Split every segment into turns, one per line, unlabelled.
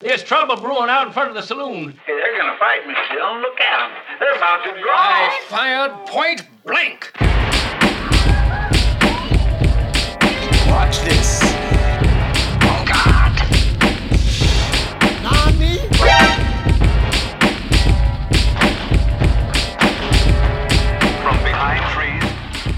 There's trouble brewing out in front of the saloon.
They're gonna fight me, Dillon. Look at 'em. They're about to draw.
I fired point blank.
Watch this.
From behind trees.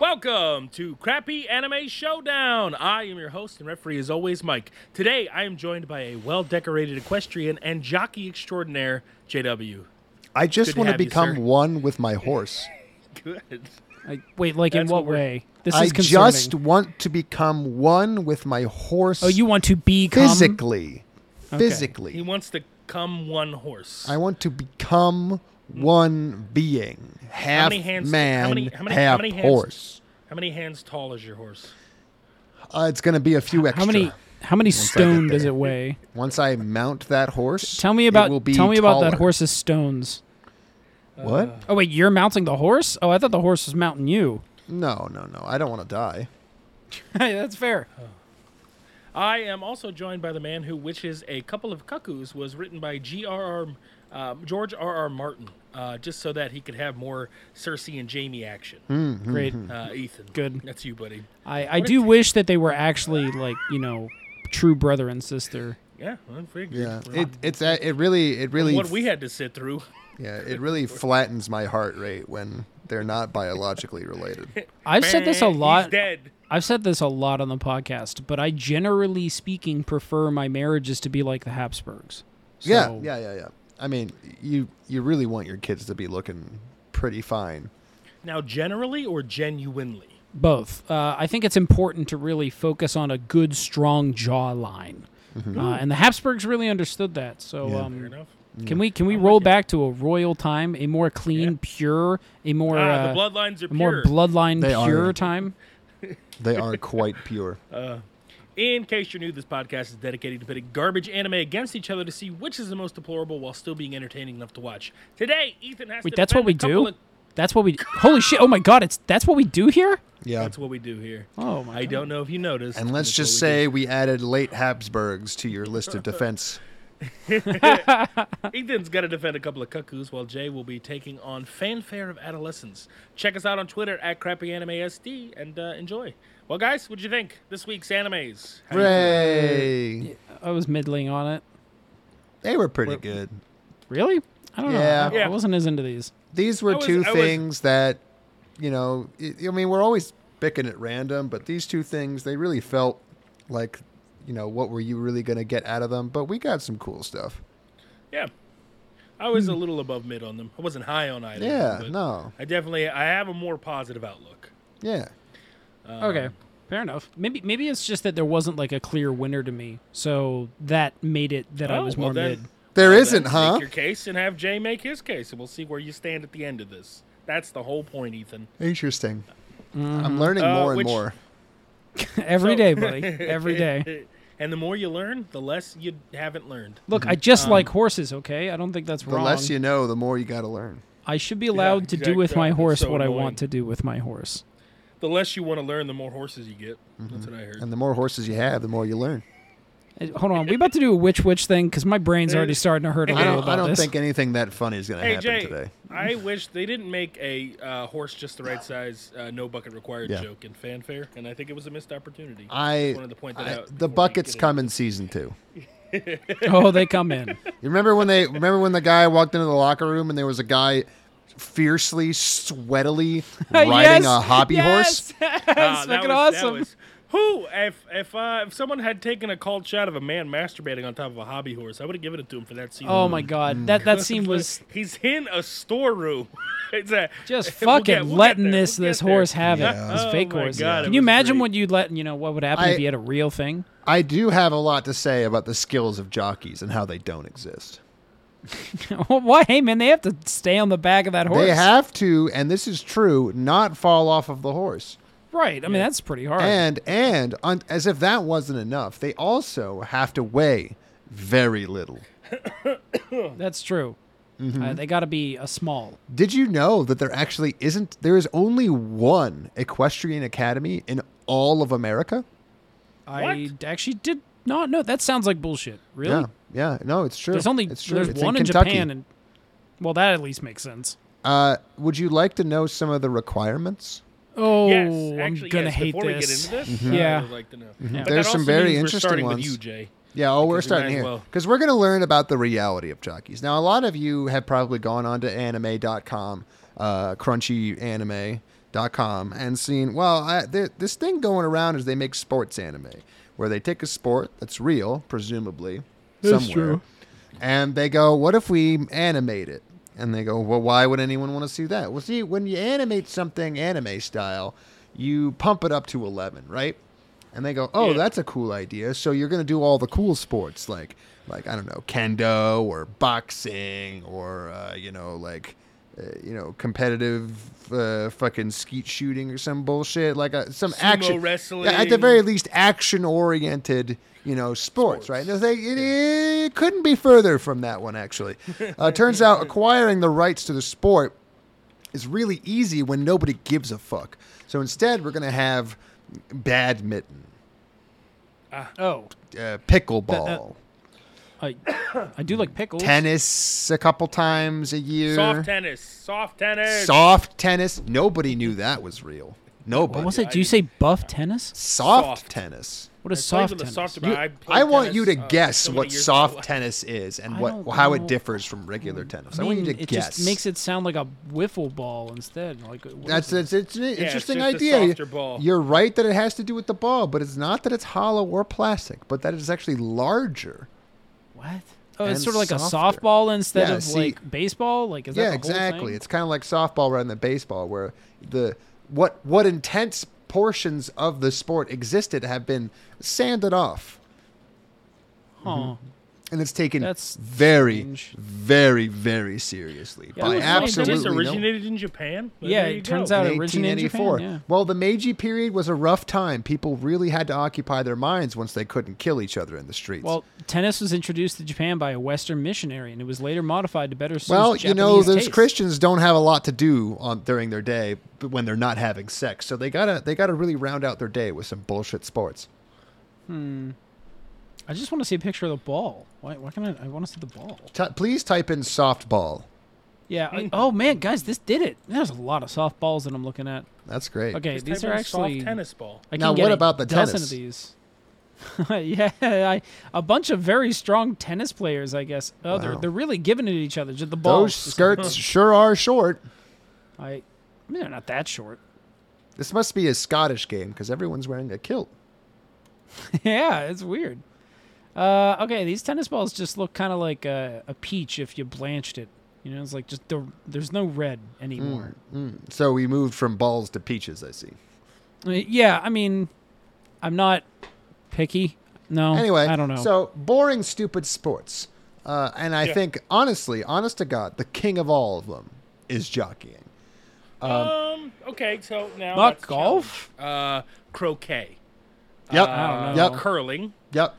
Welcome to Crappy Anime Showdown. I am your host and referee, as always, Mike. Today, I am joined by a well decorated equestrian and jockey extraordinaire, JW.
I
Good
just
to
want to
have you,
become
sir.
one with my horse.
Good.
I, wait, like
That's
in what
what we're-
way? This
I
is concerning.
just want to become one with my horse.
Oh, you want to become
physically,
He
physically.
wants to come one horse.
I want to become one being, half
how many hands?
man,
how many, how many,
half
how many hands,
horse.
How many hands tall is your horse?
Uh, it's going to be a few extra.
how many how many
I get
stone does
there.
it weigh?
Once I mount that horse,
Tell me
it
about
will be
tell me about that
taller.
horse's stones.
What?
Oh wait, you're mounting the horse? Oh, I thought the horse was mounting you.
no, no, no. I don't want to die.
Hey, that's fair.
I am also joined by the man who witches a couple of cuckoos was written by G.R.R. Um, George R.R. Martin, uh, just so that he could have more Cersei and Jamie action.
Hmm.
Great.
Uh, Ethan,
Good.
That's you, buddy.
I, I do wish that they were actually like you know true brother and sister.
Yeah, I figured.
Yeah,
Well,
it, it's a- it really it really
what we had to sit through.
yeah it really flattens my heart rate when they're not biologically related.
I've said this a
Man, he's
lot.
dead.
I've said this a lot on the podcast, but I generally speaking prefer my marriages to be like the Habsburgs.
Yeah,
So-
yeah, yeah, yeah. I mean, you you really want your kids to be looking pretty fine.
Now, generally or genuinely?
Both. Uh, I think it's important to really focus on a good, strong jawline,
Mm-hmm.
uh, and the Habsburgs really understood that. So,
Fair
um,
enough.
can we can we roll back to a royal time, a more clean, pure, a more
ah,
uh,
the bloodlines are
a more
pure.
bloodline
They are.
pure time?
They are quite pure.
Uh, In case you're new, this podcast is dedicated to pitting garbage anime against each other to see which is the most deplorable while still being entertaining enough to watch. Today, Ethan has
Wait,
to.
that's
defend
what we
a couple
do.
of-
That's what we. Holy shit! Oh my god! It's that's what we do here.
Yeah.
That's what we do here.
Oh my
I
God.
don't know if you noticed.
And let's
that's
just
what we
say we added late Habsburgs to your list of defense.
do. Ethan's got to defend a couple of cuckoos while Jay will be taking on Fanfare of Adolescence. Check us out on Twitter at CrappyAnimeSD and uh, enjoy. Well, guys, what'd you think this week's animes? How you feel?
Hooray!
I was middling on it.
They were pretty good.
Really? I don't
Yeah.
know. I,
Yeah.
I wasn't as into these.
These were
I was-
two
I was-
things that, you know, I I mean, we're always picking at random, but these two things, they really felt like, you know, what were you really going to get out of them? But we got some cool stuff.
Yeah. I was a little above mid on them. I wasn't high on either.
Hmm. Yeah,
but
no.
I definitely I have a more positive outlook.
Yeah.
Uh, Okay, fair enough. Maybe maybe it's just that there wasn't like a clear winner to me, so that made it that I
Oh,
was
well
more
then-
mid.
There
well
isn't,
then
huh?
Make your case and have Jay make his case, and we'll see where you stand at the end of this. That's the whole point, Ethan.
Interesting. I'm learning
Uh,
more and
which-
more.
Every day, buddy. Every day.
And the more you learn, the less you haven't learned.
Look, I
Um,
just like horses. Okay, I don't think that's
The
wrong.
less you know, the more you got to learn.
I should be allowed to
exact-
do with my
that's
horse
so
what I
annoying.
want to do with my horse.
The less you want to learn, the more horses you get. That's what I heard.
Mm-hmm. And the more horses you have, the more you learn.
Uh, Hold on, we about to do a witch witch thing because my brain's already starting to hurt a
I
little
don't,
about
I don't
this.
think anything that funny is going to
Hey
happen
Jay,
today.
I wish they didn't make a uh, horse just the right size, uh, no bucket required
Yeah.
joke in fanfare, and I think it was a missed opportunity.
I,
Just wanted to point that
I-
out. before
the
we
buckets
get
come in season two.
oh, they come in.
You remember when they remember when the guy walked into the locker room and there was a guy fiercely, sweatily riding
Yes,
a hobby
yes,
horse?
That's
Ah, that was-
fucking
that
awesome.
was- who, if if uh, if someone had taken a cold shot of a man masturbating on top of a hobby horse, I would have given it to him for that scene.
Oh my
Mm.
god, that that scene was
He's in a storeroom. it's a,
Just
we'll
fucking
get- we'll get
letting
there,
this
we'll
this
get there.
horse have
Yeah.
it. This
Oh
fake
my
horse.
God, it
Can you
was
imagine
great.
what you'd let? You know what would happen if
I-
you had a real thing?
I do have a lot to say about the skills of jockeys and how they don't exist.
Why? Hey man, they have to stay on the back of that horse.
They have to, and this is true, not fall off of the horse.
right. I mean, that's pretty hard.
And and un- as if that wasn't enough, they also have to weigh very little.
that's true.
Mm-hmm.
Uh, they got to be a small.
Did you know that there actually isn't? There is only one equestrian academy in all of America.
I actually did No, no, that sounds like bullshit. Really?
Yeah, yeah. No, it's true.
There's only
it's true.
there's
It's
one in,
Kentucky.
Japan, and well, that at least makes sense.
uh, would you like to know some of the requirements?
Oh,
yes, actually,
I'm gonna
yes,
hate
before
this.
we get into this,
Yeah.
I would like to know. But
Mm-hmm. There's
that
some
also
very
means
interesting
we're starting
ones.
With you, Jay.
Yeah, oh, we're
Because we
starting
might as
here
well.
because we're going to learn about the reality of jockeys. Now, a lot of you have probably gone on to anime.com, uh, crunchyanime.com, and seen, well, I, there- this thing going around is they make sports anime where they take a sport that's real, presumably,
That's
somewhere,
true.
and they go, what if we animate it? And they go, well, why would anyone want to see that? Well, see, when you animate something anime style, you pump it up to 11, right? and they go, "Oh, that's a cool idea." So you're going to do all the cool sports like like I don't know, kendo or boxing or uh, you know, like uh, you know, competitive uh, fucking skeet shooting or some bullshit like uh, some action
wrestling.
Yeah, At the very least action oriented, you know, sports, right? And it's like, it, it couldn't be further from that one actually. Uh, turns out acquiring the rights to the sport is really easy when nobody gives a fuck. So instead, we're going to have badminton,
Oh,
uh, pickleball,
I, I do like pickles.
tennis a couple times a year.
soft tennis, soft tennis.
Soft tennis. Nobody knew that was real. Nobody.
What was it? Do you say buff tennis?
Soft,
Soft.
tennis.
What is
Played
soft
with a
tennis?
softer-
You-
I,
I,
played
want
tennis,
you to
uh,
guess
so many
what
years ago.
soft tennis is and
I
what
don't
how it
know.
differs from regular tennis. I,
I
want you
mean,
to
it
guess.
just makes it sound like a wiffle ball instead. Like what
That's
is it?
it's, it's an
it's
interesting
just a
idea.
softer ball.
You're right that it has to do with the ball, but it's not that it's hollow or plastic, but that it's actually larger.
What? Oh,
and
it's sort of like
softer.
a softball instead
Yeah,
of
see-
like baseball. Like is that
yeah,
the whole
exactly.
thing?
It's kind of like softball rather than baseball, where the what what intense portions of the sport existed have been sanded off, Mm-hmm.
Huh.
and it's taken
That's
very,
strange.
very, very seriously by
Yeah, it was like
It
absolutely
just
no one.
originated in Japan. Well,
Yeah,
there
it
you
turns
go.
out-
In
it originated in Japan,
1884.
yeah.
Well, the Meiji period was a rough time. People really had to occupy their minds once they couldn't kill each other in the streets.
Well, tennis was introduced to Japan by a Western missionary, and it was later modified to better suit
Well,
Japanese
you know, those
taste.
Christians don't have a lot to do on during their day but when they're not having sex, so they gotta they gotta really round out their day with some bullshit sports.
I just want to see a picture of the ball. Why? Why can I? I want to see the ball.
Ty please type in softball.
Yeah.
Mm.
I- oh man, guys, this did it. There's a lot of softballs that I'm looking at.
That's great.
Okay,
Just
these
type
are
in
actually.
soft tennis ball.
I can
Now,
get
what
a
about the
dozen
tennis?
of these? yeah, I, a bunch of very strong tennis players, I guess. Oh, they're
Wow.
they're really giving it to each other. Just the balls.
Those skirts sure are short.
I, I mean, they're not that short.
This must be a Scottish game because everyone's wearing a kilt.
yeah, it's weird. Uh, okay, these tennis balls just look kind of like a, a peach if you blanched it. You know, it's like just the, there's no red anymore.
So we moved from balls to peaches, I see.
Hmm,
Hmm.
I mean, yeah, I mean, I'm not picky. No,
Anyway,
I don't know.
So boring, stupid sports. Uh, and I think, honestly, honest to God, the king of all of them is jockeying.
Um. Okay. So now
Not
that's
golf?
challenge. Uh, croquet,
Yep.
I don't know.
Yep.
curling.
Yep.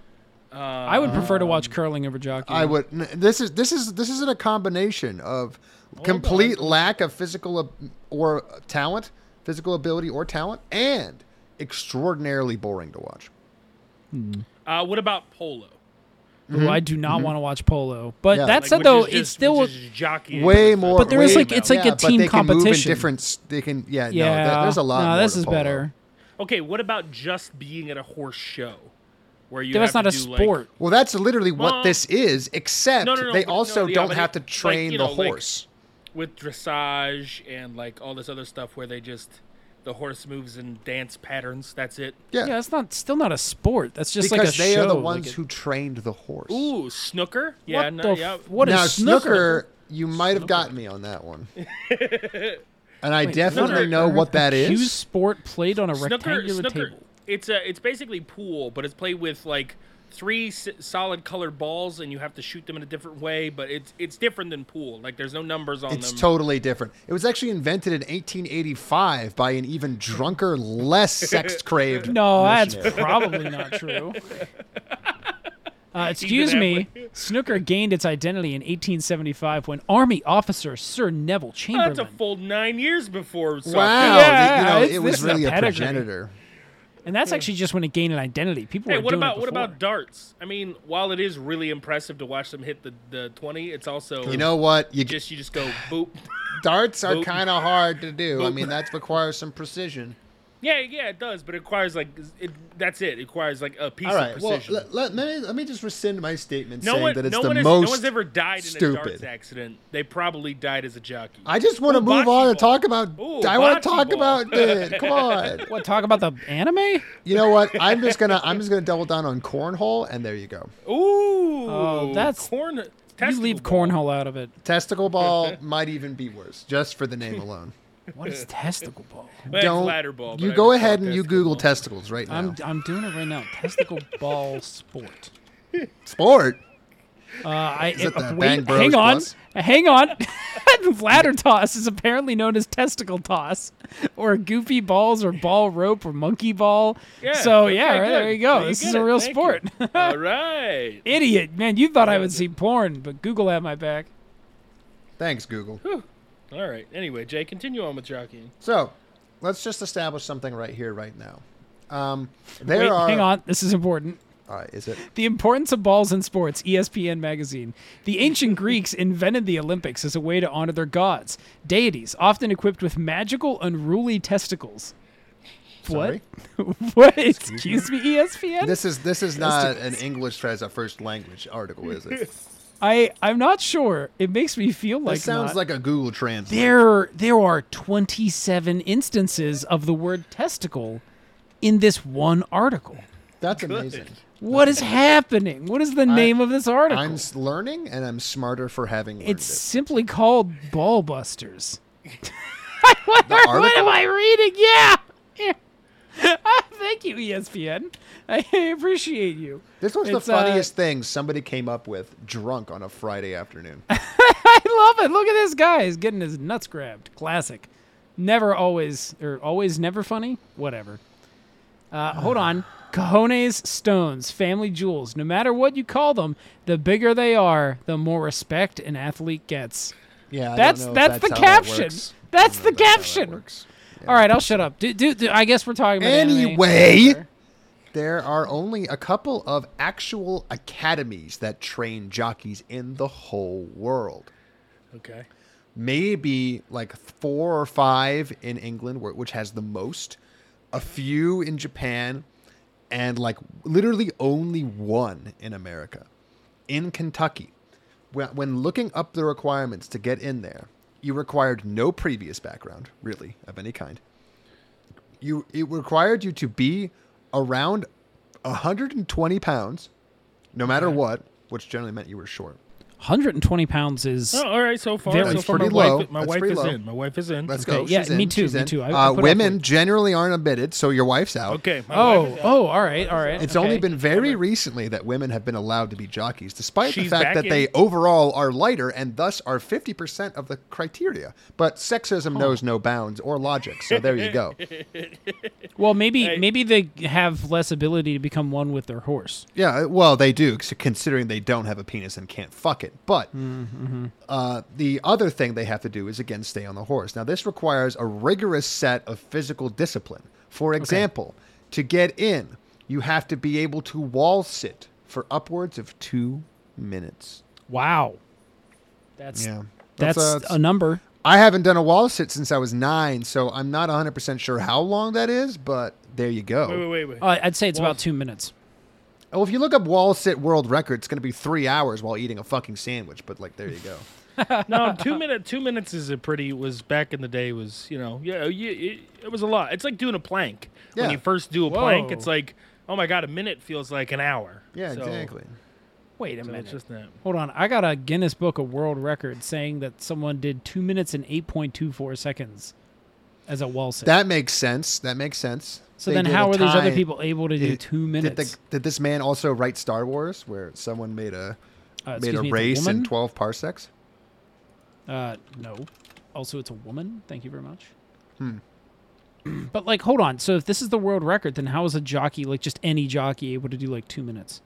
I would prefer to watch curling over jockeying.
Um, I would. n- This is this is this isn't a combination of complete lack of physical ab- or talent, physical ability or talent, and extraordinarily boring to watch.
Uh, what about polo?
Ooh, I do not want to watch polo. But
Mm-hmm. Yeah.
that
Like,
said,
which
though,
is
it's
just-
still
which is jockeying.
Way more.
But there is,
way
like- it's like a
yeah, but
team
they can move in
competition.
different. s- They can. Yeah. No,
yeah.
there- there's a lot.
No,
more
this
to
is
polo.
better.
Okay. What about just being at a horse show, where you?
That's
have
not a
to do, like-
sport.
Well, that's literally what
Well-
this is, except
No, no, no,
they
but-
also
no, yeah,
don't
but
have to
it- like,
train
you
the
know, like-
horse.
with dressage and like all this other stuff where they just the horse moves in dance patterns. That's it.
yeah.
yeah. that's not still not a sport. That's just
because
like a
they
show.
are the
like
ones
it-
who trained the horse.
Ooh, snooker.
What
Yeah,
the
no,
f-
yeah.
what is
now,
snooker?
snooker, you might have got me on that one. and I definitely
snooker-
know what that
Huge
is.
sport played on a
snooker,
rectangular
snooker.
table.
It's a it's basically pool, but it's played with like three s- solid colored balls, and you have to shoot them in a different way. But it's it's different than pool. Like there's no numbers on
It's
them.
totally different. It was actually invented in 1885 by an even drunker, less sex craved.
No, that's probably not true. Uh, excuse me. Snooker gained its identity in 1875 when Army officer Sir Neville
Oh, that's a
Chamberlain.
full nine years before. softball.
Wow,
Yeah,
the- you know,
it's-
it
this
was
is a
really a
pedigree.
progenitor.
And that's actually just when it gained an identity. People
Hey,
were
what
doing it
about what about
before.
darts? I mean, while it is really impressive to watch them hit the, the twenty, it's also
You know what? You
just you just go boop.
darts are
Boop.
kind of hard to do. I
Boop.
mean, that requires some precision.
yeah, yeah, it does, but it requires like it. That's it. It requires like a piece
All right.
of
Well,
precision.
let, let, let me let me just rescind my statement
no
saying
one,
that it's
no
the
one has,
most
no one's ever died in a darts
stupid.
accident. They probably died as a jockey.
I just want to
Ooh,
move on
bocce
and talk about.
ball. Ooh,
I want
bocce
to talk
ball.
about it. Come on.
What talk about the anime?
You know what? I'm just gonna I'm just gonna double down on cornhole, and there you go.
Ooh,
Oh, that's-
corn.
you leave
testicle ball.
cornhole out of it.
Testicle ball might even be worse, just for the name alone.
What is testicle ball?
Well, it's
Don't
ladder ball, but
you
I
go
would call
ahead
it
and you
testicle
Google
ball.
testicles right now.
I'm I'm doing it right now. Testicle ball sport.
Sport.
Uh, I,
it the
wait,
Bang Bros
hang on,
Plus?
hang on. Ladder toss is apparently known as testicle toss, or goofy balls, or ball rope, or monkey ball. so
okay,
yeah, right,
good.
there you go.
Well,
this
get
is a
it.
real
Thank
sport.
you. All right.
Idiot, man! You thought I would see porn, but Google had my back.
Thanks, Google.
All right. Anyway, Jay, continue on with jockeying.
So, let's just establish something right here, right now. Um, there
Wait,
are.
hang on. This is important.
All right, is it?
The importance of balls in sports, E ESPN magazine. The ancient Greeks invented the Olympics as a way to honor their gods, deities, often equipped with magical, unruly testicles.
Sorry?
What? what? Excuse me, E ESPN?
This is this is not an English as a first language article, is it?
I, I'm not sure. It makes me feel like
This sounds
not.
like a Google Translate.
there there are 27 instances of the word testicle in this one article.
That's amazing.
What is happening? What is the name of this article?
I'm s- learning, and I'm smarter for having learned
It's
it.
simply called Ballbusters.
The
What am
article-
I reading? Yeah. Yeah. Ah, Thank you, ESPN. I appreciate you.
This was the
It's, uh,
funniest thing somebody came up with drunk on a Friday afternoon.
I love it. Look at this guy. He's getting his nuts grabbed. Classic. Never always, or always never funny. Whatever. Uh, hold on. Cajones, stones, family jewels. No matter what you call them, the bigger they are, the more respect an athlete gets.
Yeah, I don't
That's
know if
that's the
how that
caption.
works. I
That's
don't know
the
if that's how that
caption.
works.
All right, I'll shut up. Do, do, do, I guess we're talking about anime.
Anyway, there are only a couple of actual academies that train jockeys in the whole world.
Okay.
Maybe like four or five in England, where- which has the most, a few in Japan, and like literally only one in America. In Kentucky, when when looking up the requirements to get in there, you required no previous background, really, of any kind. You it required you to be around 120 pounds, no matter what, which generally meant you were short.
120 pounds is.
Oh, all right. So far,
Very-
so
That's
far, my
pretty low.
wife, my
That's
wife
pretty
is
low.
in. My wife is in.
Let's go.
Okay, yeah,
She's in.
me too,
She's
me
in.
too. I- I
Uh,
put up
women
with-
generally aren't admitted, so your wife's out.
Okay. My wife
Oh,
is in.
oh, all right, all right.
It's
okay.
only been very recently that women have been allowed to be jockeys, despite the
She's
fact
back
that they
in.
overall are lighter and thus are 50% of the criteria. But sexism knows no bounds or logic, so there you go.
Well, maybe maybe they have less ability to become one with their horse.
Yeah, uh, well, they do, c- considering they don't have a penis and can't fuck it. But uh, the other thing they have to do is, again, stay on the horse. Now, this requires a rigorous set of physical discipline. For example, to get in, you have to be able to wall sit for upwards of two minutes.
Wow, that's
Yeah.
that's,
That's, uh, it's-
a number.
I haven't done a wall sit since I was nine, so I'm not 100% sure how long that is, but there you go.
Wait, wait, wait, wait.
Uh, I'd say it's about two minutes.
Oh, if you look up wall sit world record, it's going to be three hours while eating a fucking sandwich, but like, there you go.
no, two minute, two minutes is a pretty. Was back in the day was you know yeah you, it, it was a lot. It's like doing a plank.
Yeah.
When you first do a plank,
Whoa.
it's like oh my god, a minute feels like an hour.
Yeah,
So-
exactly.
Wait a
So
minute.
it's just that.
Hold on, I got a Guinness Book of World Record saying that someone did two minutes and eight point two four seconds as a wall sit.
That makes sense. That makes sense.
so
They
then,
did
how
a
are these other
time-
people able to do
Did-
two minutes?
Did, the, did this man also write Star Wars, where someone made a
Uh,
made
excuse
a
me, it's
race in
woman?
twelve parsecs?
Uh, no. Also, it's a woman. Thank you very much. Hmm. but like, hold on. So if this is the world record, then how is a jockey, like just any jockey, able to do like two minutes?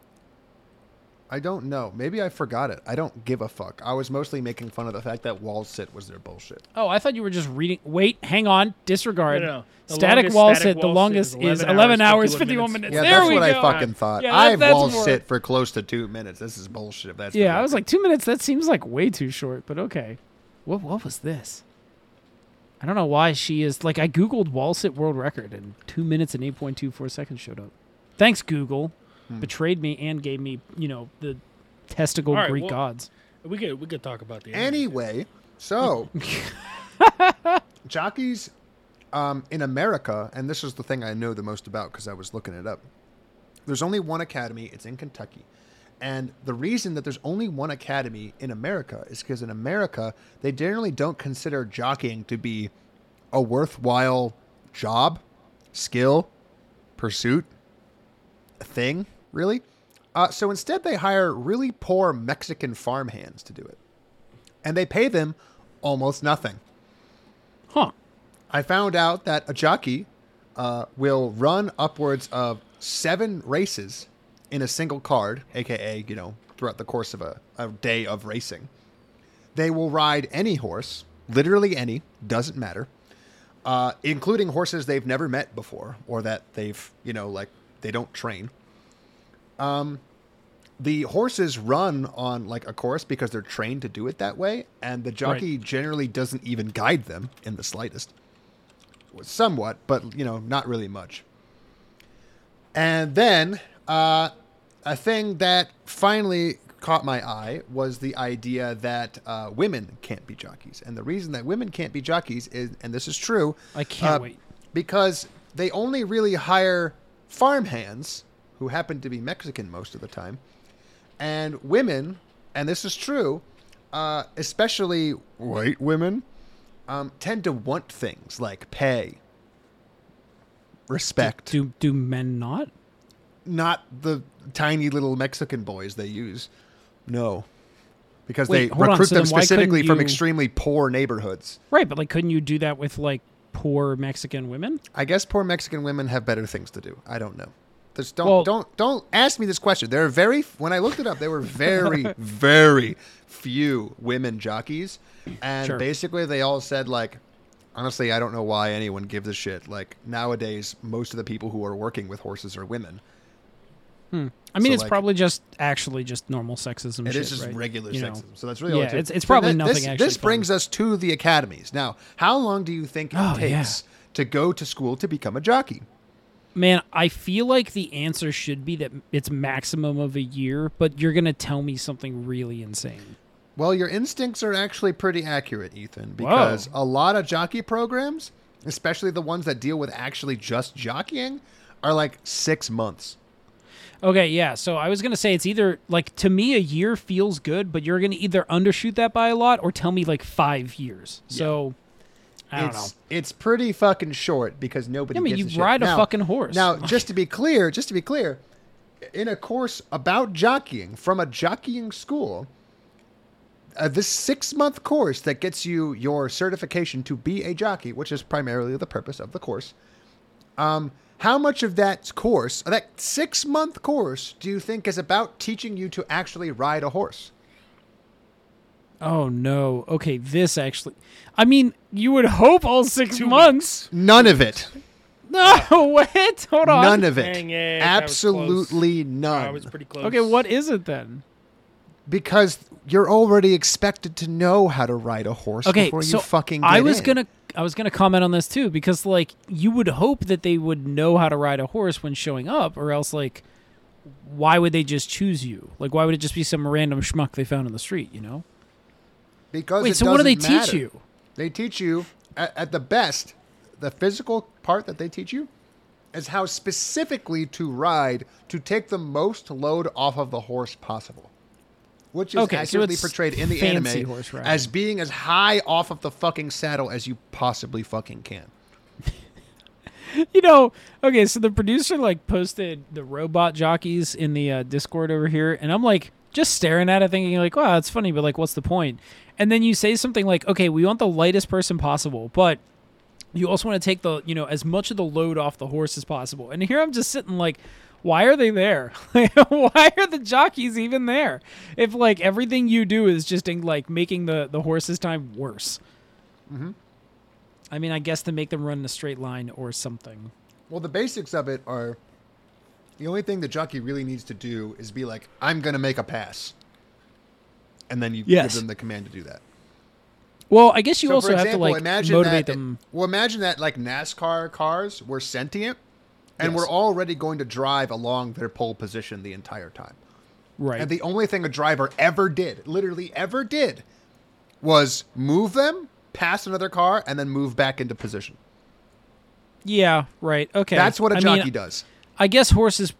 I don't know. Maybe I forgot it. I don't give a fuck. I was mostly making fun of the fact that wall sit was their bullshit.
Oh, I thought you were just reading. Wait, hang on. Disregard.
No, no, no. The
Static
longest
wall
static
sit. The
wall sit
longest is 11 hours, 51 minutes.
Yeah,
there
that's
we
what I
go.
fucking thought.
Yeah,
I
that- that's
wall
more-
sit for close to two minutes. This is bullshit. if That's
Yeah, I
the-
was like, two minutes? That seems like way too short, but okay. What, what was this? I don't know why she is. Like, I Googled wall sit world record, and two minutes and 8.24 seconds showed up. Thanks, Google.
Hmm.
Betrayed me and gave me, you know, the testicle
All right,
Greek
well-
gods.
We could we could talk about the
Anyway, so jockeys um, in America, and this is the thing I know the most about because I was looking it up. There's only one academy. It's in Kentucky. And the reason that there's only one academy in America is because in America, they generally don't consider jockeying to be a worthwhile job, skill, pursuit, a thing, really. Uh, so instead, they hire really poor Mexican farmhands to do it. And they pay them almost nothing.
Huh.
I found out that a jockey uh, will run upwards of seven races in a single card, aka, you know, throughout the course of a, a day of racing. They will ride any horse, literally any, doesn't matter, uh, including horses they've never met before or that they've, you know, like they don't train Um, the horses run on like a course because they're trained to do it that way, and the jockey generally doesn't even guide them in the slightest. Somewhat, but you know, not really much. And then uh, a thing that finally caught my eye was the idea that uh, women can't be jockeys, and the reason that women can't be jockeys is, and this is true,
I can't
uh,
wait.
because they only really hire farmhands who happen to be Mexican most of the time, and women, and this is true, uh, especially white women, um, tend to want things like pay, respect,
Do, do men not?
not the tiny little Mexican boys they use. No. Because they
Wait, hold on,
recruit
so
them
then why couldn't
specifically from
you-
extremely poor neighborhoods.
Right, but like, couldn't you do that with like poor Mexican women?
I guess poor Mexican women have better things to do. I don't know. Just don't
Well-
don't don't ask me this question. There are very when I looked it up, there were very very few women jockeys, and
Sure.
basically they all said like, honestly, I don't know why anyone gives a shit. Like nowadays, most of the people who are working with horses are women.
I mean,
So,
it's
like-
probably just actually just normal sexism.
It
shit,
is just
right?
regular
You know.
sexism. So that's really all
Yeah,
it is.
it's- it's
So
probably
that-
nothing
This,
actually
this brings us to the academies. Now, how long do you think it
Oh,
takes to go to school to become a jockey?
Man, I feel like the answer should be that it's maximum of a year, but you're gonna tell me something really insane.
Well, your instincts are actually pretty accurate, Ethan, because a lot of jockey programs, especially the ones that deal with actually just jockeying, are like six months.
Okay, yeah. So I was gonna say it's either like to me a year feels good, but you're gonna either undershoot that by a lot or tell me like five years. So I don't know.
it's it's pretty fucking short because nobody.
Yeah, but
gives
you
a shit.
ride a
Now-
fucking horse.
Now, just to be clear, just to be clear, in a course about jockeying from a jockeying school, uh, this six month course that gets you your certification to be a jockey, which is primarily the purpose of the course. Um, how much of that course, that six month course, do you think is about teaching you to actually ride a horse?
Oh no. Okay, this actually. I mean, you would hope all six months.
None of it.
No, what? Hold on.
None of it.
Dang it, that was close.
Absolutely none.
I was pretty close.
Okay, what is it then?
because you're already expected to know how to ride a horse
Okay,
before
so
you fucking
I
get
was
in.
gonna I was gonna comment on this too because like you would hope that they would know how to ride a horse when showing up, or else like why would they just choose you? Like why would it just be some random schmuck they found on the street? You know?
because
Wait,
it
so what do they
doesn't
teach
matter.
you?
They teach you at, at the best the physical part that they teach you is how specifically to ride to take the most load off of the horse possible. Which is
Okay, so
accurately
it's
portrayed in the
fancy
anime
horse riding.
as being as high off of the fucking saddle as you possibly fucking can.
You know? Okay, so the producer like posted the robot jockeys in the uh, Discord over here, and I'm like just staring at it, thinking like, wow, that's funny, but like, what's the point? And then you say something like, okay, we want the lightest person possible, but you also want to take the you know as much of the load off the horse as possible and here i'm just sitting like why are they there? why are the jockeys even there? If like everything you do is just in, like making the the horse's time worse. I mean, I guess to make them run in a straight line or something.
Well, the basics of it are the only thing the jockey really needs to do is be like, I'm going to make a pass. And then you
Yes.
give them the command to do that.
Well, I guess you
So,
also
for
have to
example,
like
imagine
motivate
that,
them.
Well, imagine that like NASCAR cars were sentient and
Yes.
were already going to drive along their pole position the entire time.
Right.
And the only thing a driver ever did, literally ever did, was move them past another car and then move back into position.
yeah. Right. Okay.
That's what a
a
jockey does.
I guess horses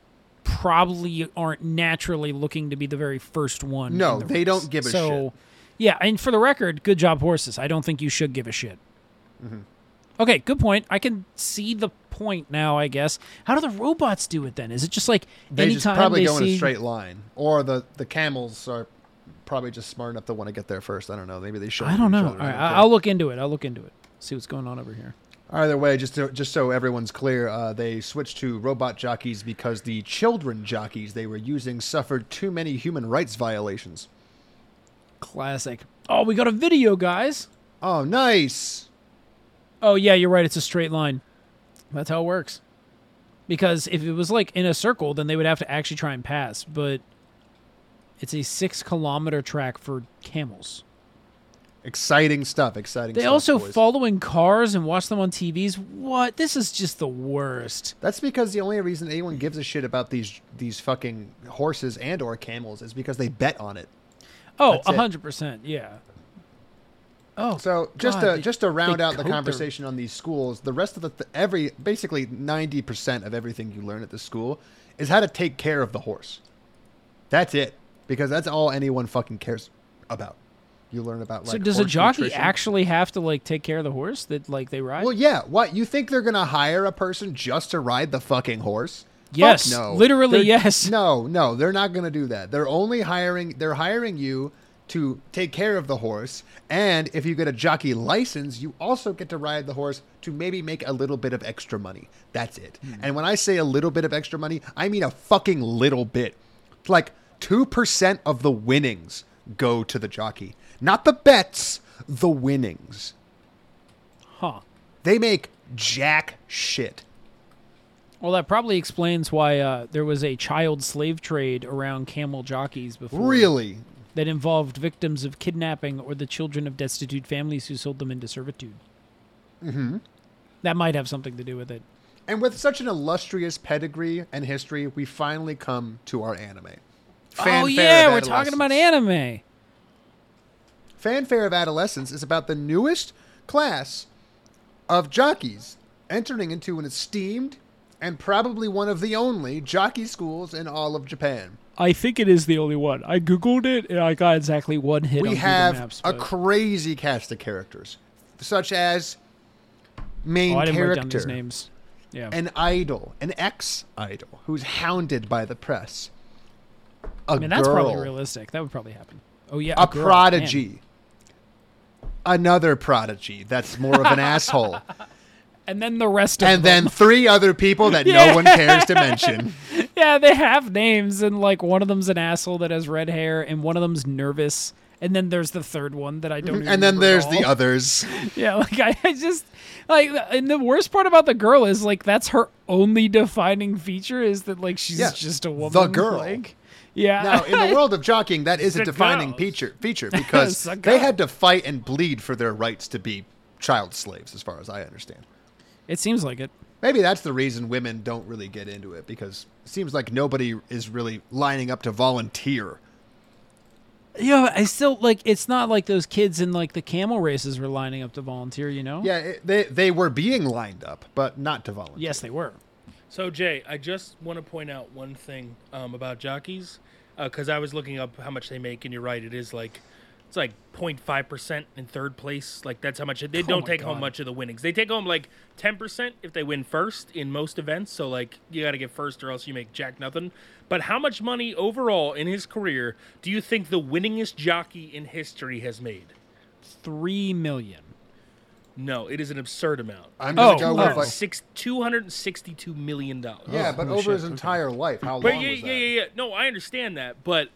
probably aren't naturally looking to be the very first one.
No,
in the
they
race.
don't give a
So, yeah, and for the record, good job, horses. I don't think you should give a shit.
Mm-hmm.
Okay, good point. I can see the point now. I guess. How do the robots do it then? Is it just like
They
anytime
just probably
they
go in
see
a straight line, or the the camels are probably just smart enough to want to get there first. I don't know. Maybe they should.
I don't know. All right, I- I'll look into it. I'll look into it. See what's going on over here.
Either way, just to, just so everyone's clear, uh, they switched to robot jockeys because the children jockeys they were using suffered too many human rights violations.
Classic. Oh, we got a video, guys.
Oh, nice.
Oh yeah, you're right. It's a straight line. That's how it works. Because if it was like in a circle, then they would have to actually try and pass. But it's a six kilometer track for camels.
Exciting stuff. Exciting.
They
stuff,
also
boys.
follow in cars and watch them on TVs. What? This is just the worst.
That's because the only reason anyone gives a shit about these these fucking horses and or camels is because they bet on it.
Oh,
That's it.
hundred percent. Yeah. Oh,
So just
God,
to
they-
just to round
they
out the
coat their-
conversation on these schools, the rest of the th- every basically ninety percent of everything you learn at the school is how to take care of the horse. That's it, because that's all anyone fucking cares about. You learn about like.
so does a
horse
jockey
nutrition.
actually have to like take care of the horse that like they ride?
Well, yeah. What you think they're gonna hire a person just to ride the fucking horse? Fuck
Yes,
no.
literally
They're-
yes.
No, no, they're not gonna do that. They're only hiring. They're hiring you to take care of the horse, and if you get a jockey license, you also get to ride the horse to maybe make a little bit of extra money. That's it. And when I say a little bit of extra money, I mean a fucking little bit, like two percent of the winnings go to the jockey, not the bets, the winnings.
Huh.
They make jack shit.
Well, that probably explains why uh, there was a child slave trade around camel jockeys before.
Really?
That involved victims of kidnapping or the children of destitute families who sold them into servitude. Mm-hmm. That might have something to do with it.
And with such an illustrious pedigree and history, we finally come to our anime. Fanfare
oh, yeah,
of
we're talking about
Adolescence.
anime.
Fanfare of Adolescence is about the newest class of jockeys entering into an esteemed and probably one of the only jockey schools in all of Japan.
I think it is the only one. I Googled it and I got exactly one hit on
we
Google
have
Maps,
a
but-
crazy cast of characters, such as main
oh, I didn't
character.
write down these names. Yeah.
an idol, an ex idol, who's hounded by the press. A
I mean, that's probably
girl,
realistic. That would probably happen. Oh, yeah.
A
girl, man.
prodigy. Another prodigy that's more of an asshole.
And then the rest of
And
them.
then three other people that no one cares to mention.
Yeah, they have names, and like one of them's an asshole that has red hair, and one of them's nervous, and then there's the third one that I don't. even
Mm-hmm. And then
remember at
there's the
all.
others.
Yeah, like I, I just like, and the worst part about the girl is like that's her only defining feature is that like she's
Yeah,
just a
the
woman.
girl.
Like, yeah.
Now, in the world of jockeying, that is a
The
defining
girls.
feature, feature because
The
they
girls.
had to fight and bleed for their rights to be child slaves, as far as I understand.
it seems like it.
Maybe that's the reason women don't really get into it because it seems like nobody is really lining up to volunteer.
Yeah, I still like. It's not like those kids in like the camel races were lining up to volunteer. You know.
Yeah, it, they they were being lined up, but not to volunteer.
Yes, they were.
So Jay, I just want to point out one thing um, about jockeys, because I was looking up how much they make, and you're right, it is like it's like 0.5 percent in third place. Like that's how much they don't
Oh my
take home
God.
much of the winnings. They take home like 10 percent if they win first in most events. So like you got to get first, or else you make jack nothing. But how much money overall in his career do you think the winningest jockey in history has made?
Three million.
No, it is an absurd amount.
I'm gonna
Oh,
go
oh.
with like
Six two hundred and sixty-two million dollars.
yeah, but
no
over
shit,
his entire life, how
But
long
yeah,
was that?
yeah, yeah, yeah. No, I understand that, but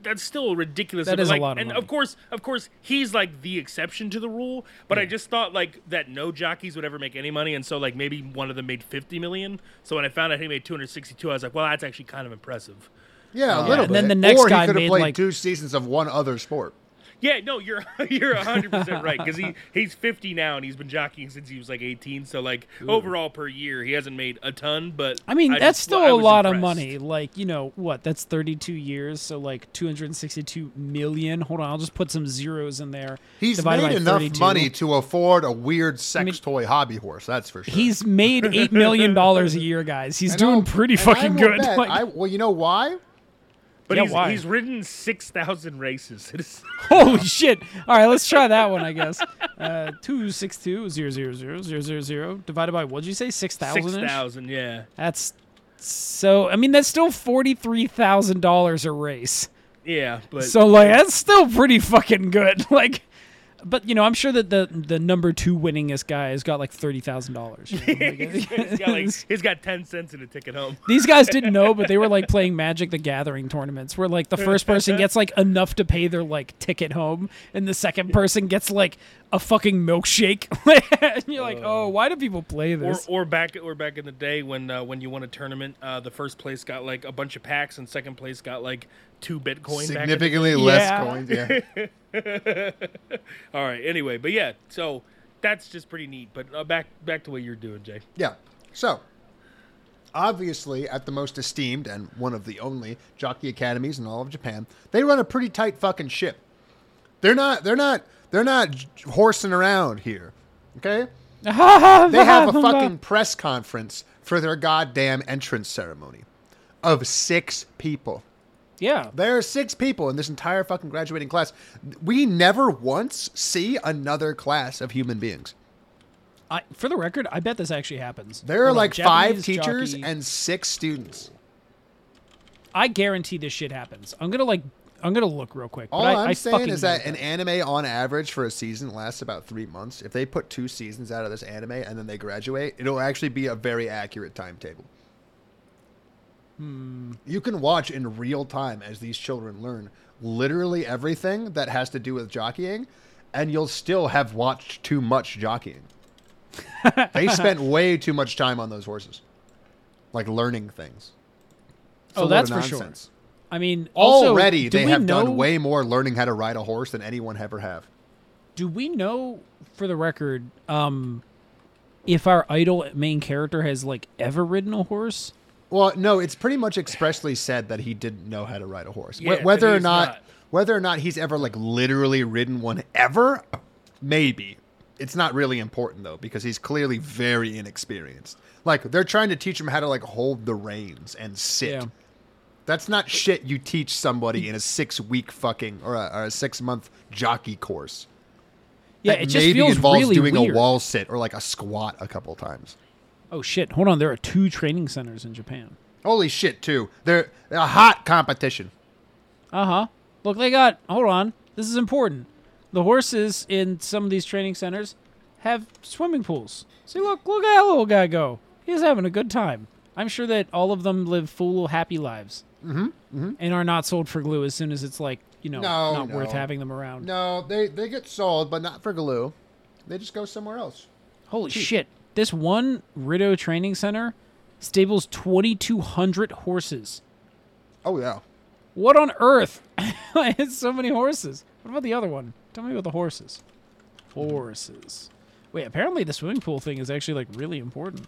that's still ridiculous.
That
But,
is a
like-
lot of
and
money.
of course, of course, he's like the exception to the rule. But I just thought like that no jockeys would ever make any money, and so like maybe one of them made fifty million. So when I found out he made two hundred sixty-two, I was like, well, that's actually kind of impressive.
Yeah, a little
and
bit.
then the next
or
guy
he could
made,
have played
like-
two seasons of one other sport.
Yeah, no, you're you're hundred percent right because he he's fifty now and he's been jockeying since he was like eighteen. So like overall per year, he hasn't made a ton. But
I mean,
just-
that's still
I
a
was
lot of
impressed.
money. Like, you know, what? That's 32 years, so like 262 million. Hold on, I'll just put some zeros in there.
He's
divided
made
by
enough
32.
money to afford a weird sex
mean-
toy hobby horse. That's for sure.
He's made 8 million dollars a year, guys. He's
And I'll-
doing pretty
and I
fucking
will
good.
bet-
Like,
I- well, you know why?
But
Yeah,
he's,
why?
he's ridden six thousand races. It is
holy shit. All right, let's try that one, I guess. Uh 262 divided by what'd you say?
six
6,000. -ish?
thousand. Yeah,
That's so I mean, that's still $43,000 a race.
yeah. But
So like that's still pretty fucking good. Like but you know, I'm sure that the the number two winningest guy has got like thirty thousand dollars.
he's got like he's got ten cents in a ticket home.
These guys didn't know, but they were like playing Magic the Gathering tournaments where like the first person gets like enough to pay their like ticket home and the second person gets like a fucking milkshake. and you're like, oh, why do people play
Or,
this?
or back or back in the day when uh, when you won a tournament, uh, the first place got like a bunch of packs and second place got like two Bitcoin. back in the
Significantly less
Yeah.
coins. Yeah.
All right. Anyway, but yeah, so that's just pretty neat. But uh, back back to what you're doing, Jay.
yeah. So, obviously, at the most esteemed and one of the only jockey academies in all of Japan, they run a pretty tight fucking ship. They're not. They're not. They're not j- horsing around here. Okay. They have a fucking press conference for their goddamn entrance ceremony of six people.
yeah.
There are six people in this entire fucking graduating class. We never once see another class of human beings.
I, for the record, I bet this actually happens.
There are
Hold on,
like five
Japanese
teachers
jockey-
and six students.
I guarantee this shit happens. I'm gonna like, I'm gonna look real quick.
All
but I,
I'm
I
saying
fucking
is that
know
an anime on average for a season lasts about three months. If they put two seasons out of this anime and then they graduate, it'll actually be a very accurate timetable.
Hmm.
You can watch in real time as these children learn literally everything that has to do with jockeying, and you'll still have watched too much jockeying. they spent way too much time on those horses, like learning things. It's a
Oh,
load
that's
of
for sure.
nonsense.
I mean, also,
Already,
do
they
we
have
know-
done way more learning how to ride a horse than anyone ever have.
Do we know, for the record, um, if our idol main character has like ever ridden a horse?
Well, no, it's pretty much expressly said that he didn't know how to ride a horse. Wh-
Yeah, that
whether or
he's
not,
not.
whether or not he's ever like literally ridden one ever, maybe. It's not really important though because he's clearly very inexperienced. Like they're trying to teach him how to like hold the reins and sit.
Yeah.
That's not shit you teach somebody in a 6-week fucking or a, or a 6-month jockey course.
Yeah,
that
it just
maybe
feels
involves
really
doing a
weird.
wall sit or like a squat a couple times.
Oh shit! Hold on, there are two training centers in Japan.
Holy shit, too. They're a hot competition.
Uh huh. Look, they got. Hold on, this is important. The horses in some of these training centers have swimming pools. See, look, look at that little guy go. He's having a good time. I'm sure that all of them live full, happy lives. Mm-hmm. And are not sold for glue as soon as it's like you know
No,
not
no.
worth having them around.
No, they, they get sold, but not for glue. They just go somewhere else.
Holy shit. This one Rideau training center stables 2,200 horses.
Oh, yeah.
What on earth? it's so many horses. What about the other one? Tell me about the horses. Horses. Wait, apparently the swimming pool thing is actually like really important.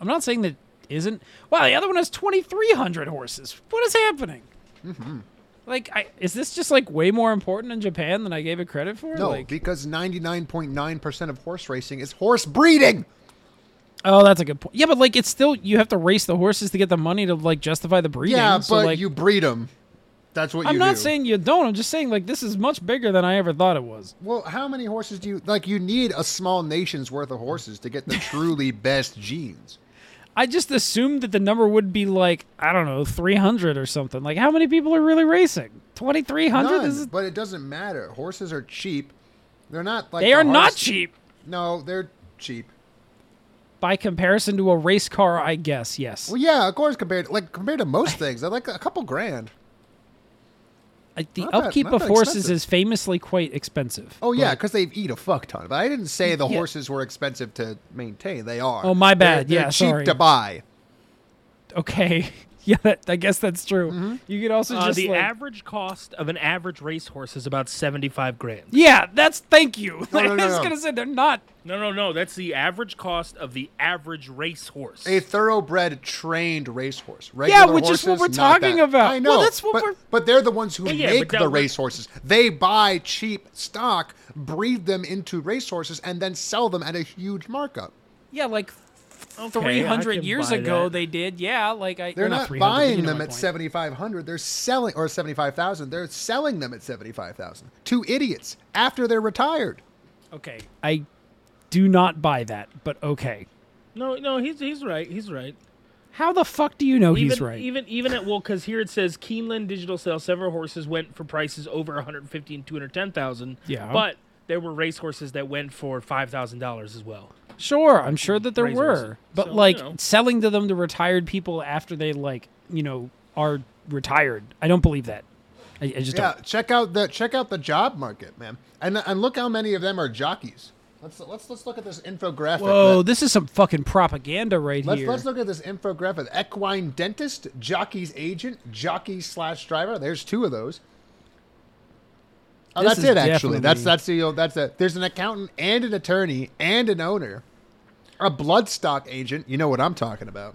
I'm not saying that isn't. Wow, the other one has 2,300 horses. What is happening?
Mm-hmm.
Like, I, is this just like way more important in Japan than I gave it credit for?
No,
Like-
because 99.9% of horse racing is horse breeding.
Oh, that's a good point. Yeah, but like it's still you have to race the horses to get the money to like justify the breeding.
Yeah,
so,
but
like,
you breed them. That's what
I'm
you
not
do.
saying you don't. I'm just saying like this is much bigger than I ever thought it was.
Well, how many horses do you like? You need a small nation's worth of horses to get the truly best genes.
I just assumed that the number would be like I don't know, 300 or something. Like how many people are really racing? 2,300
None,
is
but it doesn't matter. Horses are cheap. They're not like
they
the
are not
hardest-
cheap.
No, they're cheap.
By comparison to a race car, I guess, yes.
Well, yeah, of course. Compared like compared to most things, they're like a couple grand.
Like, the
not that-
upkeep
not
of
that
horses
expensive.
is famously quite expensive.
Oh yeah, because they eat a fuck ton. But I didn't say the
Yeah.
horses were expensive to maintain. They are.
Oh, my bad.
They're, they're
Yeah,
cheap
sorry.
to buy.
Okay. yeah, that, I guess that's true.
Mm-hmm.
You could also
Uh,
just
the
like-
average cost of an average racehorse is about seventy-five grand.
Yeah, that's thank you.
No, no,
I
no,
was
no.
gonna say they're not.
No, no, no. That's the average cost of the average racehorse.
A thoroughbred trained racehorse.
Yeah,
Regular
which is what
horses,
we're
not
talking
that.
about.
I know.
Well, that's what
but,
we're-
But they're the ones who
Well, yeah, but
make
that
the
would-
racehorses. They buy cheap stock, breed them into racehorses, and then sell them at a huge markup.
Yeah, like
Okay,
three
I
hundred
can
years
buy
ago
that.
they did. Yeah, like I.
They're
or
not
300, but you
buying
know
them
my
at
point.
seventy five hundred. They're selling or seventy five thousand. They're selling them at seventy five thousand to idiots after they're retired.
Okay, I do not buy that, but okay.
No, no. He's he's right. He's right.
How the fuck do you know
even,
Oh, he's right?
Even even at well, because here it says Keeneland Digital Sales. Several horses went for prices over 150 and 210,000.
Yeah.
but there were racehorses that went for five thousand dollars as well.
sure, I'm sure that there
Razors.
were, but
So,
like
you know.
selling to them to retired people after they like you know are retired. I don't believe that. I, I just
Yeah,
don't.
check out the check out the job market, man, and and look how many of them are jockeys. Let's let's let's look at this infographic.
Whoa,
that-
this is some fucking propaganda right
Let's,
here.
let's look at this infographic. Equine dentist, jockey's agent, jockey slash driver. There's two of those. Oh,
This
that's
is
it. Actually, that's
definitely-
that's the that's it. There's an accountant and an attorney and an owner, a bloodstock agent. You know what I'm talking about.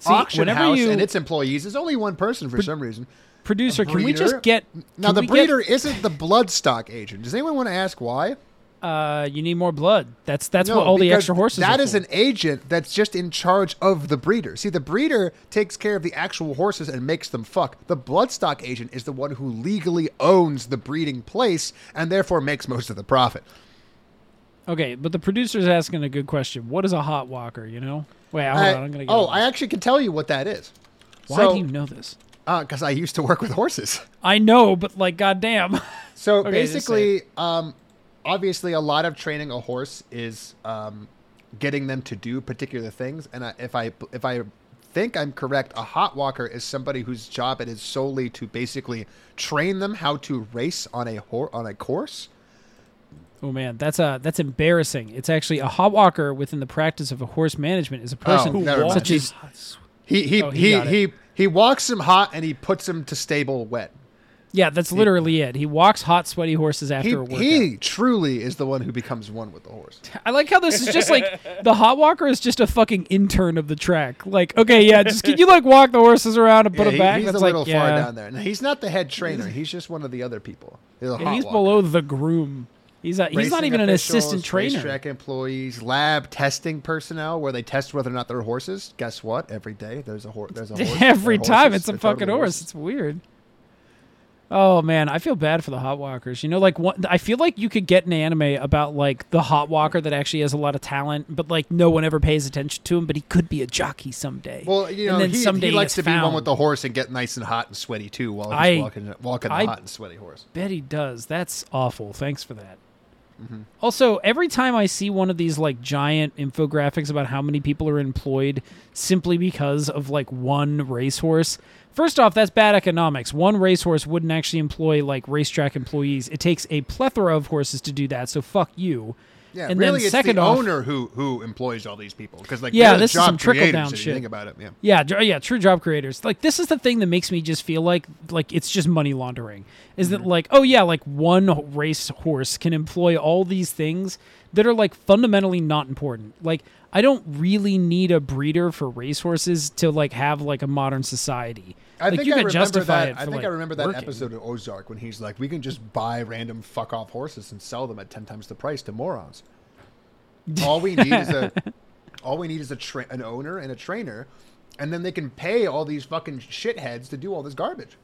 See,
Auction
whenever
house
you-
and its employees is only one person for some reason.
Producer, can we
Breeder.
just get
now
can
the
we get-
breeder isn't the bloodstock agent. Does anyone want to ask why?
Uh, you need more blood. That's that's
No,
what all the
because
extra horses.
That
are
is
for.
an agent that's just in charge of the breeder. See, the breeder takes care of the actual horses and makes them fuck. The bloodstock agent is the one who legally owns the breeding place and therefore makes most of the profit.
okay, but the producer's asking a good question. What is a hot walker? You know. Wait, hold
I-
on. I'm gonna. Get
oh,
on
I
this.
actually can tell you what that is.
Why do you know this?
Because I used to work with horses.
I know, but like, goddamn.
So
Okay, just say
basically, um, obviously, a lot of training a horse is um, getting them to do particular things. And I, if I if I think I'm correct, a hot walker is somebody whose job it is solely to basically train them how to race on a hor- on a course.
oh man, that's uh that's embarrassing. It's actually a hot walker within the practice of a horse management is a person
Oh, never
such
mind.
as
He he
Oh, he
he,
got
he,
it.
he walks them hot and he puts them to stable wet.
yeah, that's literally it. He walks hot, sweaty horses after
He,
a workout.
he truly is the one who becomes one with the horse.
I like how this is just like the hot walker is just a fucking intern of the track. Like, okay, yeah, just can you like walk the horses around and put
Yeah,
them
he-
back?
he's
That's
a
like
little
yeah.
far down there. And he's not the head trainer. He's just one of the other people. He's, a
Yeah,
hot
he's
walker.
below the groom. He's not. He's not
Racing
even an
officials,
assistant trainer.
Racetrack employees, lab testing personnel, where they test whether or not they're horses. Guess what? Every day there's a horse. There's a horse.
Every
They're
time
horses.
it's a
They're
fucking
totally
horse.
horses.
It's weird. Oh man, I feel bad for the hot walkers. You know, like one, I feel like you could get an anime about like the hot walker that actually has a lot of talent, but like no one ever pays attention to him. But he could be a jockey someday.
Well, you know,
and then
he,
someday
he likes to
gets
be one
found.
with the horse and get nice and hot and sweaty too, while he's
I-
walking walking the
I-
hot and sweaty horse.
Bet he does. That's awful. Thanks for that.
Mm-hmm.
Also, every time I see one of these like giant infographics about how many people are employed simply because of like one racehorse, first off, that's bad economics. One racehorse wouldn't actually employ like racetrack employees. It takes a plethora of horses to do that, so fuck you.
Yeah,
and
really,
then
it's
second
the
off,
owner who who employs all these people because like
Yeah,
they're the
this is
job
some trickle-down
creators, if you
shit.
Think about it, yeah.
Yeah, dr- yeah, true job creators. Like this is the thing that makes me just feel like like it's just money laundering. Is
Mm-hmm.
that like oh yeah, like one h- race horse can employ all these things that are like fundamentally not important. Like I don't really need a breeder for racehorses to like have like a modern society.
I
like
think
you
I
could
remember
justify
that.
it. For,
I think
like,
I remember that
working.
episode of Ozark when he's like, "We can just buy random fuck off horses and sell them at ten times the price to morons." All we need is a, all we need is a tra- an owner and a trainer, and then they can pay all these fucking shitheads to do all this garbage.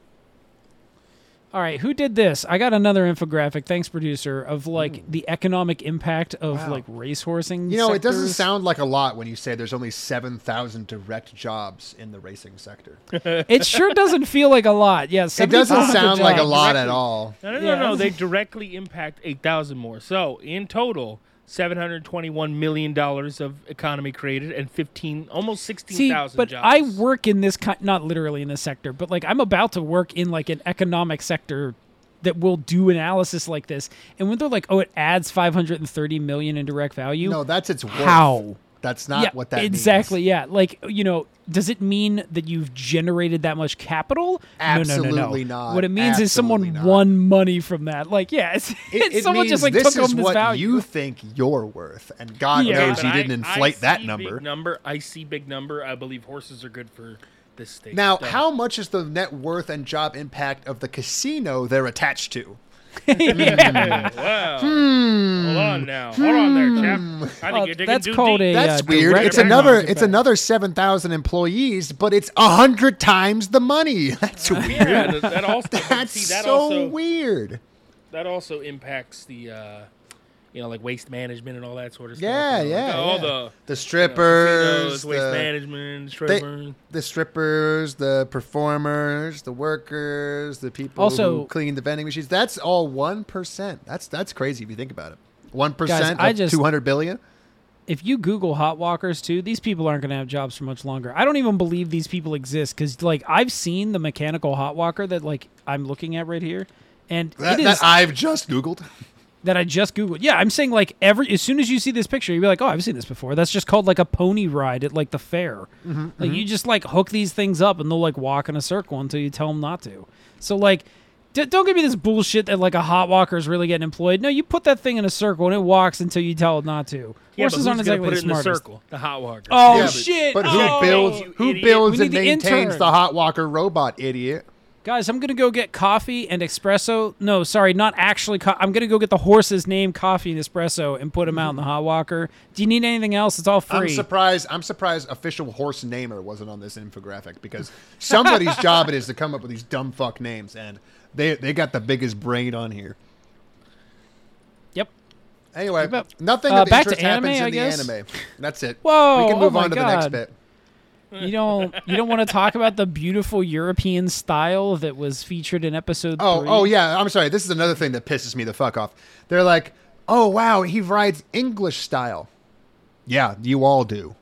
All right, who did this? I got another infographic. Thanks, producer, of like the economic impact of like racehorsing.
Mm. You know, it doesn't
sectors.
sound like a lot when you say there's only seven thousand direct jobs in the racing sector.
It sure doesn't feel like a lot. Yeah,
It doesn't
70,000
sound like a
jobs.
lot at all.
No, no,
Yeah.
no, no. They directly impact 8,000 more. So in total, seven hundred twenty-one million dollars of economy created and fifteen, almost
See,
sixteen thousand.
but
jobs.
I work in this kind, not literally in this sector, but like I'm about to work in like an economic sector that will do analysis like this. And when they're like, oh, it adds 530 million in direct value.
No, that's its worth.
How?
That's not
yeah,
what that means.
exactly. Yeah, like you know, does it mean that you've generated that much capital? No, no, no, no,
Absolutely not.
What it means is someone
Absolutely not.
won money from that. Like, yeah, it's,
It, it
someone
means
just like
this
took
is
home this
what
value.
you think you're worth, and God
Yeah.
knows
But
you
I-
didn't
I
inflate that
see
number.
Big number. I see big number. I believe horses are good for this state.
Now,
Duh.
how much is the net worth and job impact of the casino they're attached to?
Yeah, wow. Hold
Hmm.
on now. Hold on there, chap. I think
Well,
you're digging
Oh, that's
too
called
deep.
a-
That's
uh,
weird.
direct
It's
impact.
another.
Direct
It's
impact.
another seven thousand employees, but it's a hundred times the money. That's weird.
Yeah, that- that also, but
That's
see, that
so
also,
weird.
That also impacts the, uh, you know, like waste management and all that sort of stuff.
Yeah,
you know, like
yeah.
All
yeah.
the
the
casinos,
strippers,
waste
the,
management,
they-
strippers.
the strippers, the performers, the workers, the people
Also-
who clean the vending machines. That's all one percent. That's that's crazy if you think about it. One
Guys,
percent
I
of
just-
two hundred billion.
if you Google hot walkers too, these people aren't going to have jobs for much longer. I don't even believe these people exist because, like, I've seen the mechanical hot walker that like I'm looking at right here, and
That,
it
that
is that I,
I've just googled.
just googled. Yeah, I'm saying like every as soon as you see this picture, you'll be like, oh, I've seen this before. That's just called like a pony ride at like the fair.
Mm-hmm,
like you just like hook these things up and they'll like walk in a circle until you tell them not to. So like. d- Don't give me this bullshit that like a hot walker is really getting employed. No, you put that thing in a circle and it walks until you tell it not to.
Yeah, but
Horses
who's
aren't
gonna
exactly
put
the
it in the
smartest.
circle? The hot walker.
Oh
Yeah, but-
shit!
But,
Oh.
who builds?
you
Who
idiot.
builds
We
and
need the
maintains
intern.
the hot walker robot? Idiot.
Guys, I'm gonna go get coffee and espresso. No, sorry, not actually. Co- I'm gonna go get the horse's name, coffee and espresso, and put him out in the hot walker. Do you need anything else? It's all
I'm
free.
surprised. I'm surprised official horse namer wasn't on this infographic because somebody's job it is to come up with these dumb fuck names, and they they got the biggest brain on here.
yep.
Anyway,
About-
nothing
uh,
of
back to
interest
anime,
happens in
I guess?
the anime. That's it.
Whoa,
we can
oh
move
my
on to the next
God.
bit.
You don't. You don't want to talk about the beautiful European style that was featured in episode.
Oh,
three?
oh yeah. I'm sorry. This is another thing that pisses me the fuck off. They're like, "Oh wow, he rides English style." Yeah, you all do.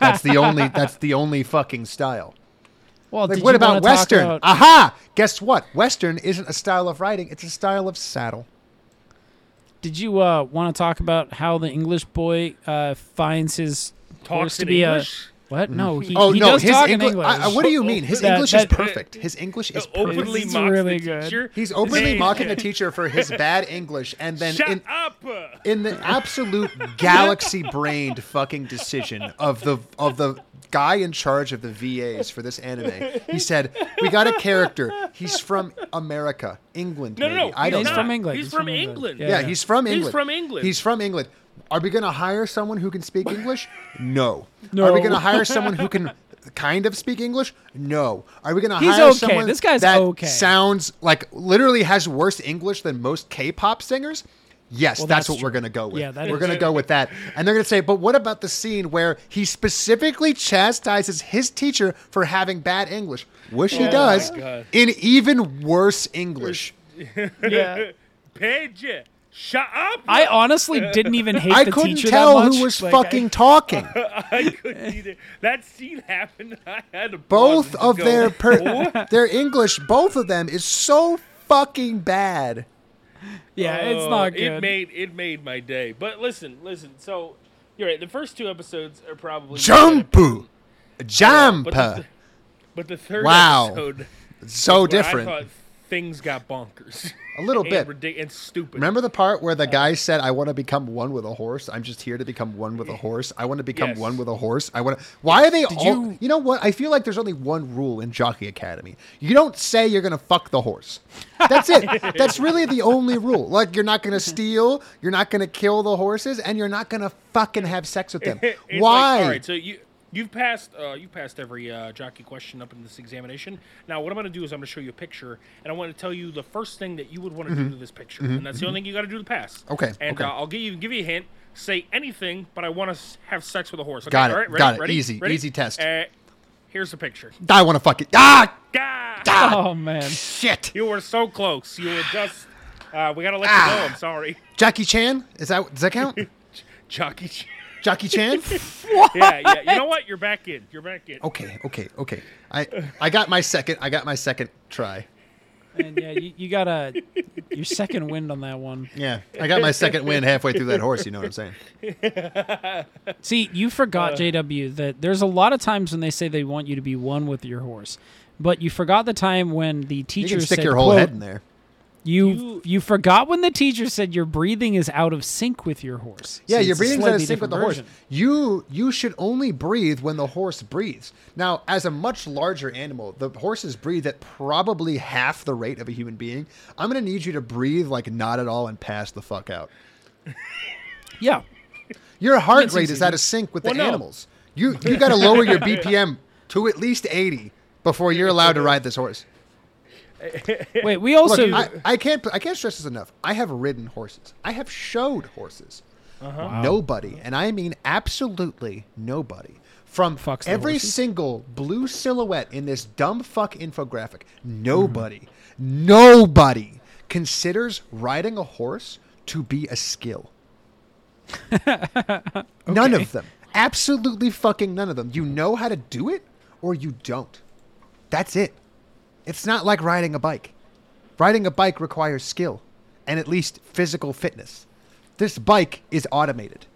That's the only. that's the only fucking style.
Well,
Like,
did
what
you wanna
about
talk
Western?
about-
Aha! Guess what? Western isn't a style of riding; it's a style of saddle.
did you uh, want to talk about how the English boy uh, finds his horse
Talks
to
in
be
English?
a what? No, he,
Oh
he
no,
does
his
talk
English.
in English.
I, I- what do you mean? His
That-
English is
that- Oh,
perfect. His English is perfect.
openly
This is
mocks
really
the
good.
teacher.
He's openly
Hey,
mocking the teacher for his bad English, and then
Shut
in,
up.
in the absolute galaxy-brained fucking decision of the of the guy in charge of the VAs for this anime, he said, "We got a character. He's from America, England.
No, no,
maybe.
no.
I
he's
don't
He's
know.
not.
from England.
He's,
He's
from,
from England.
England.
Yeah.
Yeah, he's from England.
He's from England.
He's from England. Are we going to hire someone who can speak English? No.
No.
Are we going to hire someone who can kind of speak English? No. Are we going to
He's
hire
okay.
someone
This guy's
that
okay.
sounds like literally has worse English than most K-pop singers? Yes,
Well,
that's,
that's
what we're
true.
going to go with.
Yeah, that
we're
is
going to go with that. And they're going to say, "But what about the scene where he specifically chastises his teacher for having bad English?" Which
Oh,
he does
God.
in even worse English.
Yeah.
Paige, shut up.
I honestly didn't even hate
I
the
couldn't
teacher
tell
that much.
who was
Like, I- Oh,
fucking talking.
I couldn't either. That scene happened. I had to. pause
both
and
of
go,
their
"What?"
per- their English, both of them is so fucking bad.
Yeah, it's
Oh,
not good.
It made it made my day. But listen, listen. So you're right. The first two episodes are probably
Jumpu,
But the,
jampa,
but the third
Wow.
episode,
so
where I
different.
thought things got bonkers.
A little
and
bit.
ridic- and stupid.
Remember the part where the guy said, "I want to become one with a horse. I'm just here to become one with a horse. I want to become
Yes.
one with a horse. I want to." Why are they all?
you-
You... know what? I feel like there's only one rule in Jockey Academy. You don't say you're gonna fuck the horse. That's it. That's really the only rule. Like you're not gonna steal, you're not gonna kill the horses, and you're not gonna fucking have sex with them.
It's like,
Why?
all right. So you. You've passed. Uh, you passed every uh, jockey question up in this examination. Now, what I'm going to do is I'm going to show you a picture, and I want to tell you the first thing that you would want to do to this picture, and that's the only thing you got to do to pass.
Mm-hmm. Okay,
And
okay.
Uh, I'll give you give you a hint. Say anything, but I want to have sex with a horse. Okay,
Got it,
all right, ready,
got it.
ready,
Easy,
ready?
easy test.
Uh, here's the picture.
I want to fuck it. Ah,
Ah,
ah,
Oh man.
shit.
you were so close. You were just Uh, we gotta let
Ah!
you know. I'm sorry,
Jackie Chan? Is that does that count?
Jockey. Chan.
Jackie Chan?
yeah, yeah. You know what? You're back in. You're back in.
Okay, okay, okay. I I got my second. I got my second try.
And yeah, you, you got a your second wind on that one.
Yeah, I got my second win halfway through that horse. You know what I'm saying?
See, you forgot,
Uh.
JW, that there's a lot of times when they say they want you to be one with your horse, but you forgot the time when the
You
teacher
can stick
said,
your whole
quote,
head in there.
You,
You-
you forgot when the teacher said your breathing is out of sync with your horse.
Yeah,
So
your
it's a
breathing's out of
slightly
sync with the
different
horse.
version.
You you should only breathe when the horse breathes. Now, as a much larger animal, the horses breathe at probably half the rate of a human being. I'm gonna need you to breathe like not at all and pass the fuck out.
Yeah.
Your heart
That's
rate
easy,
is out
dude.
of sync with
Well,
the
no.
animals. You you gotta lower your BPM to at least 80 before you're allowed to ride this horse.
Wait, we also
Look, I, I can't I can't stress this enough. I have ridden horses. I have showed horses. Nobody, and I mean absolutely nobody, from
Fucks the
every
horses?
single blue silhouette in this dumb fuck infographic, nobody,
Mm-hmm.
nobody considers riding a horse to be a skill. None of them. Absolutely fucking none of them. You know how to do it or you don't. That's it. It's not like riding a bike. Riding a bike requires skill and at least physical fitness. This bike is automated.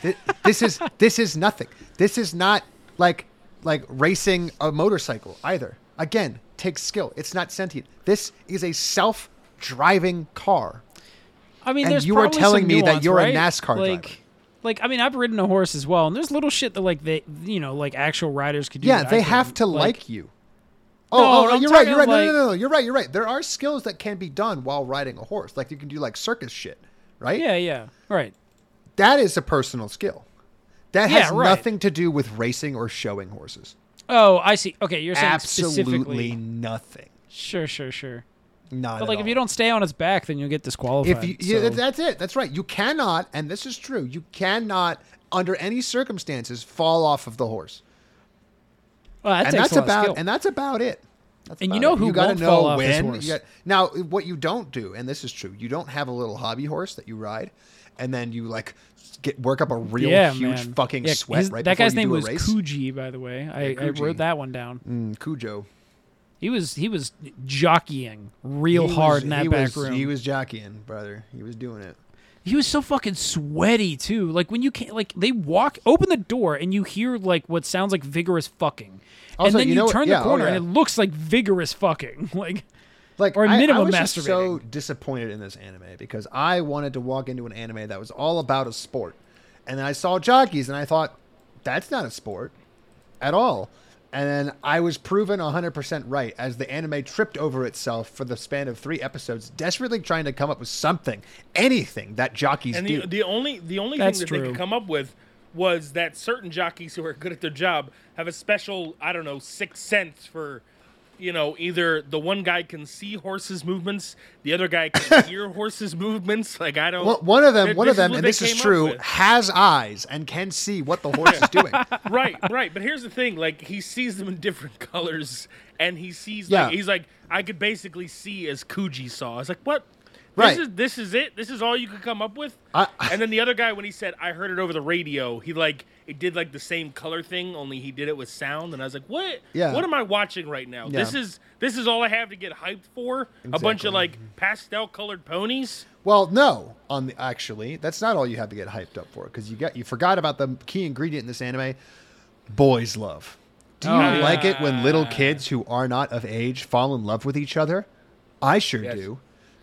Th- This is this is nothing. This is not like like racing a motorcycle either. Again, takes skill. It's not sentient. This is a self-driving car.
I mean,
And
there's
you are
probably
telling
some
me that
nuance,
you're a
right?
NASCAR
like,
driver.
Like, I mean, I've ridden a horse as well, and there's little shit that like they, you know, like actual riders could do.
Yeah,
that I
they have
couldn't.
to like, you. Oh,
No,
oh,
I'm
you're right. You're right. No,
talking
no,
like-
no, no. You're right. You're right. There are skills that can be done while riding a horse. Like you can do like circus shit, right?
Yeah, yeah, right.
That is a personal skill. That
Yeah,
has
right.
nothing to do with racing or showing horses.
Oh, I see. Okay, you're saying
Absolutely
specifically.
nothing.
Sure, sure, sure.
Not
But
at
like, if
all.
you don't stay on its back, then you'll get disqualified.
If you, yeah,
so-
that- that's it. That's right. You cannot, and this is true. You cannot, under any circumstances, fall off of the horse.
well, that
and
takes
that's
a lot of
about
skill.
and that's about it. That's
And you
about
know
it.
who
you gotta
won't
know
fall off
when.
his
you
horse?
got- now, what you don't do, and this is true, you don't have a little hobby horse that you ride, and then you like get work up a real
yeah,
huge
man.
fucking
Yeah,
sweat.
his-
right
that
before
guy's
you
name
do a
was
race.
Coogee, by the way. I, I
Coogee.
wrote that one down.
Mm, Cujo.
He was he was jockeying real
He
hard
was-
in that
he
back
was,
room.
He was jockeying, brother. He was doing it.
He was so fucking sweaty too. Like when you can't, like they walk, open the door, and you hear like what sounds like vigorous fucking,
Also,
and then
you
you,
know what-
turn
yeah, oh,
the corner
yeah.
and it looks like vigorous fucking. Like
Like
Or
I- I
minimum
was just so
masturbating.
disappointed in this anime because I wanted to walk into an anime that was all about a sport, and then I saw jockeys and I thought that's not a sport at all. And then I was proven 100% right as the anime tripped over itself for the span of three episodes, desperately trying to come up with something, anything that jockeys
And
do.
the, the only the only
That's
thing that they
true.
could come up with was that certain jockeys who are good at their job have a special I don't know sixth sense for you know either the one guy can see horses movements the other guy can hear horses movements like I don't
One- one of them,
Th-
one of them,
what
and
they
this is
came up
true,
with.
has eyes and can see what the horse is doing.
right right but here's the thing like he sees them in different colors and he sees like
Yeah.
he's like I could basically see as Kuji saw it's like what
Right.
this is this is it this is all you could come up with
I-
and then the other guy, when he said, "I heard it over the radio," he like it did like the same color thing, only he did it with sound. And I was like, "What?
Yeah.
What am I watching right now?
Yeah.
This is this is all I have to get hyped for? A bunch
Exactly.
of like pastel colored ponies?
Well, no. On the actually, that's not all you have to get hyped up for because you got you forgot about the key ingredient in this anime: boys love. Do you
Oh,
like it when little kids who are not of age fall in love with each other? I sure do.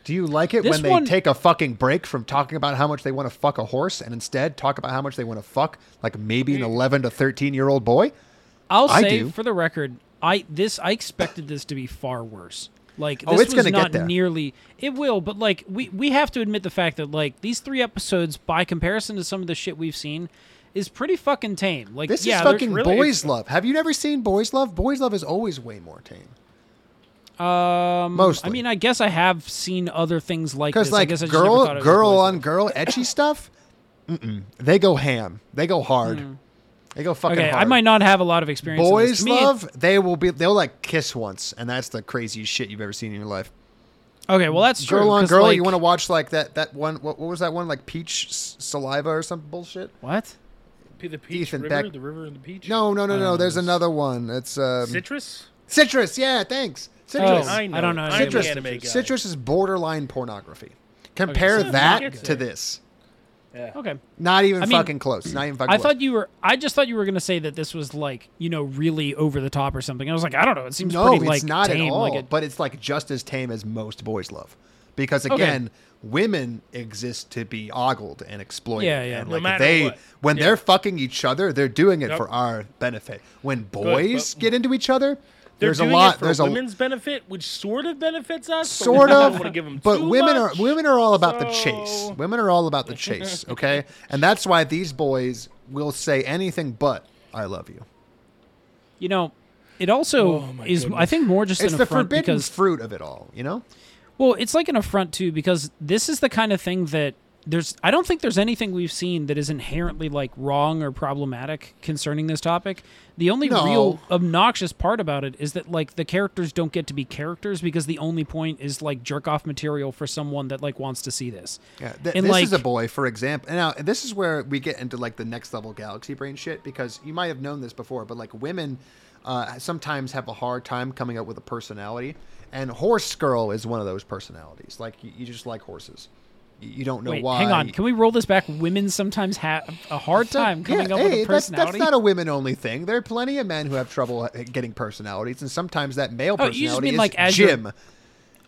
Do you like it
This
when they
one-
take a fucking break from talking about how much they want to fuck a horse and instead talk about how much they want to fuck like maybe an 11 to 13 year old boy?
I'll
I
say
do.
for the record, I this I expected this to be far worse. Like this
Oh, it's
was
gonna get
not
there.
nearly it will, but like we we have to admit the fact that like these three episodes, by comparison to some of the shit we've seen, is pretty fucking tame. Like
This
yeah,
is
they're-
fucking
really-
boys love. Have you never seen boys love? Boys love is always way more tame.
Um,
Mostly.
I mean, I guess I have seen other things like
Because
this. I
like
guess I just never thought
girl,
it was
girl
boys.
on girl etchy stuff, mm-mm. they go ham. They go hard. They go fucking
Hmm. Okay,
hard.
I might not have a lot of experience. in this.
Boys
To me, it-
love. They will be. They'll like kiss once, and that's the craziest shit you've ever seen in your life.
Okay, well that's true.
Girl on
'cause,
girl,
like-
you want to watch like that that one? What, what was that one? Like peach s- saliva or some bullshit?
what?
P- The peach
Ethan
river,
Beck-
the river and the peach.
No, no, no,
Um,
no. There's another one. It's um,
citrus.
citrus. Yeah, thanks.
Oh,
Citrus.
I know.
I don't know.
I'm an
citrus.
anime guy.
Citrus is borderline pornography. Compare
so
that
it's
to
a-
this.
Okay.
Not even
I mean,
fucking close. Not even fucking
I
close.
thought you were. I just thought you were gonna say that this was like you know really over the top or something. I was like, I don't know. It seems
no,
pretty
it's
like
not
tame,
at all.
like a-
but it's like just as tame as most boys love, because
Okay.
again, women exist to be ogled and exploited.
Yeah, yeah.
And
No
like
matter
they,
what.
when
Yeah.
they're fucking each other, they're doing it
Yep.
for our benefit. When
but-
boys get into each other,
They're
there's
doing
a lot.
It for
there's
women's benefit, which sort of benefits us. but we
sort
don't
of
wanna give 'em
but
too
women
much.
are women are all about the
so-
chase women are all about the chase okay and that's why these boys will say anything but i love you
you know, it also
Oh, my
is. I
goodness.
think more just
it's
an
the
affront
forbidden
because
fruit of it all you know
Well, it's like an affront too, because this is the kind of thing that there's. I don't think there's anything we've seen that is inherently like wrong or problematic concerning this topic. The only
No.
real obnoxious part about it is that like the characters don't get to be characters because the only point is like jerk off material for someone that like wants to see this.
Yeah, th-
And,
this is a
like-
boy, for example. Now, this is where we get into like the next level galaxy brain shit because you might have known this before, but like women uh, sometimes have a hard time coming up with a personality, and horse girl is one of those personalities. Like you, you just like horses, you, you don't know
Wait,
why.
hang on. Can we roll this back? Women sometimes have a hard
So-
time coming
yeah,
up
hey,
with a
that's-
personality.
That's, not a women-only thing. There are plenty of men who have trouble uh, getting personalities, and sometimes that male
Oh, you just
personality
mean,
is
like, as you're-
Jim.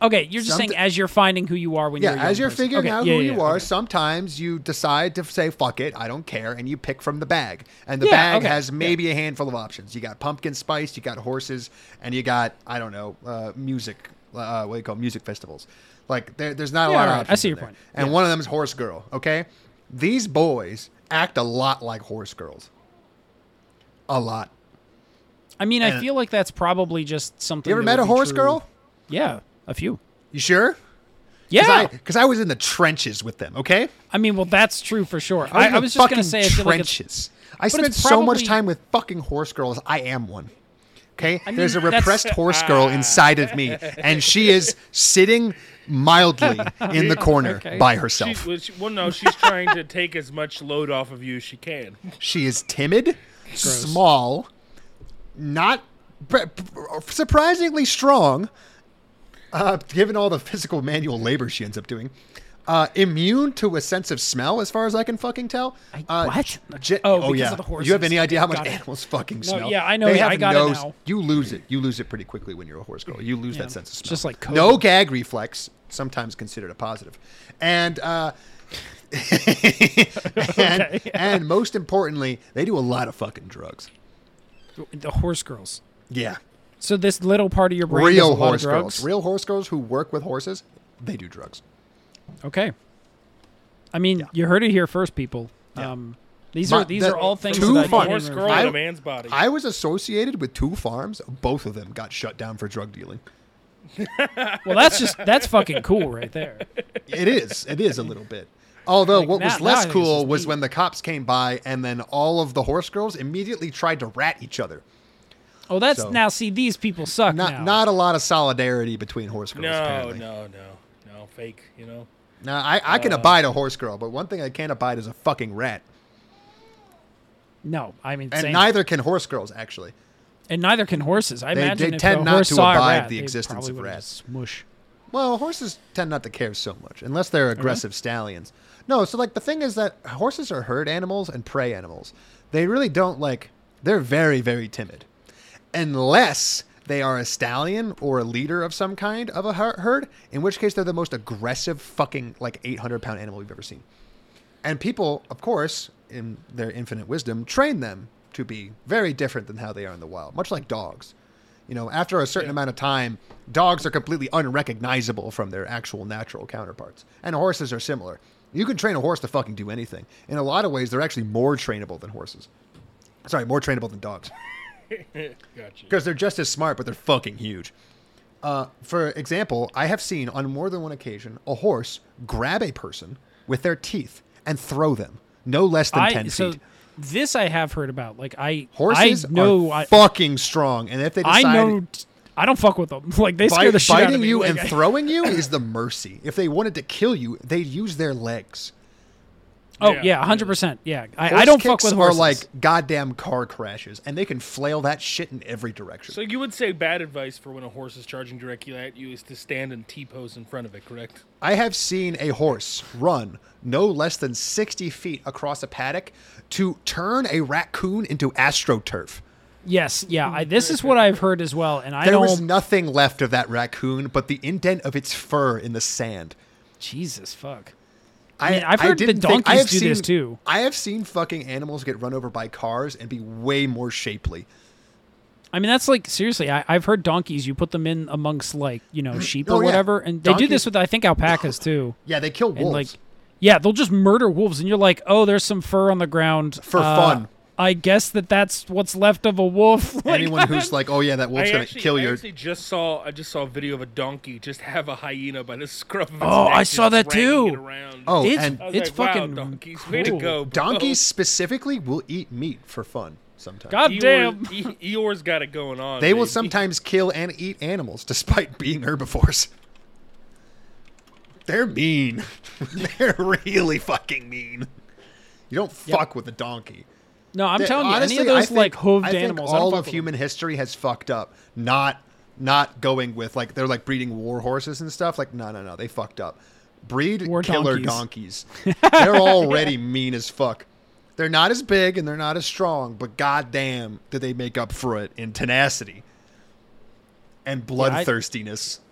okay, you're just saying
Somet-
as you're finding who you are when
Yeah,
you're a
as
young
you're
person.
figuring
Okay,
out
yeah,
who
yeah,
you are,
okay.
sometimes you decide to say "fuck it," I don't care, and you pick from the bag. And the
Yeah,
bag
okay,
has
yeah.
maybe a handful of options. You got pumpkin spice, you got horses, and you got I don't know uh, music. Uh, what do you call it? music festivals? Like there, there's not a
Yeah,
lot of
right. I
options.
see
in
your
there.
point.
And one of them is horse girl. Okay, these boys act a lot like horse girls. A lot.
I mean, I
and-
feel like that's probably just something.
You ever
that
met
would
a
be
horse
true-
girl?
Yeah, a few.
You sure?
Yeah, I,
Because I, was in the trenches with them. Okay.
mean, well, that's true for sure. I,
in
I
the
was just
fucking
gonna say, I feel like it's,
trenches. I
it's
spent so much
probably-
time with fucking horse girls. I am one. Okay,
mean,
there's a
that's-
repressed horse girl inside of me, and she is sitting mildly in the corner
Okay.
by
She,
herself.
well, she, well, no, she's trying to take as much load off of you as she can.
She is timid, small, not pr- pr- surprisingly strong, uh, given all the physical manual labor she ends up doing. Uh, immune to a sense of smell, as far as I can fucking tell.
I-
Uh,
what?
j- j-
Oh,
oh
because
yeah.
of the
You have
horses.
any idea how
Okay,
much
got it.
animals fucking smell?
yeah, I know,
They
yeah,
have
I got it
no s-
now.
You lose it. You lose it pretty quickly when you're a horse girl. You lose that sense of smell.
just like Coke.
no gag reflex, sometimes considered a positive, and. Uh, and, and most importantly, they do a lot of fucking drugs.
the horse girls.
Yeah.
So this little part of your brain does a
Real
lot of
horse
drugs.
girls. Real horse girls who work with horses, they do drugs.
Okay. I mean, you heard it here first, people. Um, these
My-
are these
the-
are all things
two
that I
farm-
can't
Horse
even
girl
I-
in a man's body. I,
I was associated with two farms. Both of them got shut down for drug dealing.
Well, that's just that's fucking cool right there.
It is. It is a little bit. Although what
now-
was
now I
less
think this
cool
is
was
neat.
when the cops came by and then all of the horse girls immediately tried to rat each other.
Oh, that's
So-
now see these people suck
Not
now.
not a lot of solidarity between horse girls.
no,
apparently.
no, Uh, no, no, fake. You know.
Now I, I can abide a horse girl, but one thing I can't abide is a fucking rat.
no, I mean,
And
same.
neither can horse girls actually.
and neither can horses. I
They-
imagine
they
if
tend
a
not
horse
to
saw a
abide
rat,
the
they
existence
probably
of
would've
rats.
Smush.
Well, horses tend not to care so much unless they're
Mm-hmm.
aggressive stallions. No, so like the thing is that horses are herd animals and prey animals. They really don't like they're very very timid. Unless they are a stallion or a leader of some kind of a her- herd, in which case they're the most aggressive fucking like 800 pound animal we've ever seen. And people, of course, in their infinite wisdom, train them to be very different than how they are in the wild, much like dogs. You know, after a certain amount of time, dogs are completely unrecognizable from their actual natural counterparts. And horses are similar. You can train a horse to fucking do anything. In a lot of ways, they're actually more trainable than horses. Sorry, more trainable than dogs
Gotcha.
because they're just as smart, but they're fucking huge. Uh, for example, I have seen on more than one occasion a horse grab a person with their teeth and throw them no less than
I
ten
so
feet.
this I have heard about. Like I
Horses
I know
are
I
fucking strong, and if they
I
decide,
know t- I don't fuck with them. Like they scare
Bite-
the shit out of
biting
me.
you
Like,
and
I-
throwing you is the mercy. If they wanted to kill you, they'd use their legs.
oh
Yeah.
yeah, hundred percent. Yeah, I, I
Horse
don't fuck
kicks
with
are
horses.
like goddamn car crashes, and they can flail that shit in every direction.
So you would say bad advice for when a horse is charging directly at you is to stand and T-pose in front of it, correct?
I have seen a horse run no less than 60 feet across a paddock to turn a raccoon into astroturf.
yes, yeah. I, this is what I've heard as well, and I
There
don't.
was nothing left of that raccoon but the indent of its fur in the sand.
Jesus fuck. mean, I've heard the
didn't think- I
donkeys
have
do
seen,
this too.
I have seen fucking animals get run over by cars and be way more shapely.
I mean, that's like seriously. I, I've heard donkeys. You put them in amongst like you know sheep
Oh,
or
yeah.
whatever, and they do
Donkeys-
this with I think alpacas too.
Yeah, they kill
and
wolves.
like yeah they'll just murder wolves and you're like oh there's some fur on the ground
For
Uh,
fun.
i guess that that's what's left of a wolf Like,
Anyone who's like, oh yeah, that wolf's
I
gonna
actually,
kill
I
your.
actually just saw I just saw a video of a donkey just have a hyena by the scruff of its
Oh,
neck
I
and
saw
just
that
wrangling
too.
it around.
oh,
it's
and
I was
it's
like, wow,
fucking
donkeys, way to
cool.
go, bro.
donkeys specifically will eat meat for fun sometimes.
god damn
Eeyore, e- Eeyore's got it going on.
They will
baby.
sometimes kill and eat animals despite being herbivores. They're mean. They're really fucking mean. You don't fuck with a donkey.
no i'm
They-
telling you
honestly,
any of those
I think-
like hooved
I think
animals I don't
all
fuck
of
with
human history has fucked up. Not not going with like they're like breeding war horses and stuff. Like no no no, they fucked up. Breed
War
killer donkeys. They're already mean as fuck. They're not as big and they're not as strong, but goddamn, did they make up for it in tenacity and bloodthirstiness.
them.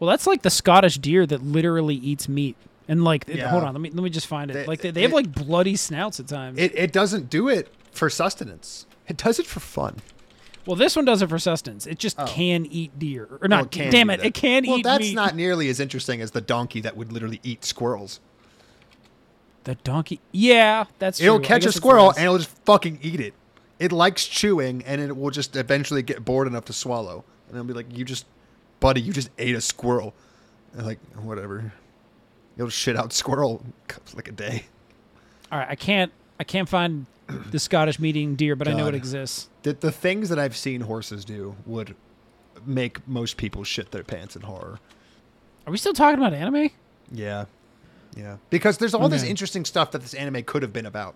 well that's like the scottish deer that literally eats meat and like it-
Yeah.
hold on let me let me just find it
They-
like they, they have
it-
like bloody snouts at times
it it doesn't do it for sustenance. It does it for fun.
well this one does it for sustenance it just can eat deer or not
Oh. Well, it can
damn
do
it
that.
it can
well,
eat
that's
meat
not nearly as interesting as the donkey that would literally eat squirrels.
the donkey yeah that's
It'll
true. I
catch
guess
a
it's
squirrel
less.
and it'll just fucking eat it. It likes chewing and it will just eventually get bored enough to swallow. And it'll be like, you just, buddy, you just ate a squirrel. And like, whatever. It'll shit out squirrel cups like a day.
All right, I can't I can't find the Scottish meat eating deer, but I know it
God.
exists.
The, the things that I've seen horses do would make most people shit their pants in horror.
Are we still talking about anime?
Yeah. Yeah. Because there's all this
Okay.
interesting stuff that this anime could have been about.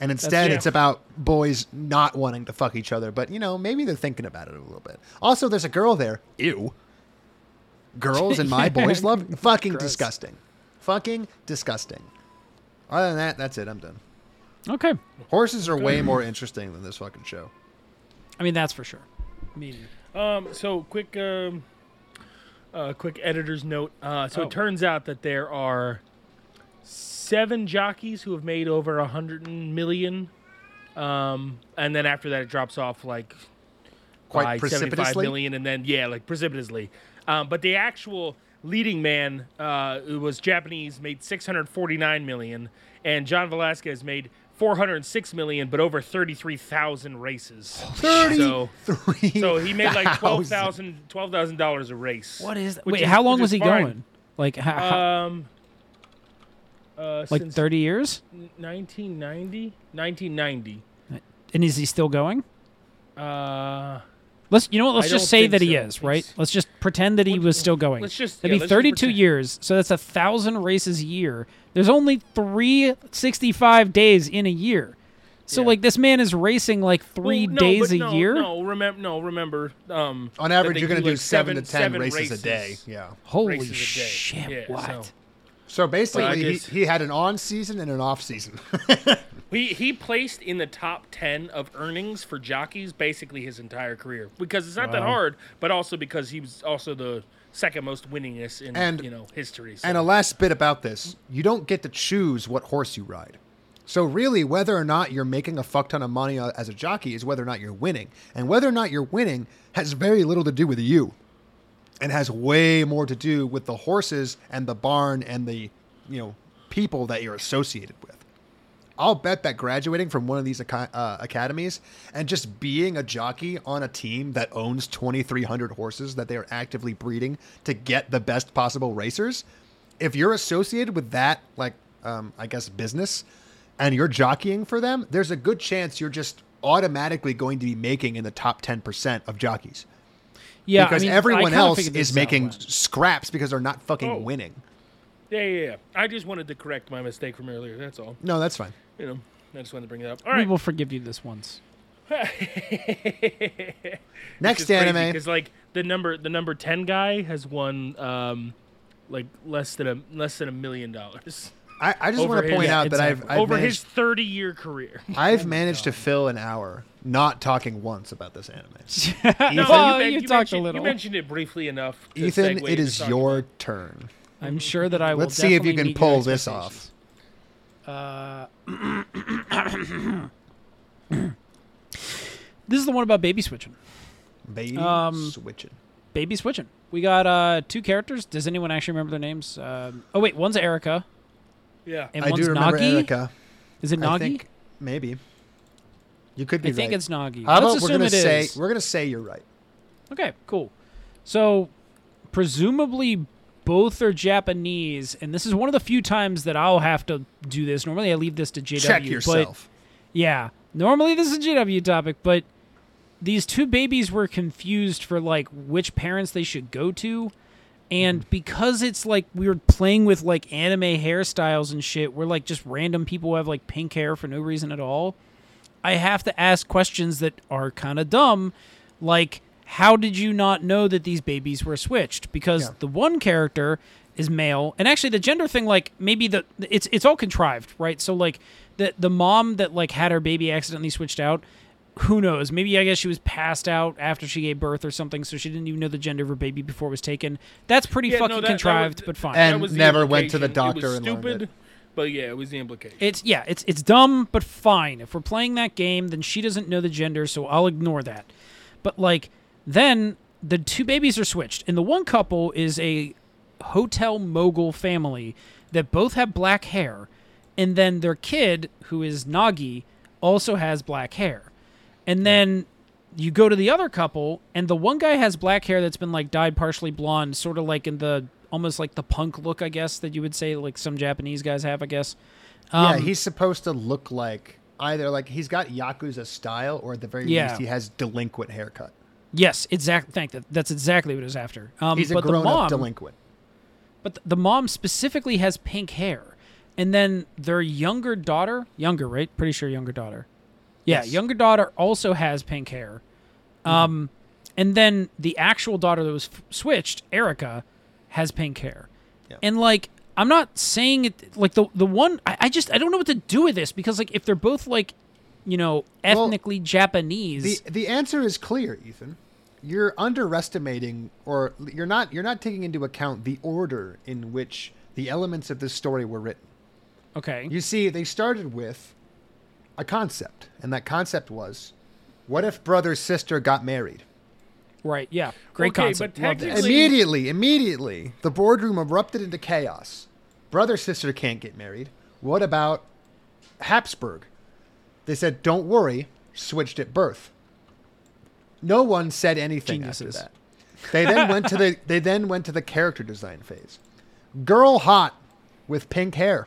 And instead
yeah.
it's about boys not wanting to fuck each other, but you know, maybe they're thinking about it a little bit. Also, there's a girl there. Ew. Girls and my boys love fucking disgusting. Fucking disgusting. Other than that, that's it. I'm done.
Okay.
Horses are way more interesting than this fucking show.
I mean that's for sure. Meat eating.
Um, so quick, um, uh, quick editor's note. Uh, so
Oh.
it turns out that there are seven jockeys who have made over a hundred million. Um, and then after that, it drops off like
Quite
by 75
precipitously.
million, and then yeah, like precipitously. Um, but the actual leading man uh, who was Japanese made 649 million, and John Velasquez made 406 million, but over 33,000 races. So-
Oh, Thirty-three.
so he made like twelve
1,000.
thousand twelve thousand dollars a race.
What is that?
which
Wait,
is-
how long
which
was
is
he
fine.
going? Like how,
Um, uh,
like
since
30 years?
1990, 1990.
And is he still going?
Uh,
Let's you know what,
I
let's
don't
just say
think
that he
so.
is, right?
It's-
Let's just pretend that he was still going.
let's just-
That'd
yeah,
be
let's just
32
pretend.
years. So that's a 1000 races a year. There's only 365 days in a year. So
Yeah.
like this man is racing like 3
well, no,
days
but
a
no,
year?
No, remember, no, remember. Um,
On
that
average,
they
you're going to do,
like,
seven, to ten
seven
races, a day.
races.
Yeah.
Holy
races a day.
shit.
Yeah,
what?
so-
So basically,
But I
he,
just-
he had an on season and an off season.
He he placed in the top ten of earnings for jockeys basically his entire career because it's not that
Wow.
hard, but also because he was also the second most winningest in
And-
you know history. So.
and a last bit about this you don't get to choose what horse you ride. So, really, whether or not you're making a fuck ton of money uh, as a jockey is whether or not you're winning. And whether or not you're winning has very little to do with you and has way more to do with the horses and the barn and the, you know, people that you're associated with. I'll bet that graduating from one of these aca- uh, academies and just being a jockey on a team that owns 2,300 horses that they are actively breeding to get the best possible racers, if you're associated with that, like, um, I guess, business, and you're jockeying for them, there's a good chance you're just automatically going to be making in the top 10% of jockeys.
Yeah, I
because
mean, I
everyone
kinda
else
figured
is
this out
making
last-
scraps because they're not fucking
Oh.
winning.
Yeah, yeah, yeah. I just wanted to correct my mistake from earlier. That's all.
No, that's fine.
You know, I just wanted to bring it up. All
We
right.
will forgive you this once.
Next anime.
Because like the number the number ten guy has won um like less than a less than a million dollars
I, I just
over
want to
his-
point
Yeah,
out that I've, I've
over
managed,
his thirty year career.
I've managed to fill an hour not talking once about this anime.
No,
Well, you talked a
mentioned,
little.
You mentioned it briefly enough. to
Ethan,
segue
it
to
is
talk
your
about-
turn.
I'm sure that I will.
Let's see if you
definitely
can
meet your
pull this
expectations. Uh, this is the one about baby switching.
Baby
Um,
switching.
Baby switching. We got uh, two characters. Does anyone actually remember their names? Um, oh wait, one's Erica
Yeah.
and
I
one's
do remember
Nagi.
Erica.
Is it Nagi?
I think maybe. You could be
I think
right.
it's Nagi.
How about
Let's
we're
assume
gonna
it
say
is.
we're gonna say you're right.
Okay, cool. So, presumably, both are Japanese, and this is one of the few times that I'll have to do this. Normally, I leave this to JW.
Check
but-
yourself.
yeah, normally this is a JW topic, but these two babies were confused for like which parents they should go to. And because it's like we were playing with like anime hairstyles and shit, where like just random people have like pink hair for no reason at all, I have to ask questions that are kind of dumb. Like, how did you not know that these babies were switched? Because
Yeah.
the one character is male, and actually the gender thing, like maybe the it's it's all contrived, right? So like the the mom that like had her baby accidentally switched out, who knows? Maybe I guess she was passed out after she gave birth or something, so she didn't even know the gender of her baby before it was taken. That's pretty
Yeah, no,
fucking
that- that was-
contrived, but fine.
And
That was the
never went to the
implication.
doctor
It was
and learned
stupid,
it.
but yeah, it was the implication.
It's yeah, it's it's dumb, but fine. If we're playing that game, then she doesn't know the gender, so I'll ignore that. But like then the two babies are switched, and the one couple is a hotel mogul family that both have black hair, and then their kid, who is Nagi, also has black hair. And then you go to the other couple, and the one guy has black hair that's been like dyed partially blonde, sort of like in the almost like the punk look, I guess, that you would say like some Japanese guys have, I guess. um,
yeah, he's supposed to look like either like he's got yakuza style, or at the very
Yeah.
least he has delinquent haircut.
Yes, exactly. Thank that. That's exactly what it was after. Um,
He's a
but the
grown up
mom,
delinquent.
But th- the mom specifically has pink hair, and then their younger daughter, younger, right? Pretty sure younger daughter. Yeah,
Yes.
younger daughter also has pink hair. Um, and then the actual daughter that was f- switched, Erica, has pink hair.
Yeah.
And like, I'm not saying it like the the one. I, I just I don't know what to do with this because like if they're both like, you know,
Well,
ethnically Japanese.
The the answer is clear, Ethan. You're underestimating, or you're not you're not taking into account the order in which the elements of this story were written.
okay.
You see, they started with a concept, and that concept was, what if brother sister got married?
right. Yeah. Great
Okay,
concept.
but
Love that.
technically-
Immediately, immediately, the boardroom erupted into chaos. Brother sister can't get married. What about Habsburg? They said, "Don't worry," switched at birth. No one said anything
Geniuses.
after that. They then went to the they then went to the character design phase. Girl hot with pink hair.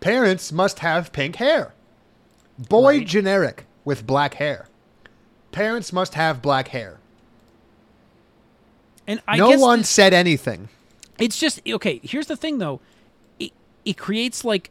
Parents must have pink hair. Boy generic with black hair. Parents must have black hair.
And I
no
guess
one
this-
said anything.
it's just okay. Here's the thing, though. It it creates like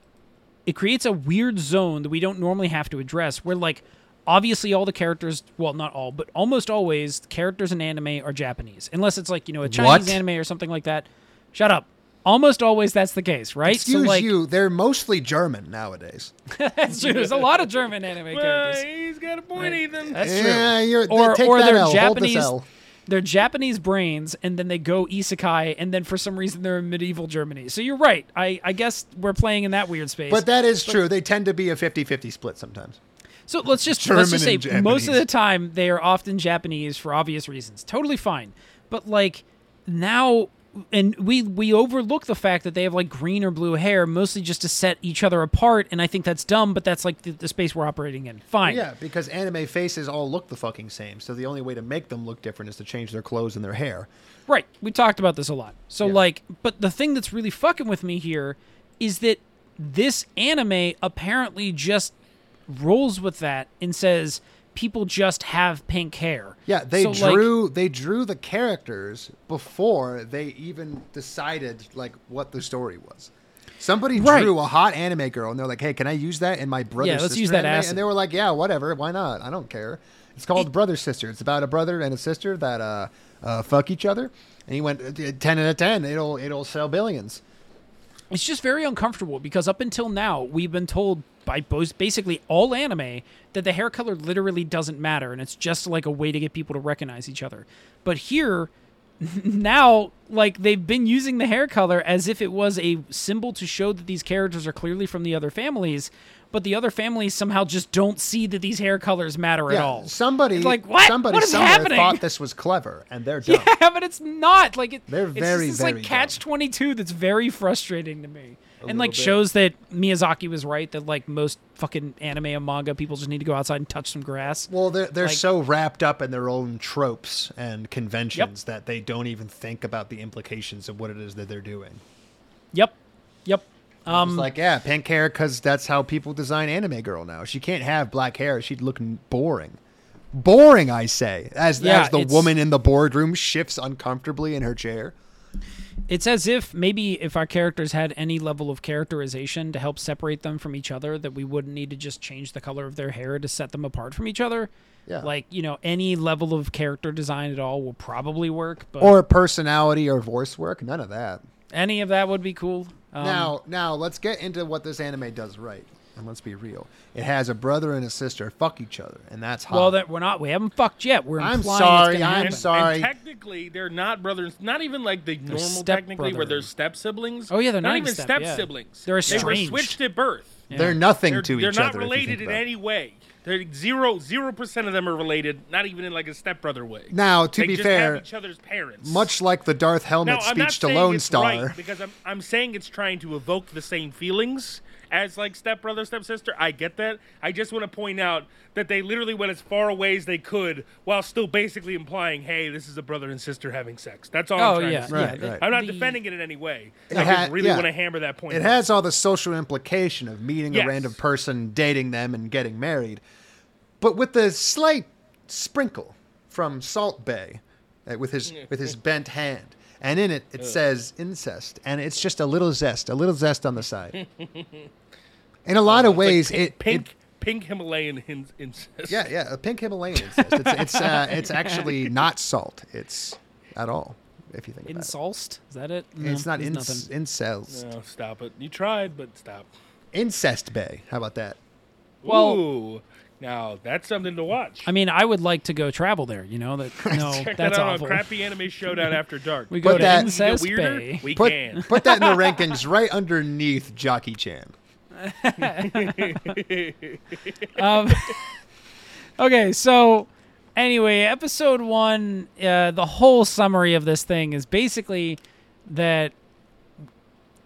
it creates a weird zone that we don't normally have to address. Where like obviously all the characters, well, not all, but almost always characters in anime are Japanese, unless it's like you know a Chinese
What?
anime or something like that. Shut up. Almost always that's the case, right? So,
Excuse
like,
you, they're mostly German nowadays.
That's true. There's a lot of German anime
Well,
characters.
uh, he's got a point, Ethan.
That's true.
Yeah, you're,
or
take
or
that
they're
L, hold this
Japanese
L.
they're Japanese brains and then they go isekai and then for some reason they're in medieval Germany. So you're right. I, I guess we're playing in that weird space.
But that is true. They tend to be a 50-50 split sometimes.
so let's just
German
let's just say
and Japanese.
most of the time they are often Japanese for obvious reasons. Totally fine. But like now and we we overlook the fact that they have like green or blue hair mostly just to set each other apart and I think that's dumb, but that's like the, the space we're operating in. Fine.
Yeah, because anime faces all look the fucking same. So the only way to make them look different is to change their clothes and their hair.
Right. We talked about this a lot. So like, but the thing that's really fucking with me here is that this anime apparently just rolls with that and says, people just have pink hair.
Yeah, they
So, like-
drew they drew the characters before they even decided like what the story was. Somebody
Right.
drew a hot anime girl, and they're like, "Hey, can I use that in my brother?"
Yeah, let's
sister
use that
anime?"
acid.
And they were like, "Yeah, whatever. Why not? I don't care." It's called Brother Sister. It's about a brother and a sister that uh, uh fuck each other. And he went "Uh, ten out of ten. It'll it'll sell billions.
it's just very uncomfortable because up until now we've been told by both basically all anime that the hair color literally doesn't matter and it's just like a way to get people to recognize each other but here now like they've been using the hair color as if it was a symbol to show that these characters are clearly from the other families but the other families somehow just don't see that these hair colors matter at
yeah,
all
somebody
It's like, what?
somebody
What is
somewhere
happening?
thought this was clever, and they're dumb.
yeah but it's not like it,
They're
it's
very,
just this,
very
like catch 22 that's very frustrating to me and like
little bit.
shows that miyazaki was right that like most fucking anime and manga people just need to go outside and touch some grass
Well, they're they're
Like-
so wrapped up in their own tropes and conventions that they don't even think about the implications of what it is that they're doing.
yep yep
it's
um
like, yeah, pink hair because that's how people design anime girl now. She can't have black hair; she'd look n- boring. Boring, I say, as
Yeah,
as the
it's-
woman in the boardroom shifts uncomfortably in her chair.
it's as if maybe if our characters had any level of characterization to help separate them from each other that we wouldn't need to just change the color of their hair to set them apart from each other
Yeah.
like you know any level of character design at all will probably work but
Or personality or voice work, none of that.
any of that would be cool um,
now, now let's get into what this anime does right, and let's be real. It has a brother and a sister fuck each other, and that's hot.
Well, that we're not. We haven't fucked yet. We're
I'm
implying
sorry,
It's gonna
I'm
happen.
sorry.
And technically, they're not brothers. Not even like the normal
step
technically, where they're
brothers.
step siblings.
Oh, yeah, they're not even
even
step,
step
yeah.
siblings.
They're
they were
estranged.
switched at birth.
They're nothing
They're,
to
they're
each
not
other. if you
related
think
in
about it.
any way. They're zero zero percent of them are related. Not even in like a stepbrother way.
Now, to
they
be
just
fair,
have each other's parents.
much like the Darth Helmet
now, I'm not
speech to
saying
Lone
it's
Star,
right, because I'm I'm saying it's trying to evoke the same feelings as like stepbrother stepsister. I get that. I just want to point out that they literally went as far away as they could while still basically implying, hey, this is a brother and sister having sex. That's all.
Oh
I'm trying
yeah,
To say.
Right,
yeah.
right.
I'm not
The-
defending it in any way.
It
I
ha-
just really
yeah.
want to hammer that point.
it
home.
has all the social implication of meeting
Yes.
a random person, dating them, and getting married, but with the slight sprinkle from Salt Bay, uh, with his
Mm.
with his bent hand, and in it it says incest, and it's just a little zest, a little zest on the side. In a lot of ways, it
pink
it-
pink Himalayan hin- incest.
yeah, yeah, a pink Himalayan incest. It's it's, uh, it's actually not salt. It's at all. If you think about it.
Insulced? Is that it? No,
It's not
there's
inc-
nothing.
incels.
No, Oh, stop it. You tried, but stop.
Incest Bay. How about that?
Well-
Ooh, now that's something to watch.
I mean, I would like to go travel there. You know that? No,
Check
that's
that out
awful.
on Crappy Anime Showdown After Dark.
We go
But
to
that-
Incest
we get weirder,
Bay.
we
Put
can.
put that in the rankings right underneath Jockey Chan.
Okay, so anyway, episode one. Uh, the whole summary of this thing is basically that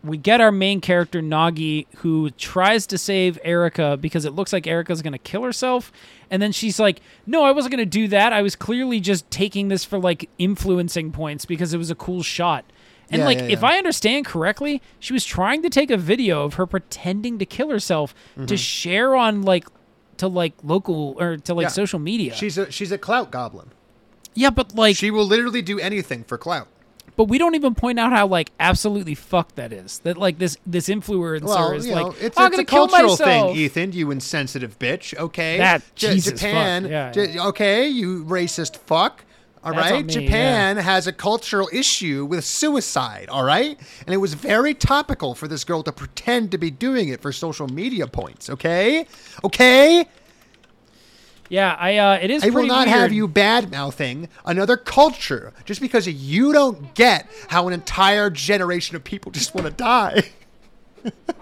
we get our main character Nagi, who tries to save Erica because it looks like Erica's gonna kill herself, and then she's like, "No, I wasn't gonna do that. I was clearly just taking this for like influencing points because it was a cool shot." And
Yeah,
like,
yeah,
if
yeah.
I understand correctly, she was trying to take a video of her pretending to kill herself
Mm-hmm.
to share on like to like local or to like
Yeah.
social media.
She's a she's a clout goblin.
yeah, but like,
She will literally do anything for clout.
but we don't even point out how like absolutely fucked that is. That like this this influencer
Well,
is
you
like, "Oh,
know, it's,
I'm
it's
gonna
a
kill
cultural
myself.
thing, Ethan. You insensitive bitch. Okay,
That-
Ja-
Jesus
Japan.
fuck, yeah,
Ja- Okay, you racist fuck. All right,
That's on me,
Japan has a cultural issue with suicide. All right, and it was very topical for this girl to pretend to be doing it for social media points. Okay, okay.
yeah, I uh, it is.
I will
pretty
not have
weird.
you bad mouthing another culture just because you don't get how an entire generation of people just want to die.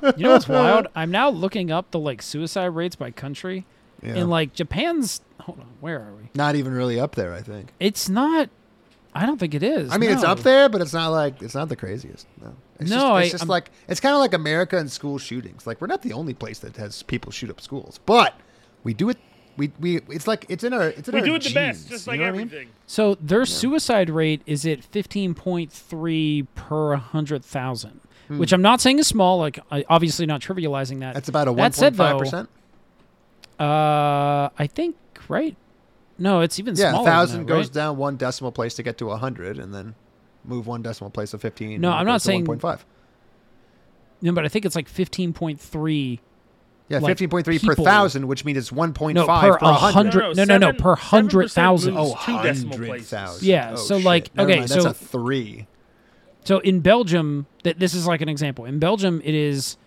You know what's wild? I'm now looking up the like suicide rates by country, and like Japan's. Hold on, where are we?
Not even really up there, I think.
It's not. I don't think it is.
I mean, it's
no.
up there, but it's not like it's not the craziest. No, it's
No,
just,
I-
it's just
I'm-
like it's kind of like America and school shootings. Like we're not the only place that has people shoot up schools, but we do it. We, we it's like it's in our it's in
we
our
do it the best,
genes,
just
you
like
know what I mean?
everything.
So their suicide rate is at 15.3 per 100,000,
Hmm.
which I'm not saying is small. Like, I obviously not trivializing that.
That's about a one
That said,
point
though,
five percent.
Uh, I think right? No, it's even
Yeah,
smaller.
a thousand
than that,
goes
right?
down one decimal place to get to a hundred, and then move one decimal place to fifteen.
No,
and
I'm
it
not
goes to
saying-
1.5.
No, but I think it's like 15.3.
Yeah,
like,
fifteen point three per
people.
thousand, which means it's one point
No,
five
per
per hundred.
100 no, no, no, per 100,000.
moves
Oh,
two decimal
100,000.
places.
Yeah,
Oh,
so,
shit.
like,
Never
okay,
mind, that's
so-
a three.
So in Belgium, that this is like an example. In Belgium, it is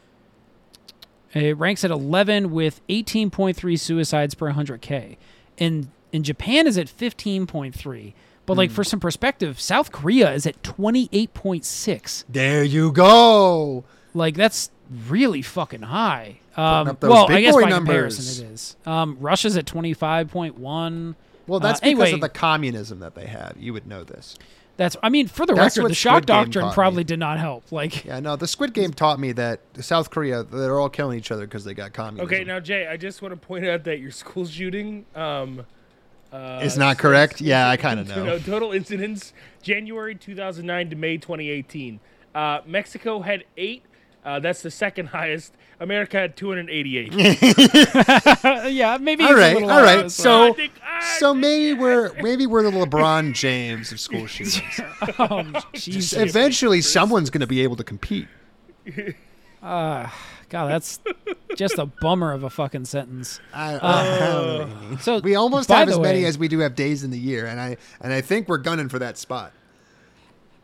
it ranks at 11 with 18.3 suicides per 100k. In in Japan is at 15.3. But like for some perspective, South Korea is at 28.6.
There you go.
Like that's really fucking high. Um,
up those
well,
big
I guess
boy
by
numbers.
comparison it is. Um, Russia's at 25.1.
Well, that's
Uh,
because
anyway,
of the communism that they have. You would know this.
That's I mean, for the
That's
record,
what
the shock
Squid Game
doctrine
taught me.
probably did not help. Like
Yeah, no, the Squid Game taught me that South Korea, they're all killing each other because they got communism.
Okay, now Jay, I just want to point out that your school shooting um, uh,
It's not correct? Yeah, I kinda
incidents-
know.
no, total incidents January 2009 to May 2018. Uh, Mexico had eight. Uh, that's the second highest. America had 288.
yeah, maybe
All
it's
right,
a little
all
off
right,
as
so-
well.
I think- I
So
think-
maybe we're maybe we're the LeBron James of school shootings.
Um, Jesus.
Eventually, someone's going to be able to compete.
God, that's just a bummer of a fucking sentence.
I, I don't know what
Uh,
you mean.
So
We almost
by
have
the
as many
way-
as we do have days in the year, and I and I think we're gunning for that spot.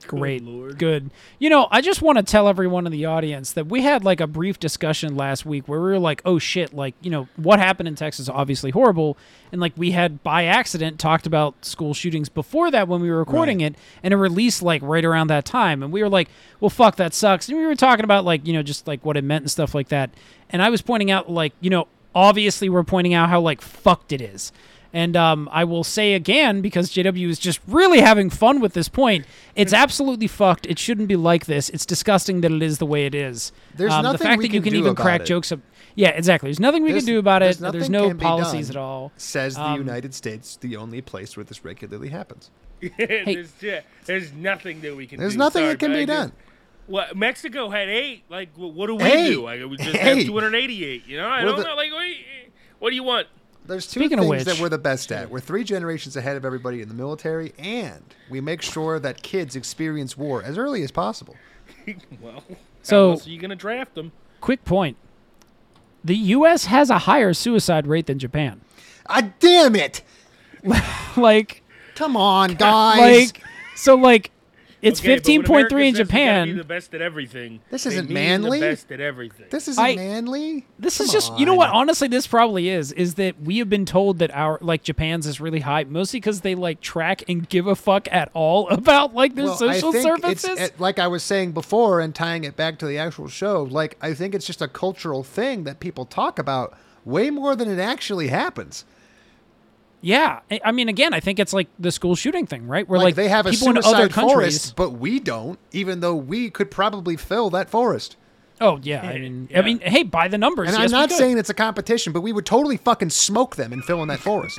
great.
Lord.
Good. You know, I just want to tell everyone in the audience that we had like a brief discussion last week where we were like, "Oh shit, like, you know, what happened in Texas is obviously horrible." And like we had by accident talked about school shootings before that when we were recording it and it released like right around that time and we were like, "Well, fuck, that sucks." And we were talking about like, you know, just like what it meant and stuff like that. And I was pointing out like, you know, obviously we're pointing out how like fucked it is. And um, I will say again, because JW is just really having fun with this point, it's
Mm-hmm.
absolutely fucked. It shouldn't be like this. It's disgusting that it is the way it is.
There's
um, the
nothing
fact
we
that you
can
can
do
even
about
crack
it.
jokes. Up, yeah, exactly. There's nothing we
There's-
can do about it. There's
nothing
no
can be
policies
done,
at all.
Says the
Um,
United States, the only place where this regularly happens.
there's, yeah, there's nothing that we can
There's
do.
nothing
Sorry,
that can
but
be
I just-
done.
What Mexico had eight. Like, wh- what do we
Eight.
do? Like, we just
Eight.
have 288. You know, I
We're
don't
the-
know. Like, what do you, what do you want?
There's two
Speaking of
things
which-
that we're the best at. We're three generations ahead of everybody in the military, and we make sure that kids experience war as early as possible.
Well,
So-
how else are you gonna draft them?
Quick point: the U.S. has a higher suicide rate than Japan.
Ah, damn it!
like,
Come on, guys.
like, so like, it's
Okay, but when
fifteen point three in
America says we gotta be
Japan.
the best at everything.
This
they
isn't
mean
manly.
The best at everything.
this isn't
I-
manly.
This is
Come
just, you know what?
on.
Honestly, this probably is. Is that we have been told that our like Japan's is really high, mostly because they like track and give a fuck at all about like their
Well, I
social
think it's-
services.
it- like I was saying before, and tying it back to the actual show, like I think it's just a cultural thing that people talk about way more than it actually happens.
yeah, I- I mean, again, I think it's like the school shooting thing, right? Where
Like,
like,
they have a
people in
suicide
other countries.
forest, but we don't, even though we could probably fill that forest.
Oh yeah, I mean, I
Yeah.
mean, hey, by the numbers.
And
yes,
I'm
we
not
could.
saying it's a competition, but we would totally fucking smoke them and fill in that forest.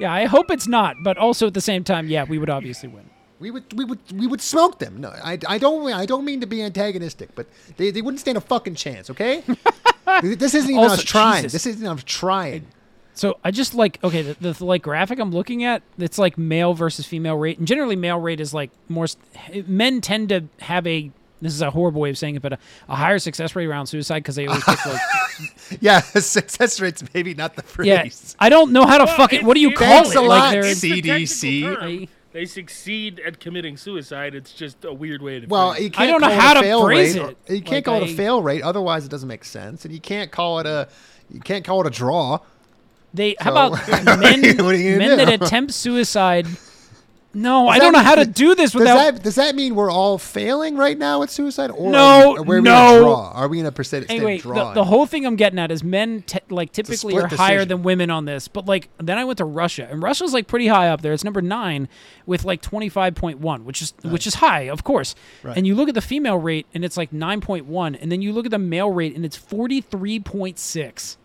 Yeah, I hope it's not, but also at the same time, yeah, we would obviously win.
we would, we would, we would smoke them. No, I, I don't, I don't mean to be antagonistic, but they, they wouldn't stand a fucking chance. Okay, this isn't even
Also,
us trying.
Jesus.
This isn't us trying.
So I just like okay the, the, like graphic I'm looking at it's like male versus female rate and generally male rate is like more s- men tend to have a this is a horrible way of saying it but a, a higher success rate around suicide because they always pick like
Yeah, success rates maybe not the phrase.
yeah I don't know how to
Well,
fuck it
it's-
what do you
it's-
call
Thanks
it
a lot,
like they're-
It's the
CDC.
technical term.
Hey.
They succeed at committing suicide. It's just a weird way to.
Well,
phrase
you
it.
can't
don't know
call it
how
a
to
fail
phrase
rate.
it.
You can't
Like,
call it
I-
a fail rate, otherwise it doesn't make sense. And you can't call it a you can't call it a draw.
they how
So-
about men
What are you gonna
men that
do?
attempt suicide No I
that
don't know
mean-
how to do this
Does
without
that does that mean we're all failing right now at suicide? Or are
No,
we, are we in
no.
a draw? Are we in a percentage
anyway,
draw?
the, the whole thing I'm getting at is men t- like typically
split
are higher
decision.
than women on this. But like then I went to Russia, and Russia's like pretty high up there. It's number nine with like 25.1, which is which is high, of course. And you look at the female rate, and it's like 9.1, and then you look at the male rate, and it's 43.6.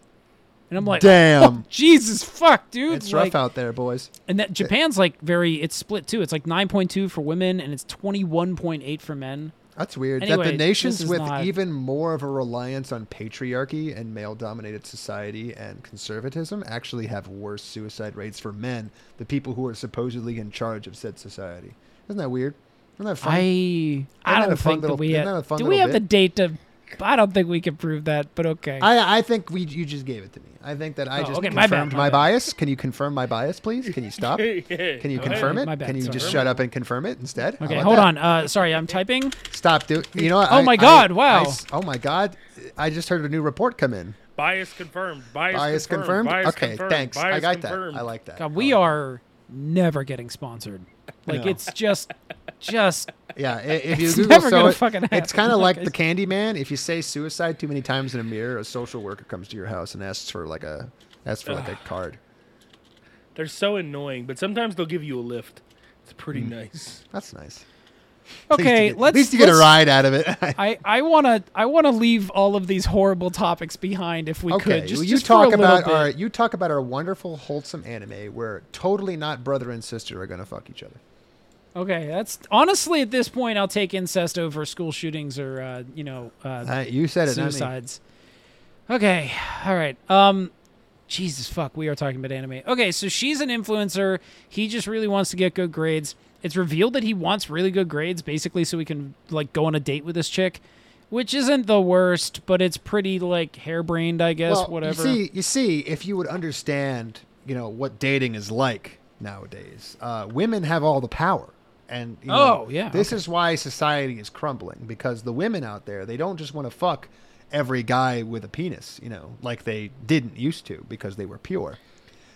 And I'm like,
Damn.
Jesus fuck, dude!
it's
Like,
rough out there, boys.
and that Japan's like very it's split too. It's like 9.2 for women, and it's 21.8 for men.
That's weird. that
Anyway,
the
this
nations
is
with
not-
even more of a reliance on patriarchy and male dominated society and conservatism actually have worse suicide rates for men, the people who are supposedly in charge of said society. Isn't that weird? Isn't that funny?
I
Isn't
I
that a
don't
fun
think
little-
that we
isn't
have.
that a fun
do we have
little
the date to? I don't think we can prove that, but okay.
I, I think we you just gave it to me. I think that I
Oh,
just
okay, my bad,
confirmed
my
my,
bad.
bias. Can you confirm my bias, please? Can you stop? Can you confirm it?
My bad,
Can you
sorry.
just shut up and confirm it instead? How
okay,
about
hold
that?
on. Uh, sorry, I'm typing.
Stop, dude. You know what?
Oh
I-
my
I-
God,
I
wow.
s- oh my God! I just heard a new report come in.
Bias confirmed. Bias,
Bias confirmed.
confirmed. Bias
okay,
confirmed,
thanks. I
bias
got
confirmed.
that. I like that.
God, we are never getting sponsored. Like
Oh. No.
it's just, just
Yeah, i- if you
It's
Google
never
so
gonna
it,
fucking
it's
happen.
kind of like
Okay.
the Candyman. If you say suicide too many times in a mirror, a social worker comes to your house and asks for like a asks for like a card.
They're so annoying, but sometimes they'll give you a lift. It's pretty
Hmm.
nice.
That's nice. At least you
okay.
get- at
let's
least you get a
let's-
ride out of it.
I, I wanna I wanna leave all of these horrible topics behind if we
Okay,
could. Just,
well, you
just for a
talk
little
about
bit.
our you talk about our wonderful wholesome anime where totally not brother and sister are gonna fuck each other.
Okay, that's honestly at this point I'll take incest over school shootings or uh, you know uh,
Uh, you said it. not me.
suicides. Okay, all right. Um, Jesus fuck, we are talking about anime. Okay, so she's an influencer. He just really wants to get good grades. It's revealed that he wants really good grades, basically, so he can like go on a date with this chick, which isn't the worst, but it's pretty like harebrained, I guess.
Well,
whatever.
You see, you see, if you would understand, you know, what dating is like nowadays, uh, women have all the power. And you know,
Oh, yeah,
this is why society is crumbling because the women out there they don't just want to fuck every guy with a penis, you know, like they didn't used to because they were pure.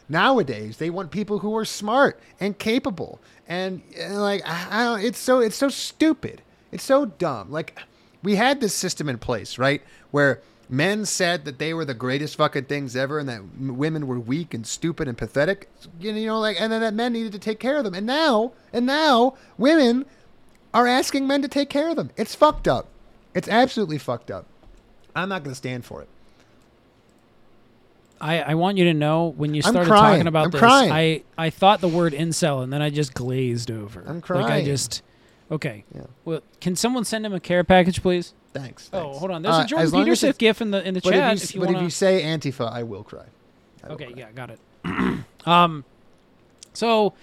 Nowadays, they want people who are smart and capable, and, uh, like I I don't, it's so it's so stupid. It's so dumb. Like we had this system in place, right, where men said that they were the greatest fucking things ever, and that m- women were weak and stupid and pathetic. You know, like and then that men needed to take care of them. And now, and now, women are asking men to take care of them. It's fucked up. It's absolutely fucked up. I'm not going to stand for it.
I, I want you to know when you
I'm
started
crying.
talking about
I'm
this,
crying.
I I thought the word incel and then I just glazed over.
I'm
Like I
crying.
just okay.
Yeah.
Well, can someone send him a care package, please?
Thanks.
Oh,
thanks.
hold on. There's
Uh,
a
as
Jordan
long as
Peterson
it's-
gif in the in the
But,
chat.
if, you,
If you,
but
want
if you say Antifa, I will cry. I will
Okay,
cry.
yeah, got it. um, so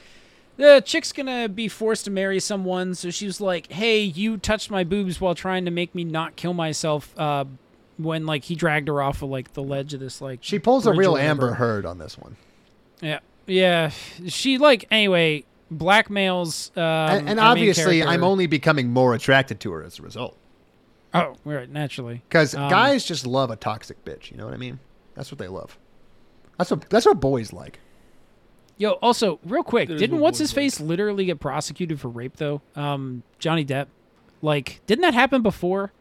the chick's gonna be forced to marry someone. So she's like, "Hey, you touched my boobs while trying to make me not kill myself." Uh, when like he dragged her off of like the ledge of this like
She pulls a
bridge or
real
whatever.
Amber Heard on this one.
Yeah. Yeah. She like anyway blackmails
And,
um, our
and
main
obviously,
character.
I'm only becoming more attracted to her as a result.
Oh, right, naturally.
Because
Um,
guys just love a toxic bitch. You know what I mean? That's what they love. That's what that's what boys like.
Yo, also, real quick,
There's
didn't
no
what's
boys
his face literally get prosecuted for rape though? Um Johnny Depp. Like, didn't that happen before?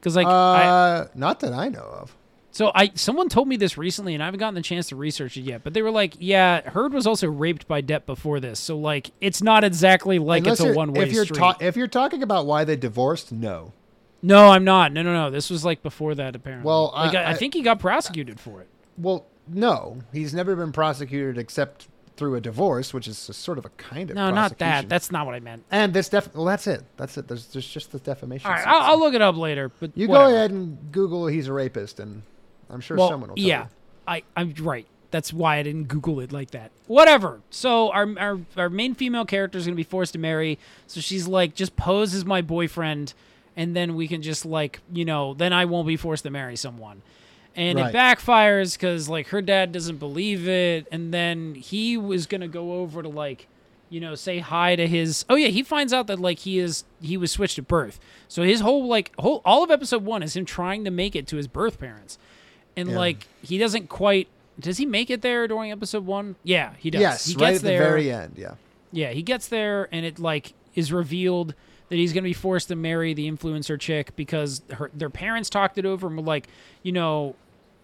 Cuz like
Uh,
I,
not that I know of.
so I someone told me this recently and I haven't gotten the chance to research it yet, but they were like, yeah, Heard was also raped by Depp before this. So like it's not exactly like
Unless
it's a
you're-
one-way
if you're
street.
ta- if you're talking about why they divorced, no.
no, I'm not. No, no, no. This was like before that apparently.
Well, I-
like, I, I
I-
think he got prosecuted for it.
Well, no, he's never been prosecuted except through a divorce, which is a sort of a kind of
No, not that.
prosecution.
That's not what I meant.
and this def. Well, that's it. That's it. There's, there's just the defamation.
All right,
section.
I'll, I'll look it up later. But
you
whatever.
go ahead and Google he's a rapist, and I'm sure
Well,
someone will. Tell
yeah,
you.
I I'm right. That's why I didn't Google it like that. Whatever. So our our, our main female character is gonna be forced to marry. So she's like, just pose as my boyfriend, and then we can just like you know, then I won't be forced to marry someone. And
Right.
it backfires because like her dad doesn't believe it, and then he was gonna go over to like you know, say hi to his. Oh yeah, he finds out that like he is he was switched at birth. So his whole like whole all of episode one is him trying to make it to his birth parents, and like he doesn't quite. Does he make it there during episode one? Yeah, he does.
Yes,
he
right
gets
at
there.
the very end. Yeah.
Yeah, he gets there, and it like is revealed that he's going to be forced to marry the influencer chick because her their parents talked it over and were like, you know,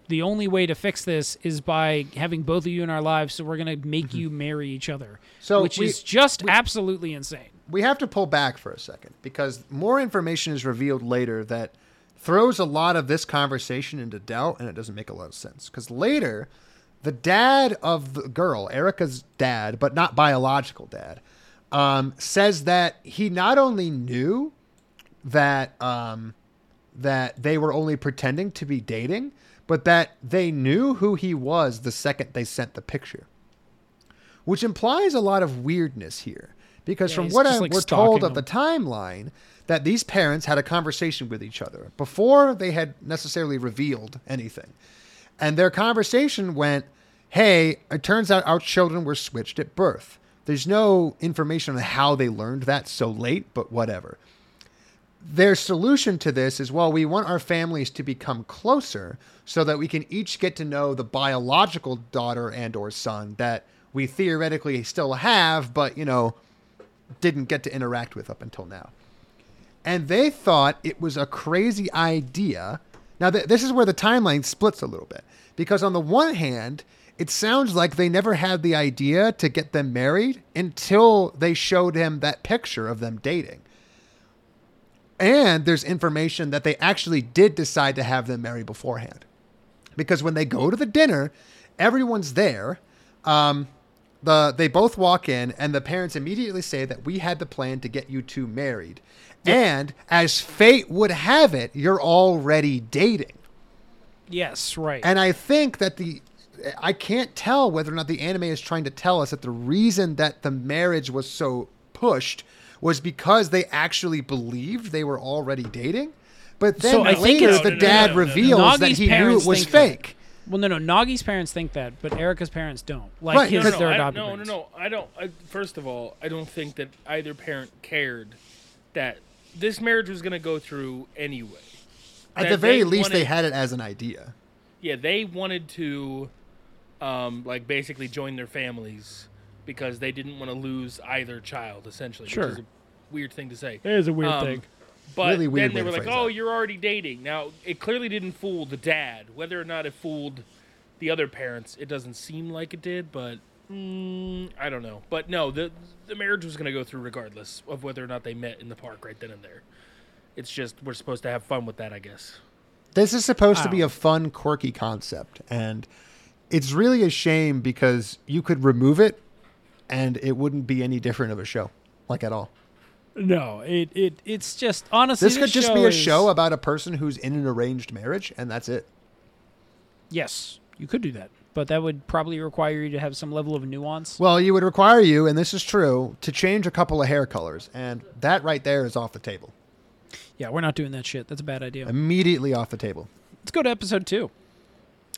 the only way to fix this is by having both of you in our lives. So we're going to make you marry each other.
Mm-hmm. So
which
we-
is just absolutely insane.
we have to pull back for a second because more information is revealed later that throws a lot of this conversation into doubt and it doesn't make a lot of sense because later the dad of the girl erica's dad but not biological dad um, says that he not only knew that um, that they were only pretending to be dating, but that they knew who he was the second they sent the picture, which implies a lot of weirdness here. Because
Yeah,
from
he's
what
just,
I
like,
were told
stalking
of the timeline, that these parents had a conversation with each other before they had necessarily revealed anything. And their conversation went, hey, it turns out our children were switched at birth. There's no information on how they learned that so late, but whatever their solution to this is well, we want our families to become closer so that we can each get to know the biological daughter and or son that we theoretically still have, but you know, didn't get to interact with up until now. And they thought it was a crazy idea. Now, th- this is where the timeline splits a little bit because, on the one hand, it sounds like they never had the idea to get them married until they showed him that picture of them dating. And there's information that they actually did decide to have them marry beforehand. Because when they go to the dinner, everyone's there. Um, the they both walk in, and the parents immediately say that we had the plan to get you two married, and as fate would have it, you're already dating.
Yes, right.
And I think that the I can't tell whether or not the anime is trying to tell us that the reason that the marriage was so pushed was because they actually believed they were already dating. But then
So I think
later
it's-
the
No, no, no,
dad
no, no, no.
reveals that
Nagi's
he knew it
parents
was
think that.
fake.
well, no, no. Nagi's parents think that, but Erica's parents don't. Like
Right,
his,
because-
their
I-
adopted
no, no,
parents.
no. I don't. I, first of all, I don't think that either parent cared that this marriage was going to go through anyway.
At
That
the very
they
least, they
wanted-
had it as an idea.
Yeah, they wanted to, um, like basically join their families because they didn't want to lose either child. Essentially,
Sure.
which is a weird thing to say.
It is a weird
Um,
thing.
But
Really weird
then they
way
were
to
like,
phrase
"Oh,
that.
you're already dating." Now it clearly didn't fool the dad. Whether or not it fooled the other parents, it doesn't seem like it did. But mm, I don't know. But no, the the marriage was going to go through regardless of whether or not they met in the park right then and there. It's just we're supposed to have fun with that, I guess.
This is supposed to be a fun, quirky concept, and it's really a shame because you could remove it, and it wouldn't be any different of a show, like at all.
No, it, it it's just honestly.
This could just be a
is-
show about a person who's in an arranged marriage, and that's it.
Yes, you could do that, but that would probably require you to have some level of nuance.
Well, you would require you, and this is true, to change a couple of hair colors, and that right there is off the table.
yeah, we're not doing that shit. That's a bad idea.
Immediately off the table.
Let's go to episode two.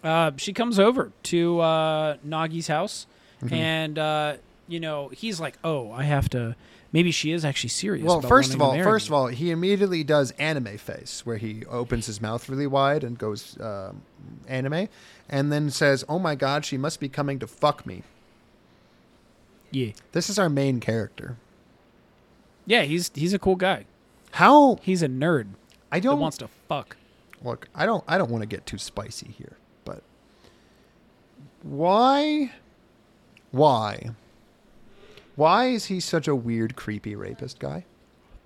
Uh, she comes over to uh, Nagi's house,
Mm-hmm.
and uh, you know he's like, "Oh, I have to." Maybe she is actually serious.
Well,
about
first
wanting
of
to
all,
marry
first
me.
of all, he immediately does anime face, where he opens his mouth really wide and goes um anime, and then says, "Oh my God, she must be coming to fuck me."
yeah,
This is our main character.
yeah, he's he's a cool guy.
How
He's a nerd
I
that
don't
wants to fuck.
look i don't i don't want to get too spicy here but why why why is he such a weird creepy rapist guy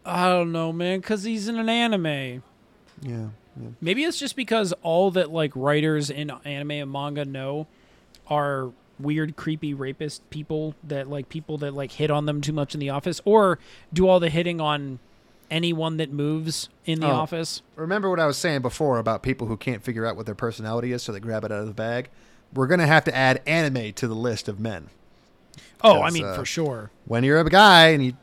I don't know, man, because he's in an anime.
yeah, yeah.
Maybe it's just because all that like writers in anime and manga know are weird, creepy rapist people that like people that like hit on them too much in the office or do all the hitting on anyone that moves in the
Oh.
office.
remember what i was saying before about people who can't figure out what their personality is so they grab it out of the bag we're gonna have to add anime to the list of men
Oh, I
That's,
mean
uh,
for sure.
when you're a guy and you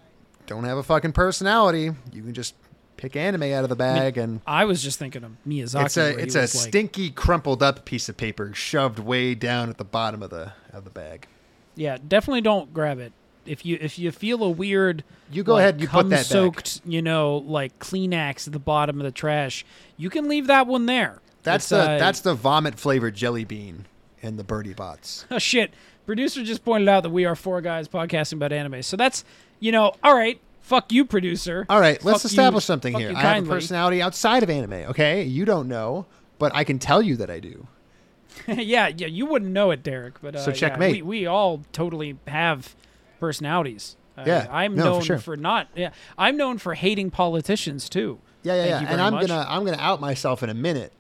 don't have a fucking personality you can just pick anime out of the bag and
I was just thinking of Miyazaki.
it's a
where he
it's a
was, like-
stinky crumpled up piece of paper shoved way down at the bottom of the of the bag
Yeah, definitely don't grab it. If you if you feel a weird
You go
like,
ahead, you put that back.
soaked, you know, like Kleenex at the bottom of the trash, you can leave that one there.
That's
It's,
the
uh,
that's the vomit flavored jelly bean in the birdie bots.
oh shit. Producer just pointed out that we are four guys podcasting about anime. So that's you know, all right, fuck you, producer.
All right, let's
Fuck you-
establish something
fuck
here.
you
I have a
kindly.
personality outside of anime. Okay, you don't know, but I can tell you that I do.
yeah, yeah, you wouldn't know it, Derek. But uh,
So
yeah,
checkmate.
we, we all totally have personalities. Uh,
Yeah,
I'm
no, for
known
sure.
not. Yeah, I'm known for hating politicians too.
Yeah, yeah,
Thank
yeah.
you
And
very
I'm
much.
gonna I'm gonna out myself in a minute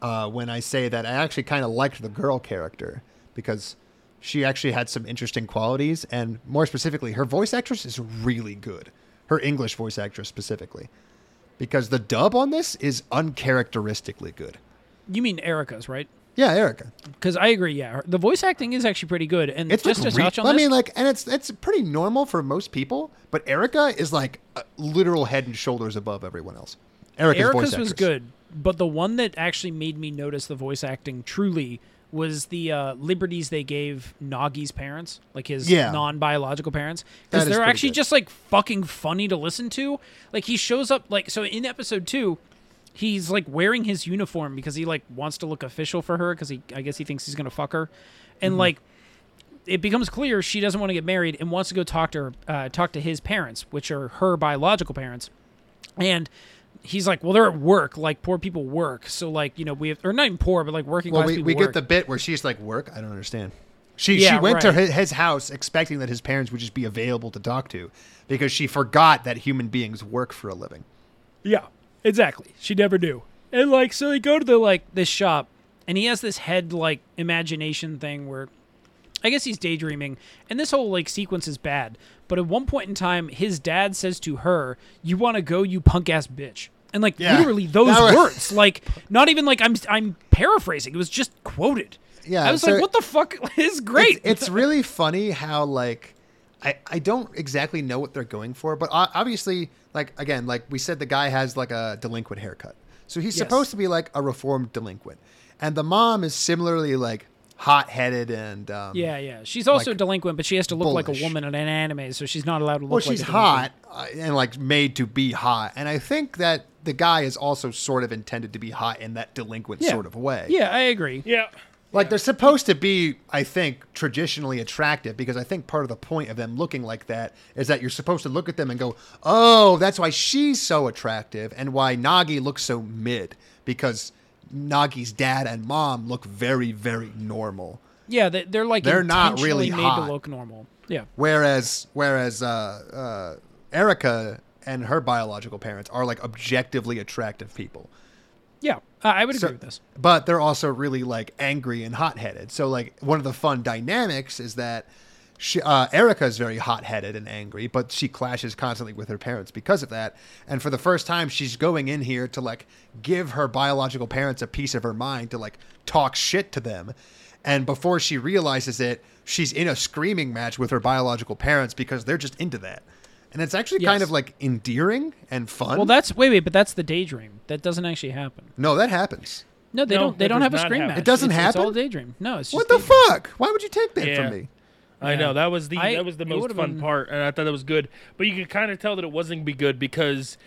uh, when I say that I actually kind of liked the girl character because she actually had some interesting qualities, and more specifically, her voice actress is really good. Her English voice actress specifically, because the dub on this is uncharacteristically good.
You mean Erica's, right?
Yeah, Erica.
Because I agree. Yeah, her- the voice acting is actually pretty good. And
It's
just
like
to
re-
touch on
I
this,
mean, like, and it's it's pretty normal for most people, but Erica is like a literal head and shoulders above everyone else. Erica's, voice
Erica's
actress.
was good, but the one that actually made me notice the voice acting truly was the uh, liberties they gave Nagi's parents, like his
Yeah.
non-biological parents,
That
because
is
they're
pretty
actually
good.
just like fucking funny to listen to. Like he shows up like so in episode two, he's like wearing his uniform because he like wants to look official for her because he I guess he thinks he's gonna fuck her, and
Mm-hmm.
like it becomes clear she doesn't want to get married and wants to go talk to her, uh, talk to his parents, which are her biological parents. And he's like, "Well, they're at work. Like poor people work. So like you know we have, or not even poor, but like working
Well,
class
we,
people
we get
work."
the bit where she's like, "Work? I don't understand." She
Yeah,
she went to
right.
hi- his house expecting that his parents would just be available to talk to because she forgot that human beings work for a living.
Yeah, exactly. She never knew. And like, so they go to the like this shop, and he has this head like imagination thing where, I guess he's daydreaming, and this whole like sequence is bad. But at one point in time, his dad says to her, "You want to go, you punk ass bitch." And like
Yeah.
literally those
That was-
words, like not even like I'm I'm paraphrasing. It was just quoted.
Yeah,
I was
so-
like, what the fuck is great?
It's, it's really funny how like I I don't exactly know what they're going for, but o- obviously like again like we said the guy has like a delinquent haircut, so he's
Yes.
supposed to be like a reformed delinquent, and the mom is similarly like hot headed and um,
yeah, yeah. She's also
Like,
delinquent, but she has to look like
bullish.
a woman in an anime, so she's not allowed to look.
Well,
like
she's
a delinquent.
hot uh, and like made to be hot, and I think that the guy is also sort of intended to be hot in that delinquent
Yeah.
sort of way.
Yeah, I agree.
Yeah.
Like they're supposed to be, I think, traditionally attractive because I think part of the point of them looking like that is that you're supposed to look at them and go, "Oh, that's why she's so attractive and why Nagi looks so mid because Nagi's dad and mom look very, very normal."
Yeah, they, they're like
They're not really
intentionally made
hot.
to look normal. Yeah,
Whereas, whereas uh, uh, Erica and her biological parents are like objectively attractive people.
yeah, I I would
So-
agree with this.
But they're also really like angry and hot headed. So like one of the fun dynamics is that she, uh, Erica is very hot headed and angry, but she clashes constantly with her parents because of that. And for the first time, she's going in here to like give her biological parents a piece of her mind to like talk shit to them. And before she realizes it, she's in a screaming match with her biological parents because they're just into that. And it's actually kind
Yes.
of like endearing and fun.
Well, that's wait, wait, but that's the daydream. That doesn't actually happen.
no, that happens.
No, they
No,
don't. They
that
don't
does
have a
not
screen
happen.
match.
It
doesn't
It's- It's all
happen?
daydream. No, it's just
What the
daydream.
fuck? Why would you take that
Yeah.
from me?
I know that was the
I-
that was the
it
most
would've
fun
been-
part, and I thought that was good. But you could kind of tell that it wasn't gonna be good because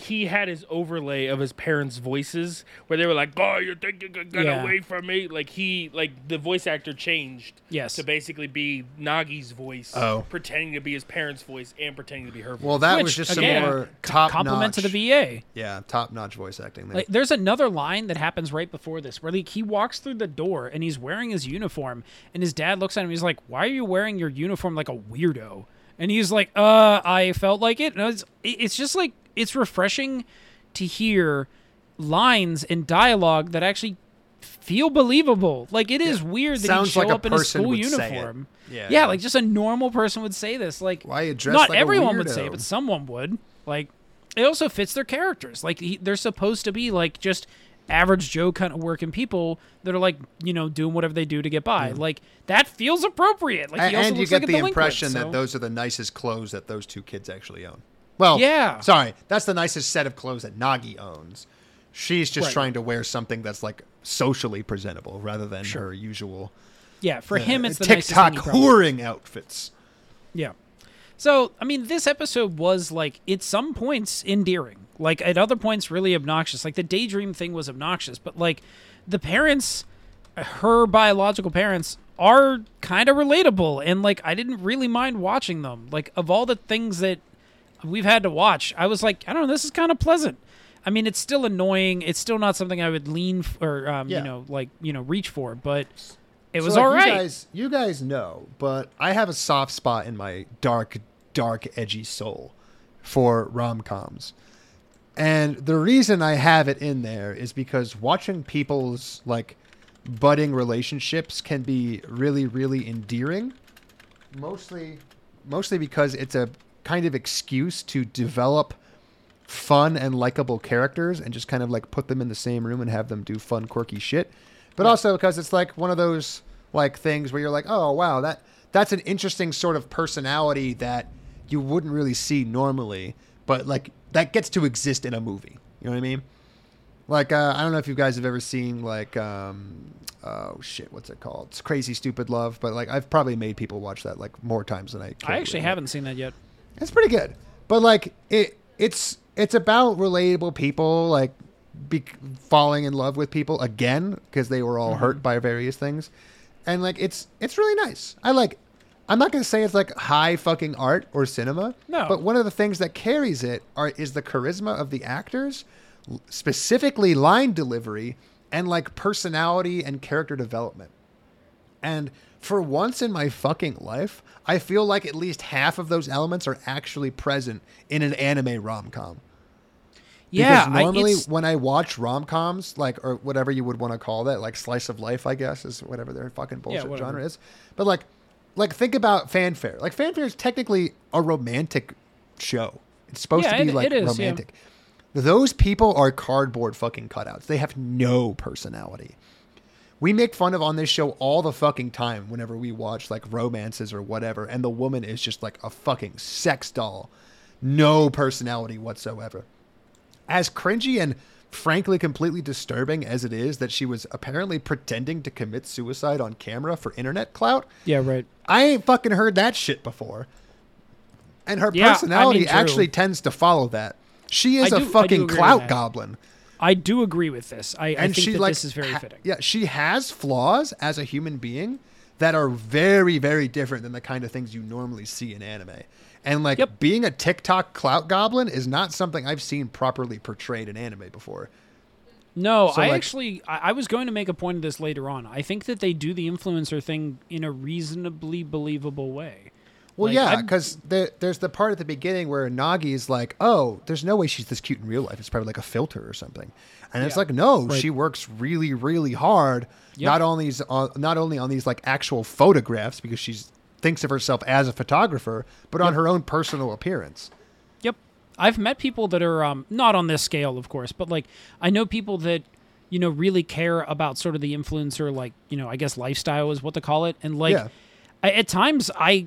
he had his overlay of his parents' voices, where they were like, "Oh, you think you could get
Yeah.
away from me?" Like he, like the voice actor changed,
Yes.
to basically be Nagi's voice,
Oh.
pretending to be his parents' voice and pretending to be her voice.
Well, that
Which,
was just
again,
some more
c-
top
compliment to
notch.
the VA.
Yeah, top notch voice acting. There.
Like, there's another line that happens right before this where like he walks through the door and he's wearing his uniform and his dad looks at him and he's like, "Why are you wearing your uniform like a weirdo?" And he's like, "Uh, I felt like it." And it's it's just like it's refreshing to hear lines and dialogue that actually feel believable. Like it is weird that
Sounds
he'd show
like a
up in a
person
school
would say it.
uniform.
Yeah.
yeah, like just a normal person would say this. Like
Why you dressed
not
like a
everyone would say
weirdo?
it, but someone would. Like it also fits their characters. Like he, they're supposed to be like just average Joe kind of working people that are like you know doing whatever they do to get by. Like that feels appropriate. Like
A-
he also
and you
looks
get
like a
the
delinquent,
impression
so-
that those are the nicest clothes that those two kids actually own. Well,
Yeah.
Sorry, that's the nicest set of clothes that Nagi owns. She's just
Right.
trying to wear something that's like socially presentable rather than her usual uh,
yeah for him it's the nicest
TikTok
thing he probably-
whoring outfits.
Yeah. So, I mean, this episode was like at some points endearing, like at other points really obnoxious. Like the daydream thing was obnoxious, but like the parents, her biological parents, are kind of relatable, and like I didn't really mind watching them. Like of all the things that we've had to watch, I was like, I don't know, this is kind of pleasant. I mean, it's still annoying. It's still not something I would lean f- or um,
Yeah.
you know, like you know, reach for, but it
So,
was
like,
all right.
You guys, you guys know, but I have a soft spot in my dark, dark, edgy soul for rom coms. And the reason I have it in there is because watching people's like budding relationships can be really, really endearing. Mostly, mostly because it's a kind of excuse to develop fun and likable characters and just kind of like put them in the same room and have them do fun, quirky shit. But also because it's like one of those like things where you're like, oh wow, that that's an interesting sort of personality that you wouldn't really see normally, but like that gets to exist in a movie. You know what I mean? Like uh, I don't know if you guys have ever seen like um, oh shit, what's it called? It's Crazy Stupid Love, but like I've probably made people watch that like more times than I. Can
I actually
remember.
haven't seen that yet.
It's pretty good, but like it, it's it's about relatable people like be, falling in love with people again because they were all hurt by various things, and like it's it's really nice. I like. it. I'm not gonna say it's like high fucking art or cinema.
No.
But one of the things that carries it are is the charisma of the actors, l- specifically line delivery and like personality and character development. And for once in my fucking life, I feel like at least half of those elements are actually present in an anime rom com.
Yeah,
because
I-
normally
it's-
when I watch rom coms, like or whatever you would want to call that, like slice of life, I guess is whatever their fucking bullshit
whatever.
genre is. But like, like think about fanfare. Like fanfare is technically a romantic show. It's supposed
Yeah,
to be
it-
like
it is, yeah.
romantic. Those people are cardboard fucking cutouts. They have no personality. We make fun of on this show all the fucking time whenever we watch like romances or whatever, and the woman is just like a fucking sex doll. No personality whatsoever as cringy and frankly completely disturbing as it is that she was apparently pretending to commit suicide on camera for internet clout,
yeah, right.
I ain't fucking heard that shit before. And her
Yeah, I mean,
personality
true.
actually tends to follow that. She is
I
a
do- I do agree
fucking
with
clout
that.
goblin.
I do agree with this. I, I
And
think
she
that
like
this is very
ha-
fitting.
Yeah, she has flaws as a human being that are very very different than the kind of things you normally see in anime. And like
Yep.
being a TikTok clout goblin is not something I've seen properly portrayed in anime before.
No,
So,
I
like-
actually I, I was going to make a point of this later on. I think that they do the influencer thing in a reasonably believable way.
Well,
Like,
yeah, 'cause yeah,
I'm-
because there's the part at the beginning where Nagi's like, "Oh, there's no way she's this cute in real life. It's probably like a filter or something," and it's like, "No, she works really, really hard. Not only is on, not only on these like actual photographs because she thinks of herself as a photographer, but on her own personal appearance."
Yep. I've met people that are um, not on this scale, of course, but like I know people that you know really care about sort of the influencer, like you know, I guess lifestyle is what to call it, and like
Yeah.
I, at times I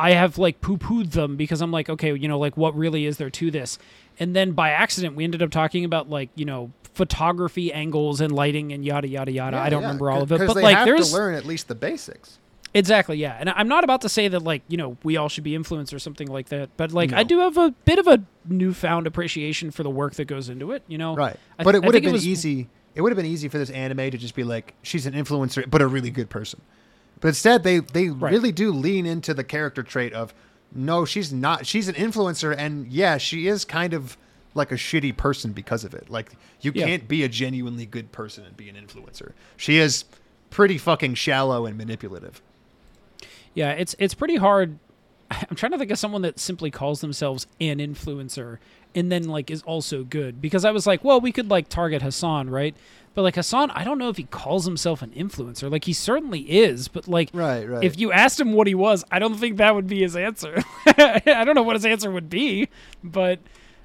I have like poo pooed them because I'm like, okay, you know, like what really is there to this? And then by accident, we ended up talking about like you know photography angles and lighting and yada yada yada. I don't
Yeah,
remember all of
'cause-
it,
'cause
but
they
like
have
there's
to learn at least the basics.
Exactly, yeah. And I'm not about to say that like, you know, we all should be influenced or something like that, but like I do have a bit of a newfound appreciation for the work that goes into it, you know.
Right.
I
but
th-
it
I
would have
think
been
was-
easy. It would have been easy for this anime to just be like, she's an influencer, but a really good person. But instead, they they really do lean into the character trait of, no, she's not. She's an influencer, and yeah, she is kind of like a shitty person because of it. Like you
Yeah.
can't be a genuinely good person and be an influencer. She is pretty fucking shallow and manipulative.
Yeah, it's it's pretty hard. I'm trying to think of someone that simply calls themselves an influencer and then like is also good because I was like, well, we could like target Hassan, right? But like Hassan, I don't know if he calls himself an influencer. Like he certainly is, but like
Right, right.
if you asked him what he was, I don't think that would be his answer. I don't know what his answer would be, but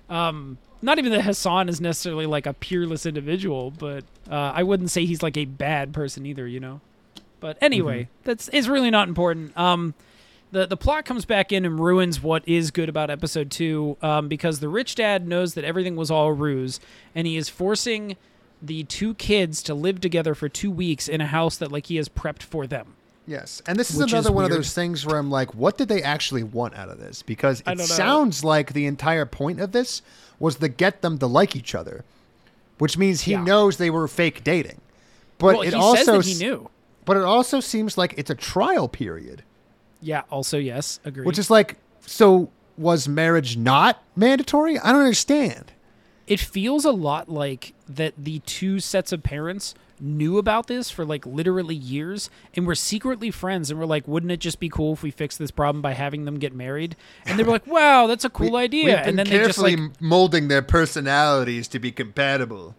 um not even that Hassan is necessarily like a peerless individual, but uh, I wouldn't say he's like a bad person either, you know. But anyway,
Mm-hmm.
that's is really not important. Um, the the plot comes back in and ruins what is good about episode two, um, because the rich dad knows that everything was all a ruse, and he is forcing the two kids to live together for two weeks in a house that like he has prepped for them.
Yes, and this is
Which is
another one of
weird.
those things where I'm like, what did they actually want out of this? Because it
don't know.
sounds like the entire point of this was to get them to like each other, which means he
Yeah.
knows they were fake dating. But
well,
it
he says
also
that he
s-
knew.
But it also seems like it's a trial period,
Yeah. Also, yes, agree.
which is like, so was marriage not mandatory? I don't understand.
it feels a lot like that the two sets of parents knew about this for like literally years and were secretly friends and were like wouldn't it just be cool if we fix this problem by having them get married and they were like wow that's a cool idea
We've been
and then they just
carefully
like
molding their personalities to be compatible.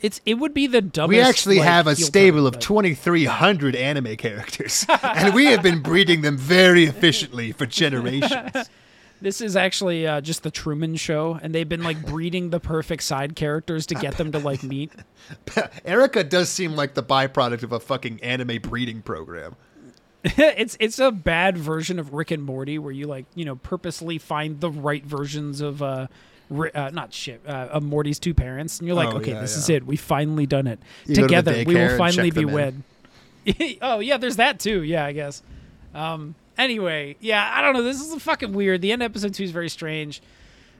it's it would be the dumbest
We actually
like,
have a
heel turn,
stable of
but-
2,300 anime characters, and we have been breeding them very efficiently for generations.
This is actually uh, just the Truman Show, and they've been like breeding the perfect side characters to get them to like meet.
Erica does seem like the byproduct of a fucking anime breeding program.
it's it's a bad version of Rick and Morty, where you like you know purposely find the right versions of uh, Ri- uh not shit, uh, of Morty's two parents, and you're like,
Oh,
okay,
yeah,
this is
yeah.
it. We finally done it
You go to the
together.
daycare
we will
and
finally
check
be
them in.
wed. oh yeah, there's that too. Yeah, I guess. Um. Anyway, yeah, I don't know. This is fucking weird. The end of episode two is very strange.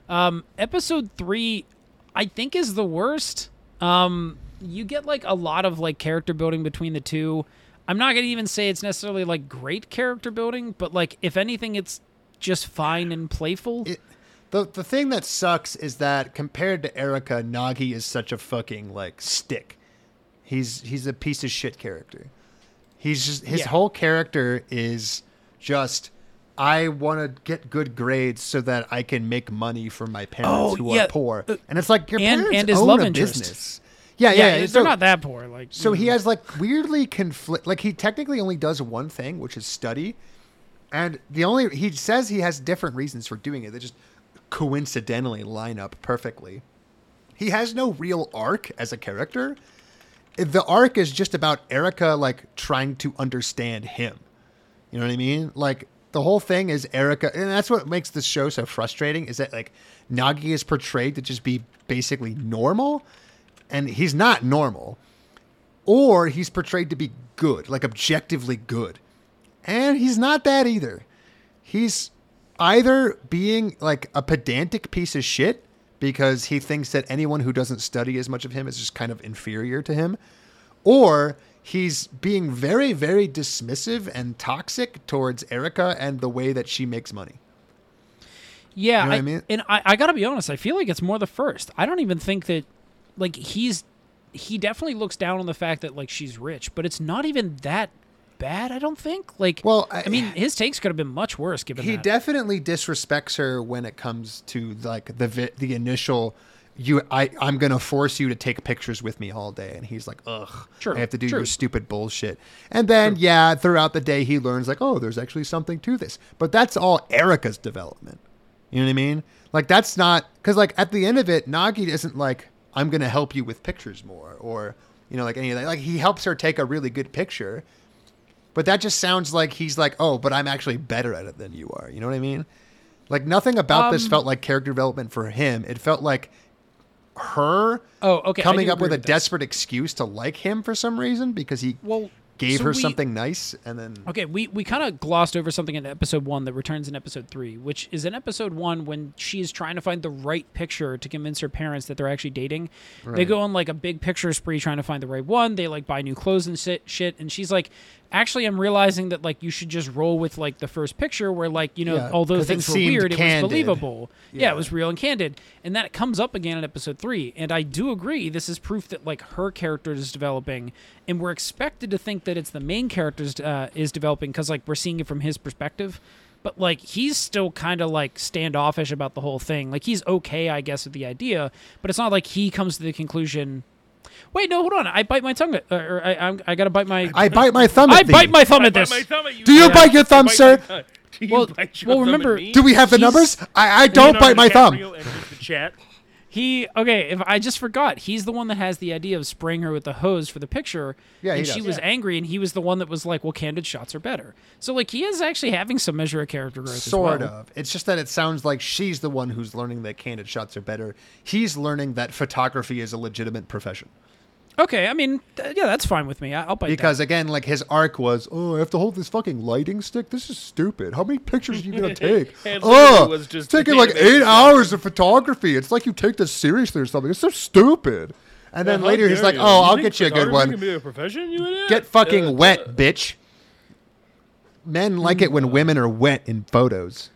Um, episode three, I think, is the worst. Um, you get like a lot of like character building between the two. I'm not gonna even say it's necessarily like great character building, but like if anything, it's just fine and playful.
It, the the thing that sucks is that compared to Erica, Nagi is such a fucking like stick. He's he's a piece of shit character. He's just his
Yeah.
whole character is just I want to get good grades so that I can make money for my parents
Oh,
who
yeah.
are poor.
Uh,
And it's like your
and-
parents
and his
own
love
a
interest.
business. Yeah, yeah,
yeah, they're
so-
not that poor. Like
so he
mm.
has like weirdly conflict. Like he technically only does one thing, which is study, and the only he says he has different reasons for doing it. They just coincidentally line up perfectly. He has no real arc as a character. The arc is just about Erica like trying to understand him. You know what I mean? Like the whole thing is Erica, and that's what makes this show so frustrating. Is that like Nagi is portrayed to just be basically normal, and he's not normal, or he's portrayed to be good, like objectively good, and he's not that either. He's either being like a pedantic piece of shit because he thinks that anyone who doesn't study as much of him is just kind of inferior to him, or he's being very, very dismissive and toxic towards Erica and the way that she makes money.
Yeah,
You know what I
I-
mean?
and I, I gotta be honest. I feel like it's more the first. I don't even think that, like, he's he definitely looks down on the fact that like she's rich, but it's not even that bad. I don't think. Like,
Well,
I,
I-
mean, his takes could have been much worse given
He
that.
definitely disrespects her when it comes to like the vi- the initial you I I'm going to force you to take pictures with me all day and he's like ugh
True,
I have to do
true.
your stupid bullshit. And then yeah, throughout the day he learns like oh there's actually something to this. But that's all Erica's development. You know what I mean? Like that's not cuz like at the end of it Nagi isn't like I'm going to help you with pictures more or you know like any of that. Like he helps her take a really good picture but that just sounds like he's like, oh, but I'm actually better at it than you are. You know what I mean? Like nothing about this
Um,
felt like character development for him. It felt like her
Oh, okay, I
coming
do
up with
agree
a
with that.
desperate excuse to like him for some reason because he
Well,
gave
so
her
we-
something nice and then
Okay, we, we kind of glossed over something in episode one that returns in episode three, which is in episode one when she's trying to find the right picture to convince her parents that they're actually dating. They go on like a big picture spree trying to find the right one. They like buy new clothes and shit, shit. And she's like, actually, I'm realizing that like you should just roll with like the first picture where like, you know,
Yeah,
although
'cause it
things were
seemed
weird, it was
candid.
believable. Yeah.
Yeah.
it was real and candid. And that comes up again in episode three. And I do agree, this is proof that like her character is developing, and we're expected to think that it's the main character's uh, is developing because like we're seeing it from his perspective. But like he's still kind of like standoffish about the whole thing. Like he's okay, I guess, with the idea, but it's not like he comes to the conclusion. Wait, no, hold on. I bite my tongue. At, or I, I'm, I gotta bite my.
I bite my thumb. At
I
thee.
bite my thumb
I
at
bite
this.
my thumb at you.
Do you
sir.
bite your
I
thumb,
my
sir?
thumb. Do you
Well-
bite your
well,
thumb at
remember-
me?
Do we have the
He's-
numbers? I, I don't
Leonardo
bite my thumb.
DiCaprio enters the chat.
He okay. If I just forgot, he's the one that has the idea of spraying her with the hose for the picture.
Yeah, he
and she
does.
was angry, and he was the one that was like, "Well, candid shots are better." So like, he is actually having some measure of character growth. as
Sort
well.
of. It's just that it sounds like she's the one who's learning that candid shots are better. He's learning that photography is a legitimate profession.
Okay, I mean, th- yeah, that's fine with me. I- I'll bite
Because again, like his arc was, oh, I have to hold this fucking lighting stick. This is stupid. How many pictures are you gonna take?
It literally
oh,
was just
it's taking
the
like
animation.
eight hours of photography. It's like you take this seriously or something. It's so stupid. And then
How
later he's
dare
like,
Uh-huh. you.
oh,
You Uh,
I'll
think
get you a good
photography
one.
can be a profession, you idiot?
Get fucking wet, bitch. Men like it
Hmm.
when women are wet in photos.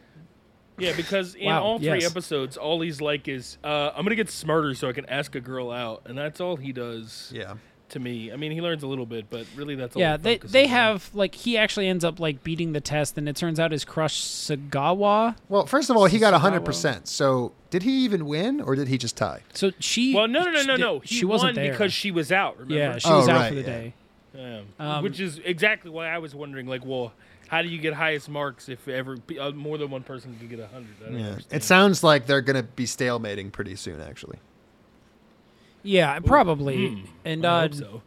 Yeah, because in
Wow,
all three
yes.
episodes, all he's like is, uh, "I'm gonna get smarter so I can ask a girl out," and that's all he does. To me, I mean, he learns a little bit, but really, that's all
yeah,
he
they
focuses
they
on.
have like he actually ends up like beating the test, and it turns out his crush Sagawa.
Well, first of all, he got
Sagawa.
hundred percent. So did he even win or did he just tie?
So she
Well, no, no, no,
she
no,
did-
no. He
she wasn't
won
there
because she was out. Remember?
yeah, she
Oh,
was out
right,
for the
yeah.
day.
Yeah.
Um,
Which is exactly why I was wondering, like, well, How do you get highest marks if ever uh, more than one person can get a hundred?
Yeah. It sounds like they're going to be stalemating pretty soon, actually.
Yeah, probably. And
Mm. I
uh,
hope so.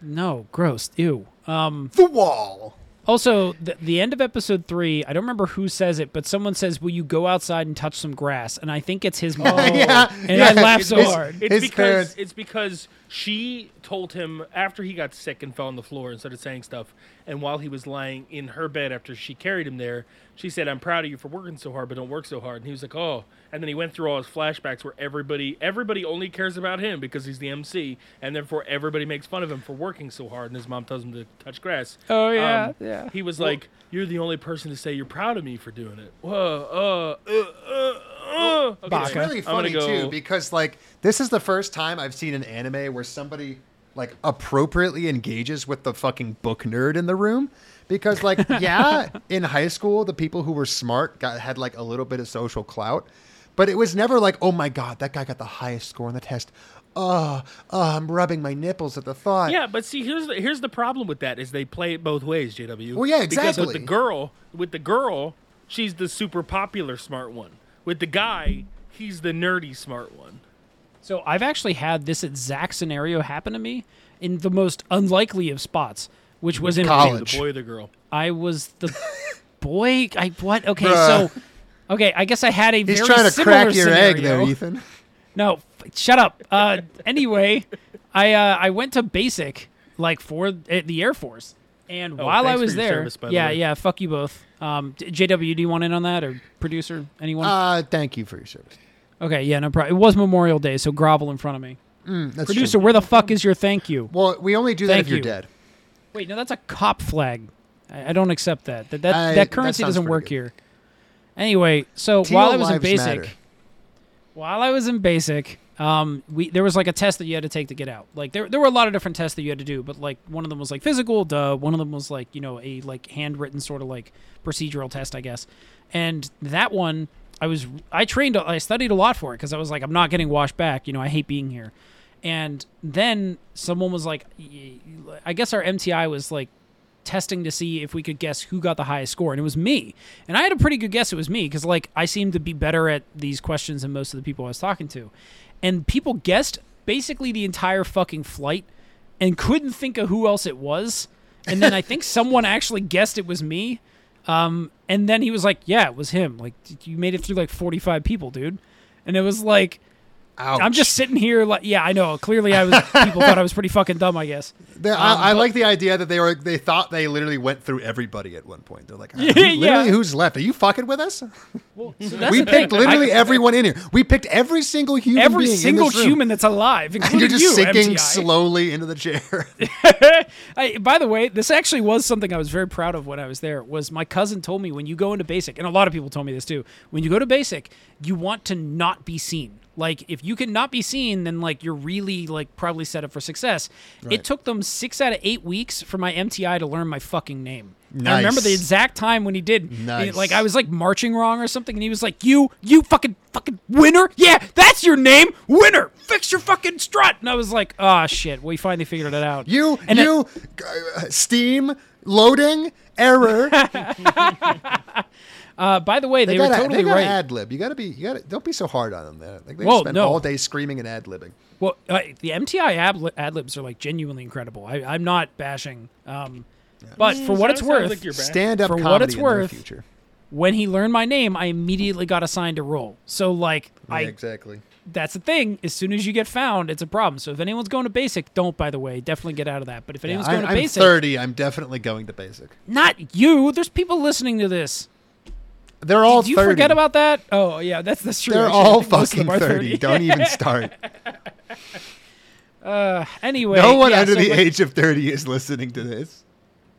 no, gross. Ew. Um,
The wall.
also, the, the end of episode three, I don't remember who says it, but someone says, "Will you go outside and touch some grass?" And I think it's his mom.
Oh, yeah.
And I
yeah.
laughed so
It's-
hard.
It's
his
because
parents-
it's because she told him after he got sick and fell on the floor and started saying stuff, and while he was lying in her bed after she carried him there, she said, "I'm proud of you for working so hard, but don't work so hard." And he was like, "Oh," and then he went through all his flashbacks where everybody everybody only cares about him because he's the MC, and therefore everybody makes fun of him for working so hard. And his mom tells him to touch grass.
Oh, yeah,
Um,
yeah.
He was like, "You're the only person to say you're proud of me for doing it." Whoa, uh, uh, uh, uh. Okay,
It's
Baka.
really
I'm gonna
funny too
go-
because like this is the first time I've seen an anime where somebody like appropriately engages with the fucking book nerd in the room because like yeah in high school the people who were smart got had like a little bit of social clout but it was never like oh my god that guy got the highest score on the test oh, oh I'm rubbing my nipples at the thought
Yeah, but see, here's the, here's the problem with that is they play it both ways, JW.
Well, yeah,
Because with
exactly.
the girl, with the girl, she's the super popular smart one. With the guy, he's the nerdy smart one.
So I've actually had this exact scenario happen to me in the most unlikely of spots, which was in
College.
The boy or the girl.
I was the boy. I what? Okay,
Bruh.
so okay, I guess I had a
he's
very
trying to
similar
crack your
scenario.
egg there Ethan
No, f- shut up. Uh, anyway, I uh, I went to basic like for th- the Air Force, and while I
Oh, thanks for
was
your
there,
service, by the
yeah,
way.
yeah, fuck you both. Um, d- JW, do you want in on that or producer anyone?
uh thank you for your service
okay, yeah, no problem. It was Memorial Day, so grovel in front of me.
That's true.
Producer, where the fuck is your thank you?
well we only do that
Thank
if you're
you.
dead
Wait, no, that's a cop flag. I, I don't accept that. That that,
I-
that
that
currency
sounds
doesn't
pretty
work
good.
here. Anyway, so
Teal
while I was in
lives
basic,
matter.
while I was in basic, um, we there was like a test that you had to take to get out. Like there, there were a lot of different tests that you had to do, but like one of them was like physical, duh. One of them was like you know a like handwritten sort of like procedural test, I guess. And that one, I was I trained, I studied a lot for it because I was like I'm not getting washed back. You know I hate being here. And then someone was like, y- y- I guess our MTI was like testing to see if we could guess who got the highest score and it was me and i had a pretty good guess it was me because like i seemed to be better at these questions than most of the people i was talking to and people guessed basically the entire fucking flight and couldn't think of who else it was and then i think someone actually guessed it was me um, and then he was like yeah it was him like d- you made it through like 45 people dude and it was like i'm
Ouch.
just sitting here like yeah i know clearly i was people thought i was pretty fucking dumb i guess
They,
Um,
I, I
but-
like the idea that they were they thought they literally went through everybody at one point. They're like, "Uh, "Who-
Yeah.
literally, who's left? Are you fucking with us?
So that's
we
the thing.
picked literally
I-
everyone in here. We picked every single human,
every
being in
single
this room.
human that's alive,
And
including
you're just
you,
sinking
MTI.
slowly into the chair.
I, by the way, this actually was something I was very proud of when I was there. Was my cousin told me when you go into basic, and a lot of people told me this too. When you go to basic, you want to not be seen. Like if you can not be seen, then like you're really like probably set up for success. It took them six out of eight weeks for my MTI to learn my fucking name. I remember
Nice.
the exact time when he did.
Nice.
Like I was like marching wrong or something, and he was like, "You, you fucking, fucking winner! Yeah, that's your name, winner. Fix your fucking strut." And I was like, "Ah, shit, we finally figured it out."
You,
and
you, uh, steam loading error.
uh, by the way, they,
They
were
gotta,
totally
they gotta
right.
ad lib. You gotta be. You gotta. Don't be so hard on them. There, like they
Whoa,
spend
no.
all day screaming and ad libbing.
Well, uh, the MTI ad, li- ad libs are like genuinely incredible. I, I'm not bashing, um, but for what it's
Sounds like
worth,
you're back.
Stand up
For what
comedy
it's
in
worth,
the future.
when he learned my name, I immediately got assigned a role. So like, I
yeah, exactly.
that's the thing. As soon as you get found, it's a problem. So if anyone's going to basic, don't. By the way, definitely get out of that. But if anyone's going
I'm,
to
I'm
basic,
30. I'm definitely going to basic.
not you. There's people listening to this.
They're all.
Did you
30.
forget about that? Oh yeah, that's that's true.
They're
actually. I
all
think most of
fucking
them are
30. Don't even start.
Anyway,
No one
yeah,
under
so,
the
like,
age of 30 is listening to this.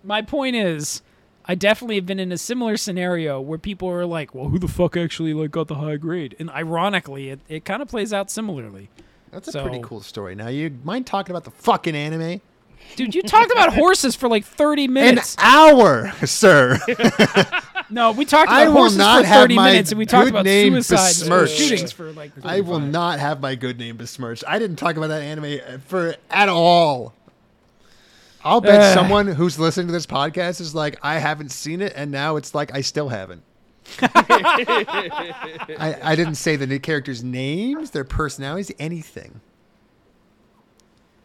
my point is I definitely have been in a similar scenario where people are like, "Well, who the fuck actually like got the high grade?" And ironically, it, it kind of plays out similarly.
That's a
So-
pretty cool story. Now, you mind talking about the fucking anime?
Dude, you talked about horses for like 30
An
minutes.
hour, sir.
no, we talked
I
about
will
horses
not
for
have
30
my
minutes and we talked
good
about
name
suicides and
besmirched.
shootings for like
I will
35.
not have my good name besmirched. I didn't talk about that anime for at all. I'll bet
Ugh.
someone who's listening to this podcast is like, I haven't seen it, and now it's like I still haven't. I, I didn't say the new characters' names, their personalities, anything.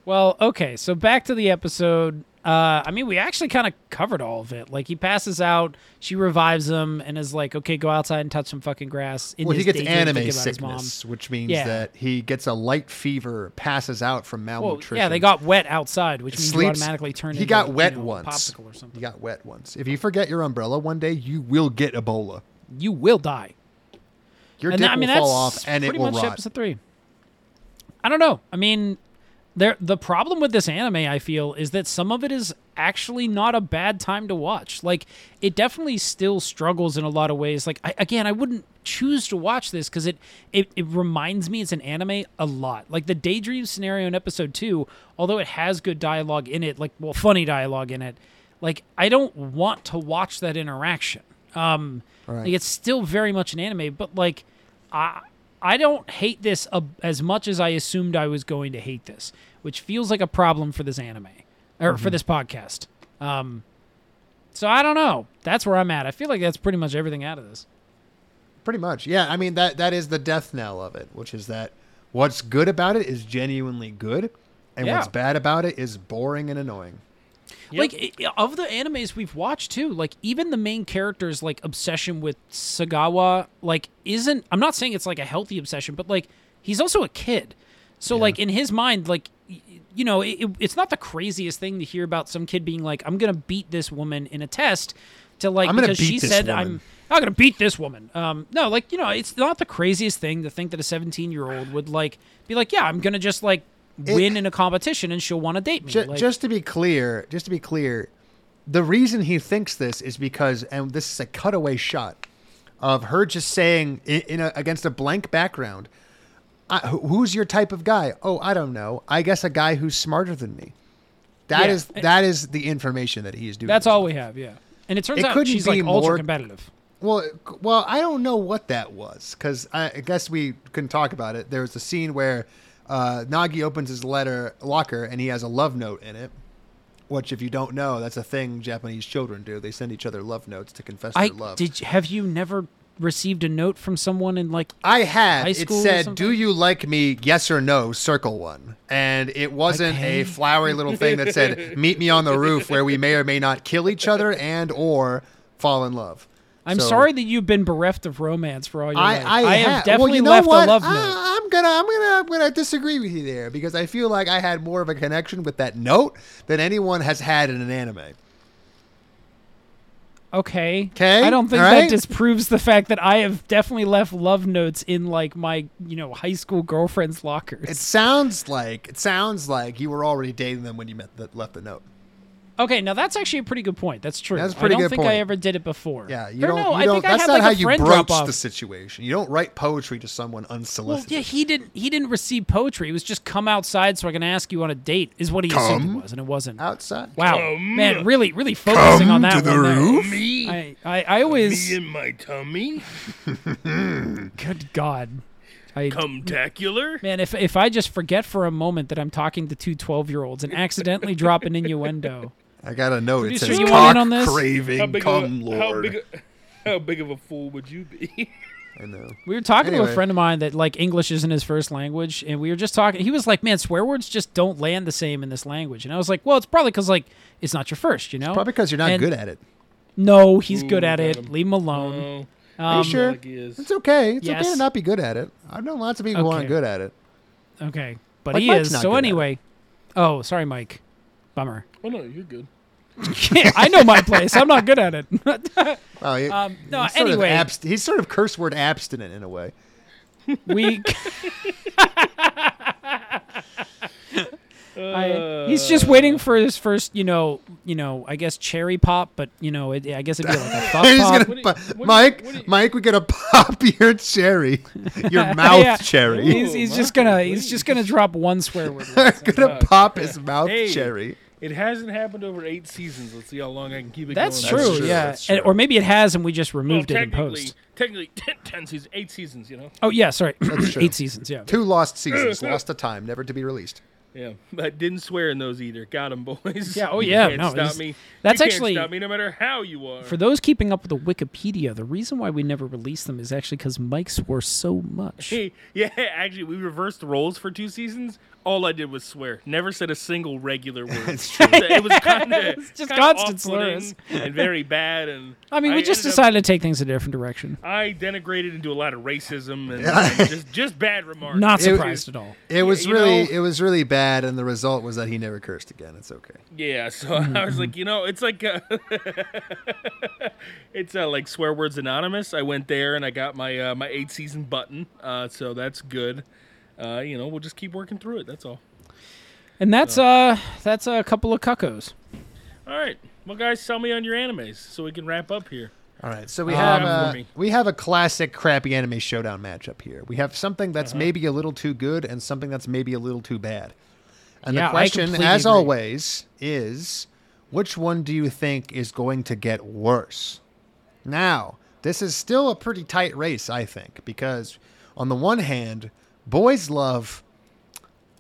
Well, okay, so back to the episode. Uh, I mean, we actually kind of covered all of it. Like he passes out, she revives him, and is like, "Okay, go outside and touch some fucking grass." In
Well, he
his
gets
daydream,
anime
thinking about his mom.
sickness, which means
Yeah.
that he gets a light fever, passes out from
Well,
malnutrition.
yeah, they got wet outside, which means you
Sleeps-
automatically turn.
He
into,
got
you
wet
know, a
once.
popsicle or
He
something.
got wet once. If you forget your umbrella one day, you will get Ebola.
You will die.
Your
and
dick
that- I mean,
will fall off,
that's
and it
pretty
will
much
rot.
episode three. I don't know. I mean, there the problem with this anime, I feel, is that some of it is actually not a bad time to watch. Like, it definitely still struggles in a lot of ways. Like, I, again, I wouldn't choose to watch this because it, it it reminds me it's an anime a lot. Like the daydream scenario in episode two, although it has good dialogue in it, like well, funny dialogue in it. Like, I don't want to watch that interaction. Um,
Right.
like it's still very much an anime, but like I I don't hate this a, as much as I assumed I was going to hate this, which feels like a problem for this anime or for this podcast. Um, so I don't know. That's where I'm at. I feel like that's pretty much everything out of this.
Pretty much, yeah. I mean that that is the death knell of it, which is that what's good about it is genuinely good, and
Yeah.
what's bad about it is boring and annoying.
Like i- of the animes we've watched too, like even the main character's like obsession with Sagawa, like isn't. I'm not saying it's like a healthy obsession, but like he's also a kid, so like in his mind, like y- you know, it, it- it's not the craziest thing to hear about some kid being like, "I'm gonna beat this woman in a test," to like
I'm gonna
because
beat
she
this
said
woman.
I'm. I'm gonna beat this woman. Um, no, like you know, it's not the craziest thing to think that a 17 year old would like be like, yeah, I'm gonna just like win in a competition and she'll want to date me.
Ju-
like,
just to be clear, just to be clear, the reason he thinks this is because, and this is a cutaway shot of her just saying in, in a, against a blank background, I, who- "Who's your type of guy?" Oh, I don't know. I guess a guy who's smarter than me. That
Yeah.
is that is the information that he is doing.
That's all we have, yeah. And it turns
It
out
couldn't
she's
be
like ultra
more-
competitive.
Well, c- well, I don't know what that was because I, I guess we couldn't talk about it. There was a scene where uh, Nagi opens his letter locker and he has a love note in it. Which, if you don't know, that's a thing Japanese children do. They send each other love notes to confess
I
their love.
did. you- Have you never received a note from someone and like?
I had
High
it
school or
said,
something?
"Do you like me? Yes or no? Circle one." And it wasn't
Okay.
a flowery little thing that said, "Meet me on the roof where we may or may not kill each other and or fall in love."
I'm
So-
sorry that you've been bereft of romance for all your life.
I, I,
have
ha-
definitely
well, you know
left
what? Ah.
a love
I,
note.
I'm gonna I'm gonna I'm gonna disagree with you there because I feel like I had more of a connection with that note than anyone has had in an anime.
Okay.
'Kay,
I don't think
all
that
right.
disproves the fact that I have definitely left love notes in like my you know high school girlfriend's lockers.
It sounds like it sounds like you were already dating them when you met the, left the note.
okay, now that's actually a pretty good point. That's true.
That's a pretty
I don't
good
think I
point.
ever did it before.
Yeah, you
Or
don't.
no,
you
I
don't
think I
that's
had
not
like
how
a
you
friend
broach
drop off.
the situation. You don't write poetry to someone
Well,
unsolicited.
yeah, he didn't. He didn't receive poetry. It was just come outside so I can ask you on a date. Is what he assumed
Come
it was, and it wasn't.
outside.
wow, man, really, really focusing on that
to the
one there.
roof?
Me,
I, I, I always.
me and my tummy,
Good God, I
cumtacular.
man, if if I just forget for a moment that I'm talking to two 12 year olds and accidentally drop an innuendo,
I got a note. It
Producer,
says
you want in
cock
on this?
How
craving,
big,
come
of a, how,
lord.
big a, how big of a fool would you be?
I know.
we were talking to a
Anyway.
friend of mine that like English isn't his first language, and we were just talking. He was like, "Man, swear words just don't land the same in this language," and I was like, "Well, it's probably because like it's not your first, you know."
Probably because you're not
And-
good at it.
No, he's good
Ooh,
at
got
it.
him.
Leave him alone.
Oh,
Are you sure?
like he is.
It's okay. It's okay
Yes.
to not be good at it. I've known lots of people who
Okay.
aren't good at it.
Okay, but
Like,
he
Mike's
is.
not
So
good at
anyway, oh, sorry, Mike. Bummer.
Oh no, you're good.
I know my place. I'm not good at it.
Oh, he-
Um, no,
he's sort of
anyway.
abst- he's sort of curse word abstinent in a way.
we.
Uh,
I, he's just waiting for his first, you know, you know. I guess cherry pop, but you know, it, I guess it'd be like a thought
He's
pop.
gonna,
you-
pop-
Uh, what do you-
Mike,
what do you-
Mike, we gonna pop your cherry, your mouth
Yeah.
cherry.
He's, he's
Ooh,
just
Mike,
gonna, he's just gonna drop one swear word. once.
gonna pop his mouth
Hey.
cherry.
It hasn't happened over eight seasons. Let's see how long I can keep it
That's
going.
true.
true,
yeah,
that's
And-
true.
or maybe it has, and we just
Well,
removed it in
technically,
post.
technically, ten, ten seasons, eight seasons. You know.
Oh yeah, sorry.
true.
Eight seasons. Yeah.
Two lost seasons, lost to time, never to be released.
Yeah, but didn't swear in those either. Got him, boys.
Yeah, oh,
You
yeah,
can't
no,
stop
it's-
me.
that's
You can't
actually-
stop me no matter how you are.
For those keeping up with the Wikipedia, the reason why we never released them is actually because Mike swore so much.
Hey, yeah, actually, we reversed roles for two seasons. All I did was swear. Never said a single regular word.
It's true.
it was kind of
It's just constant slurs.
and very bad. And
I mean, we just
ended up-
decided to take things a different direction.
I denigrated into a lot of racism and, and just just bad remarks.
Not
It-
surprised at all.
It was
you
really
know-
it was really bad, and the result was that he never cursed again. It's okay.
Yeah, so
Mm-hmm,
I was like, you know, it's like uh, it's uh, like swear words anonymous. I went there and I got my uh, my eight season button, uh, so that's good. Uh, you know, we'll just keep working through it. That's all.
And that's uh that's a couple of cuckoos.
All right, well, guys, tell me on your animes so we can wrap up here.
All right, so we
Um,
have
for
a,
me.
we have a classic crappy anime showdown matchup here. We have something that's
Uh-huh.
maybe a little too good and something that's maybe a little too bad. And
Yeah, I
the question,
completely
as
agree.
always, is which one do you think is going to get worse? Now, this is still a pretty tight race, I think, because on the one hand, boys love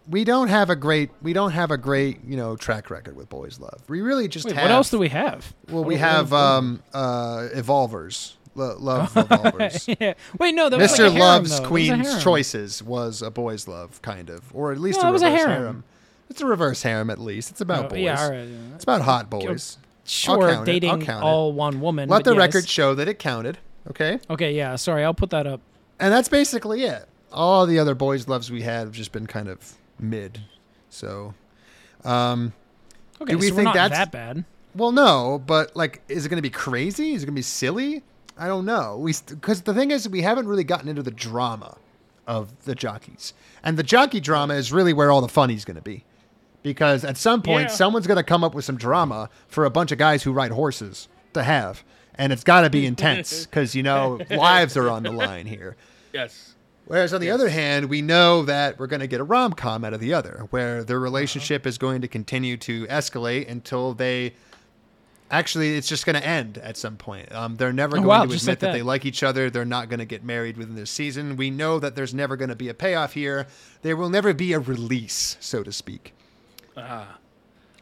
we don't have a great we don't have a great, you know, track record with boys love. We really just
Wait,
have
what else do we have?
well, we have um, uh, Evolvers. Lo- love Evolvers.
yeah. Wait, no, that was
Mr.
like a harem,
Love's
though. It was a
Queen's
harem.
Choices was a boy's love, kind of, or at least
No,
a
it was
reverse
a harem.
harem. It's a reverse harem, at least. It's about
Oh,
boys.
yeah, all right, yeah.
It's about hot boys.
Sure,
count it. I'll
dating
count it.
all one woman.
Let
but
the
yes.
record show that it counted. Okay,
Okay, yeah. Sorry, I'll put that up.
and that's basically it. All the other boys' loves we had have just been kind of mid. So, um,
Okay,
Do we
so we're
think
not
that's-
that bad?
Well, no, but like, is it going to be crazy? Is it going to be silly? I don't know. We because the thing is, we haven't really gotten into the drama of the jockeys, and the jockey drama is really where all the funny's going to be, because at some point,
Yeah.
someone's going to come up with some drama for a bunch of guys who ride horses to have, and it's got to be intense because you know lives are on the line here.
Yes.
Whereas on the other hand, we know that we're going to get a rom com out of the other, where their relationship is going to continue to escalate until they actually, it's just going to end at some point. Um, they're never going
wow,
to admit
just like
that.
that.
they like each other. They're not going to get married within this season. We know that there's never going to be a payoff here. There will never be a release, so to speak.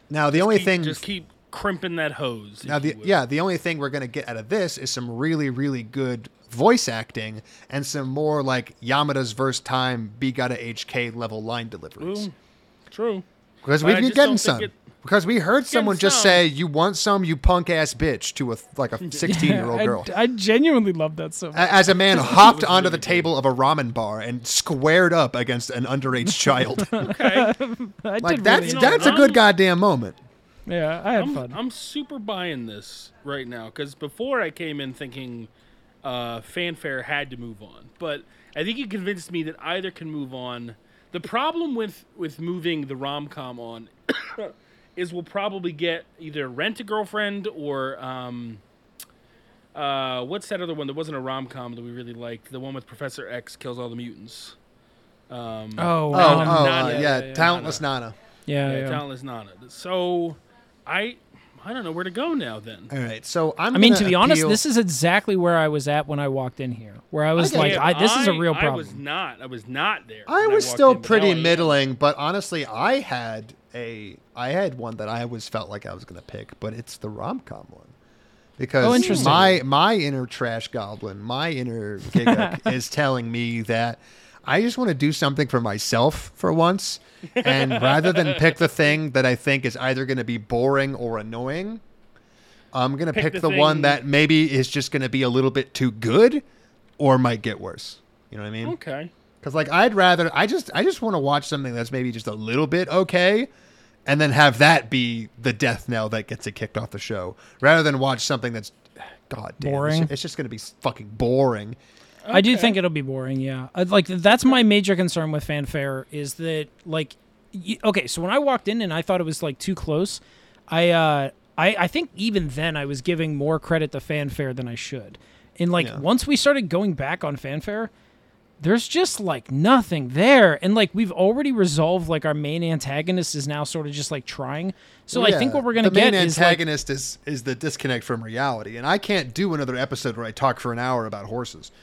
now, the only
Keep-
thing.
just keep crimping that hose. if
Now,
you
the,
will.
yeah, the only thing we're going to get out of this is some really, really good voice acting and some more like Yamada's verse time B gotta HK level line deliveries.
Ooh, true.
Because
but
we
I
are
just
getting
don't think
some.
it-
because we heard someone just
some.
say, "You want some, you punk ass bitch," to a like a sixteen year old
I-
girl.
I, genuinely love that so much.
A- As a man hopped onto the table of a ramen bar and squared up against an underage child,
I
like
did
that's
really
that-
that's a
I'm-
good goddamn moment.
yeah, I had
I'm,
fun.
I'm super buying this right now because before I came in thinking uh, fanfare had to move on, but I think you convinced me that either can move on. The problem with with moving the rom com on is we'll probably get either rent a girlfriend or um, uh, what's that other one that wasn't a rom com that we really liked? The one with Professor X kills all the mutants. Um,
Oh,
oh, wow.
oh,
Nana,
uh,
yeah,
yeah,
yeah, yeah,
talentless Nana.
yeah,
yeah,
yeah.
Talentless Nana. So I I don't know where to go now then.
All right, so I'm.
I mean,
gonna
to be honest,
appeal-
this is exactly where I was at when I walked in here, where I was
Okay.
like,
Yeah,
I, "This is a
I-
real
I was
problem."
not. I was not there.
I
when
was
walked
still
in, but
pretty
now I am.
middling, but honestly, I had a I had one that I always felt like I was going to pick, but it's the rom com one because
Oh, interesting.
my my inner trash goblin, my inner giga is telling me that I just want to do something for myself for once, and rather than pick the thing that I think is either going to be boring or annoying, I'm going to pick,
the
the, one
thing-
that maybe is just going to be a little bit too good, or might get worse. You know what I mean?
Okay.
Cause like I'd rather I just I just want to watch something that's maybe just a little bit okay, and then have that be the death knell that gets it kicked off the show, rather than watch something that's god damn,
Boring.
It's, it's just gonna be s- fucking boring.
I do think it'll be boring. Yeah, I'd like that's my major concern with fanfare is that like, y- okay, so when I walked in and I thought it was like too close, I uh, I I think even then I was giving more credit to fanfare than I should, and like
Yeah.
once we started going back on fanfare. There's just like nothing there. And like we've already resolved like our main antagonist is now sort of just like trying. So I think
Yeah.
what we're gonna
the main
get is like
antagonist is is the disconnect from reality, and I can't do another episode where I talk for an hour about horses.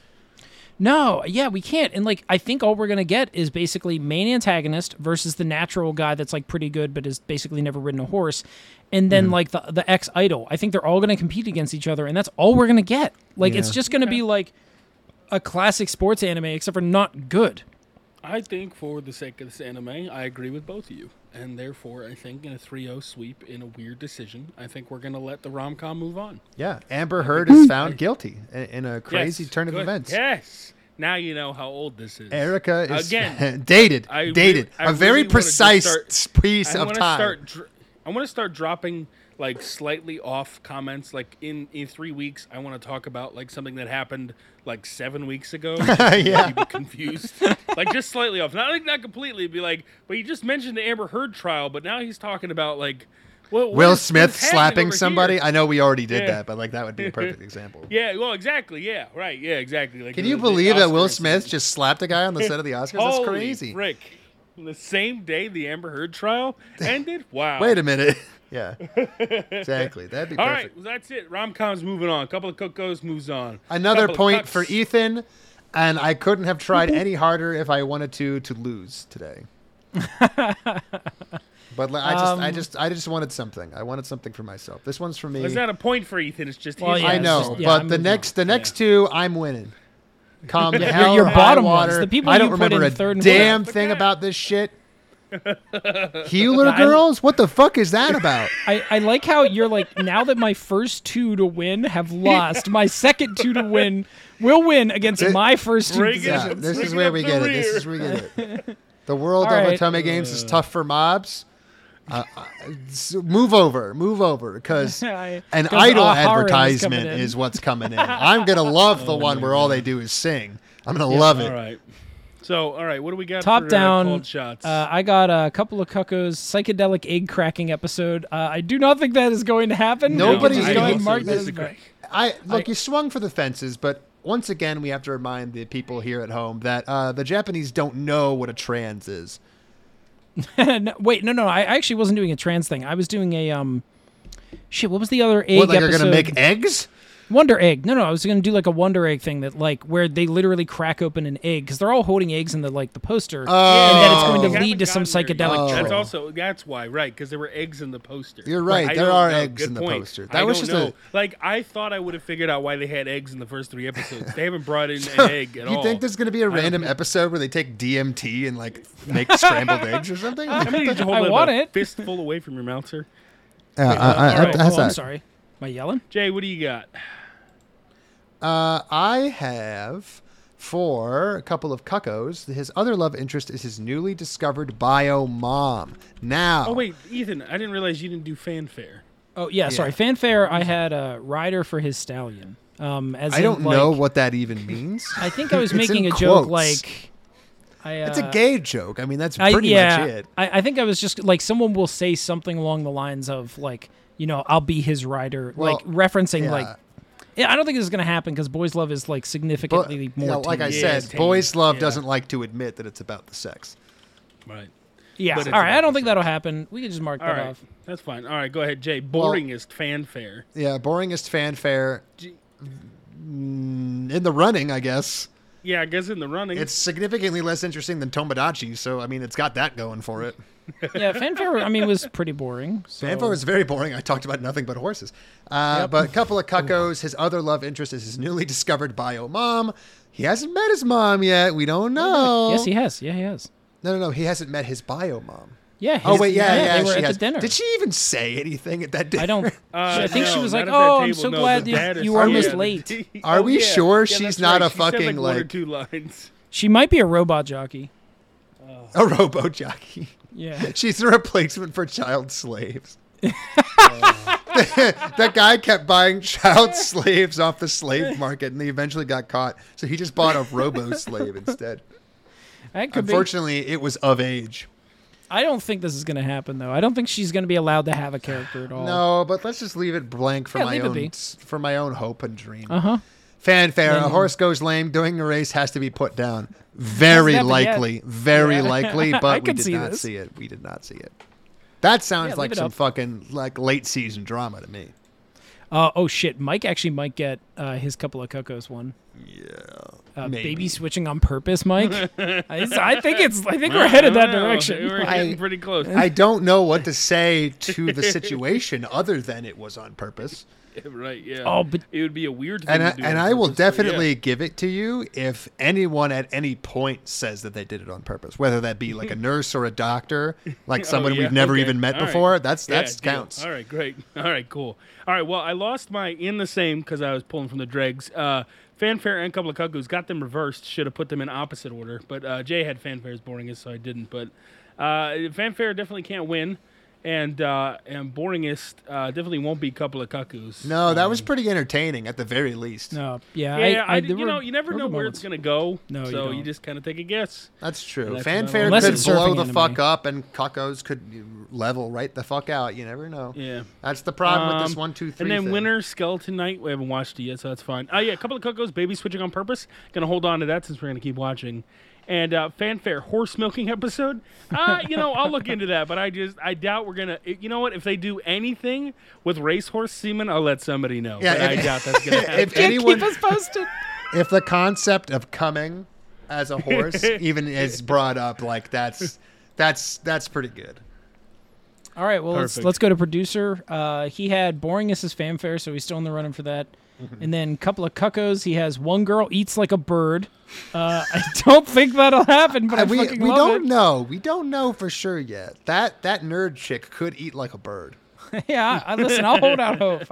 No, yeah, we can't. And like, I think all we're gonna get is basically main antagonist versus the natural guy that's like pretty good, but has basically never ridden a horse, and then like the the ex idol. I think they're all gonna compete against each other, and that's all we're gonna get. Like, it's
Yeah.
just gonna be like a classic sports anime, except for not good.
I think for the sake of this anime, I agree with both of you. And therefore, I think in a 3 0 sweep in a weird decision, I think we're going to let the rom com move on.
Yeah, Amber Heard is found guilty in, in a crazy
Yes,
turn of
good.
events.
Yes. Now you know how old this is.
Erica is
Again,
dated,
I really-
dated,
I
a very
really wanna just
precise
start-
piece
I
of
want to
time.
start. Dr- I want to start dropping like slightly off comments. Like in in three weeks, I want to talk about like something that happened like seven weeks ago.
Yeah.
You'd be confused. like just slightly off, not like not completely. Be like, but you just mentioned the Amber Heard trial, but now he's talking about like well, what
Will
is-
Smith
what's happening
slapping
over
somebody.
here?
I know we already did
Yeah.
that, but like that would be a perfect example.
Yeah. Well, exactly. Yeah. Right. Yeah. Exactly. Like
Can
the-
you
the
believe that Will
Oscars.
Smith just slapped a guy on the set of the Oscars? That's
Holy
crazy.
Frick. The same day the Amber Heard trial ended. Wow.
Wait a minute. yeah, exactly. That'd be
All
perfect.
right, well, that's it. Rom com's moving on. Couple of Cocos moves on.
Another
Couple of
point
Cucks.
for Ethan, and I couldn't have tried any harder if I wanted to to lose today. but like, I just, I
Um,
just, I just wanted something. I wanted something for myself. This one's for me.
It's not a point for Ethan. It's just
Well,
his-
yeah,
I
it's
know,
just- yeah,
but
I'm
the
moving
next, the next two, I'm winning. Come
your-
hell
your
or high
bottom ones,
water.
the people
I
you
don't
put
remember
in
a
third and
damn
fourth.
thing about this shit. Healer
I'm-
girls, what the fuck is that about?
I, I like how you're like now that my first two to win have lost, my second two to win will win against
Th-
my first two
Bring it
yeah,
positions.
this is
Bringing
where
up
we
the
get it. This
rear.
is where we get it. The world
All
of
right.
Otome games is tough for mobs. Uh, uh, s- move over, move over, because
I-
an
'cause
idol
Ahara is coming
advertisement
in.
is what's coming in. I'm gonna love the one where all they do is sing. I'm gonna love
All
it.
right. So, all right, what do we got?
Top
for, uh,
down.
cold shots.
Uh, I got a couple of cuckoos psychedelic egg cracking episode. Uh, I do not think that is going to happen.
Nobody's
Oh,
I
I
can just go ahead
going
and
to
mark that as
disagree.
I look, you swung for the fences, but once again, we have to remind the people here at home that uh, the Japanese don't know what a trans is.
no, wait, no, no. I I actually wasn't doing a trans thing. I was doing a um, shit. What was the other egg
What, like, you're
episode?
gonna make eggs?
Wonder egg. No, no. I was gonna do like a Wonder egg thing that like where they literally crack open an egg because they're all holding eggs in the like the poster, and that it's
Oh.
going
We
to lead to some
haven't gotten there yet.
psychedelic.
That's
trip.
also that's why, right? Because there were eggs in the poster.
You're right,
I
there
don't
are
know.
eggs
Good
in the
point.
poster.
I
That was
don't
just a-
know. like I thought I would have figured out why they had eggs in the first three episodes. They haven't brought in an egg at
you
all.
think there's going to be a random episode where they take DMT and like make scrambled eggs or something?
I mean, you just hold
I
up a
want it.
Fistful away from your mouth, sir.
All right. Oh, I'm sorry. Am I yelling?
Jay, what do you got?
Uh, I have for a couple of cuckoos. His other love interest is his newly discovered bio mom. Now,
Oh wait, Ethan, I didn't realize you didn't do fanfare.
Oh yeah, sorry. Fanfare. I had a rider for his stallion. Um, as
I
in,
don't
like-
know what that even means.
I think I was
It's
making a
in
joke
quotes.
like. I, uh,
it's a gay joke. I mean, that's
I,
pretty
yeah,
much it.
I, I think I was just like someone will say something along the lines of like, you know, I'll be his rider,
Well,
like referencing
yeah.
like. Yeah, I don't think this is gonna happen because boys' love is like
But
significantly
you
more.
know, like I
tame.
Yeah,
said,
it's tame.
boys' love
Yeah.
doesn't like to admit that it's about the sex.
Right.
yeah.
but it's
All right, I
about
don't
the
think that'll happen. We can just mark
All
that
right.
off.
That's fine. All right, go ahead, Jay. Boringest fanfare.
Yeah, boringest fanfare. Mm, In the running, I guess.
Yeah, I guess in the running.
It's significantly less interesting than Tomodachi, so I mean, it's got that going for
Oh.
it.
Yeah, fanfare. I mean, was pretty boring. So.
Fanfare was very boring. I talked about nothing but horses. Uh, But a couple of cuckoos. His other love interest is his newly discovered bio mom. He hasn't met his mom yet. We don't know.
Yes, he has. Oh, Yeah, he has.
No, no, no. He hasn't met his bio mom.
Yeah.
Oh
his-
wait, yeah, yeah.
They were
she
at
has.
the dinner.
Did she even say anything at that dinner?
I don't. I think she
Uh, no,
was
not
like,
at that
"Oh, I'm
table,
so
no,
glad
the
you,
dad is-
you were
yeah,
almost
the-
late."
Are
Oh,
we
yeah.
sure
Yeah,
she's
that's
not
right.
a
She said,
fucking
like, one or
like
two lines?
She might be a robot jockey.
a robo jockey?
Yeah.
She's a replacement for child slaves. that guy kept buying child slaves off the slave market, and they eventually got caught. So he just bought a robo slave instead.
That could be.
Unfortunately, it was of age.
I don't think this is going to happen, though. I don't think she's going to be allowed to have a character at all.
No, but let's just leave it blank for
Yeah,
my
leave it
own
be.
s- for my own hope and dream.
Uh huh.
Fanfare: A
Then-
horse goes lame during a race has to be put down. Very
Hasn't happened
likely, very
Yeah.
likely,
I
but we
could
did
see
not
this.
see it. We did not see it. That sounds
Yeah,
like
leave it
some
up.
fucking like late season drama to me.
Uh, oh shit! Mike actually might get uh, his couple of cuckoos one. Yeah. Uh,
Maybe.
baby switching on purpose, Mike. I, I think it's. I think we're headed that
I don't know. We're
direction.
getting
I-
pretty close.
I don't know what to say to the situation other than it was on purpose.
right, yeah.
Oh, but-
it would be a weird thing
And I,
to do
and
on
I will
purpose, but yeah.
definitely give it to you if anyone at any point says that they did it on purpose, whether that be like a nurse or a doctor, like someone
Oh, yeah,
we've never
okay,
even met
all right.
before. That's
Yeah,
that's
deal.
counts.
All right, great. All right, cool. All right, well, I lost my in the same because I was pulling from the dregs. Uh, fanfare and couple of cuckoos got them reversed. Should have put them in opposite order, but uh, Jay had fanfare as boringest, so I didn't. But uh, fanfare definitely can't win, and uh, and boringest uh, definitely won't be couple of cuckoos.
No, that
Um,
was pretty entertaining at the very least.
No. Oh, Yeah.
Yeah,
I, I,
d-
there
you
were-
know, you never
there were
know where
moments.
it's gonna go.
No, you
so you,
don't.
just kind of take a guess.
That's true.
That's what I
Fanfare
want. Unless
could
it's
blow
surfing
the
anime.
fuck up, and cuckos could level right the fuck out. You never know.
Yeah.
That's the problem with this
Um,
one, two, three.
And then
thing.
Winter Skeleton Knight. We haven't watched it yet, so that's fine. Oh yeah, a couple of Cocos, Baby Switching on Purpose. Gonna hold on to that since we're gonna keep watching. And uh, fanfare horse milking episode. Uh, you know, I'll look into that, but I just I doubt we're gonna. You know what? If they do anything with racehorse semen, I'll let somebody know.
Yeah,
but
if-
I doubt that's gonna happen.
If
Yeah,
anyone,
keep us posted.
if the concept of coming as a horse even is brought up, like that's that's that's pretty good.
All right. Well, let's,
Perfect.
let's go to producer. Uh, he had boring as his fanfare, so he's still in the running for that.
Mm-hmm.
And then couple of cuckoos. He has one girl eats like a bird. Uh, I don't think that'll happen, but I,
we
fucking
we
love
don't
it.
know. We don't know for sure yet. That that nerd chick could eat like a bird.
Yeah, I, listen, I'll hold out hope.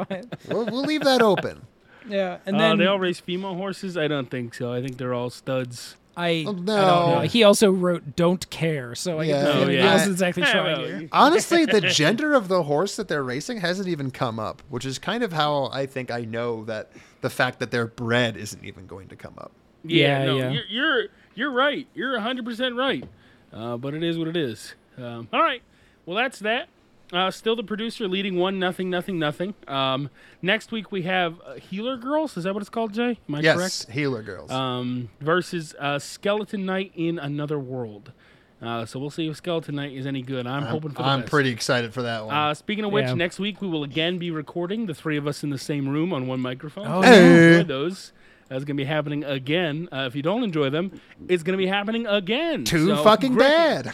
We'll, we'll leave that open.
yeah, and
uh,
then
they all race female horses. I don't think so. I think they're all studs.
I,
Oh,
I don't
no.
know. He also wrote "Don't Care," so I get
Yeah.
the
Oh,
feeling he
yeah.
wasn't exactly
Yeah,
trying
well,
here.
Honestly, the gender of the horse that they're racing hasn't even come up, which is kind of how I think I know that the fact that they're bred isn't even going to come up.
Yeah,
Yeah,
no,
yeah.
You're, you're you're right. You're 100% right. Uh, but it is what it is. Um, all right. Well, that's that. Uh, still the producer leading one nothing nothing nothing. Um, next week we have uh, Healer Girls. Is that what it's called, Jay? Am I
yes,
correct?
healer girls.
um, versus uh, Skeleton Knight in Another World. Uh, so we'll see if Skeleton Knight is any good. I'm, hoping for the
I'm
best.
pretty excited for that one.
Uh, speaking of which,
Yeah.
next week we will again be recording the three of us in the same room on one microphone.
Oh,
So if you
yeah.
enjoy those. That's going to be happening again. Uh, if you don't enjoy them, it's going to be happening again.
too
So,
fucking
great.
bad.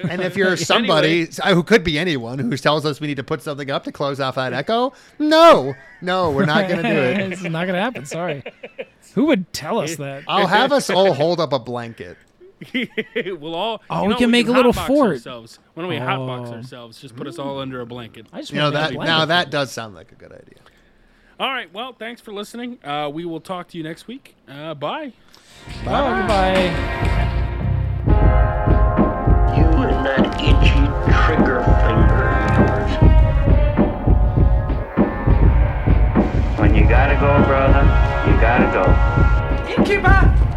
and if you're somebody uh, who could be anyone who tells us we need to put something up to close off that echo, no, no, we're not going to do it.
it's not gonna happen. Sorry. Who would tell us that?
I'll have us all hold up a blanket.
we'll all.
Oh,
you
we
know,
can make a
hotbox
little fort.
Ourselves. Why don't we hotbox
Oh.
ourselves? Just put us all under a blanket.
I just
You know
want to
that
make a
now that
blanket.
does sound like a good idea.
All right. Well, thanks for listening. Uh, we will talk to you next week. Uh, bye.
Oh, goodbye.
You and that itchy trigger finger of yours. When you gotta go, brother, you gotta go.
Innkeeper!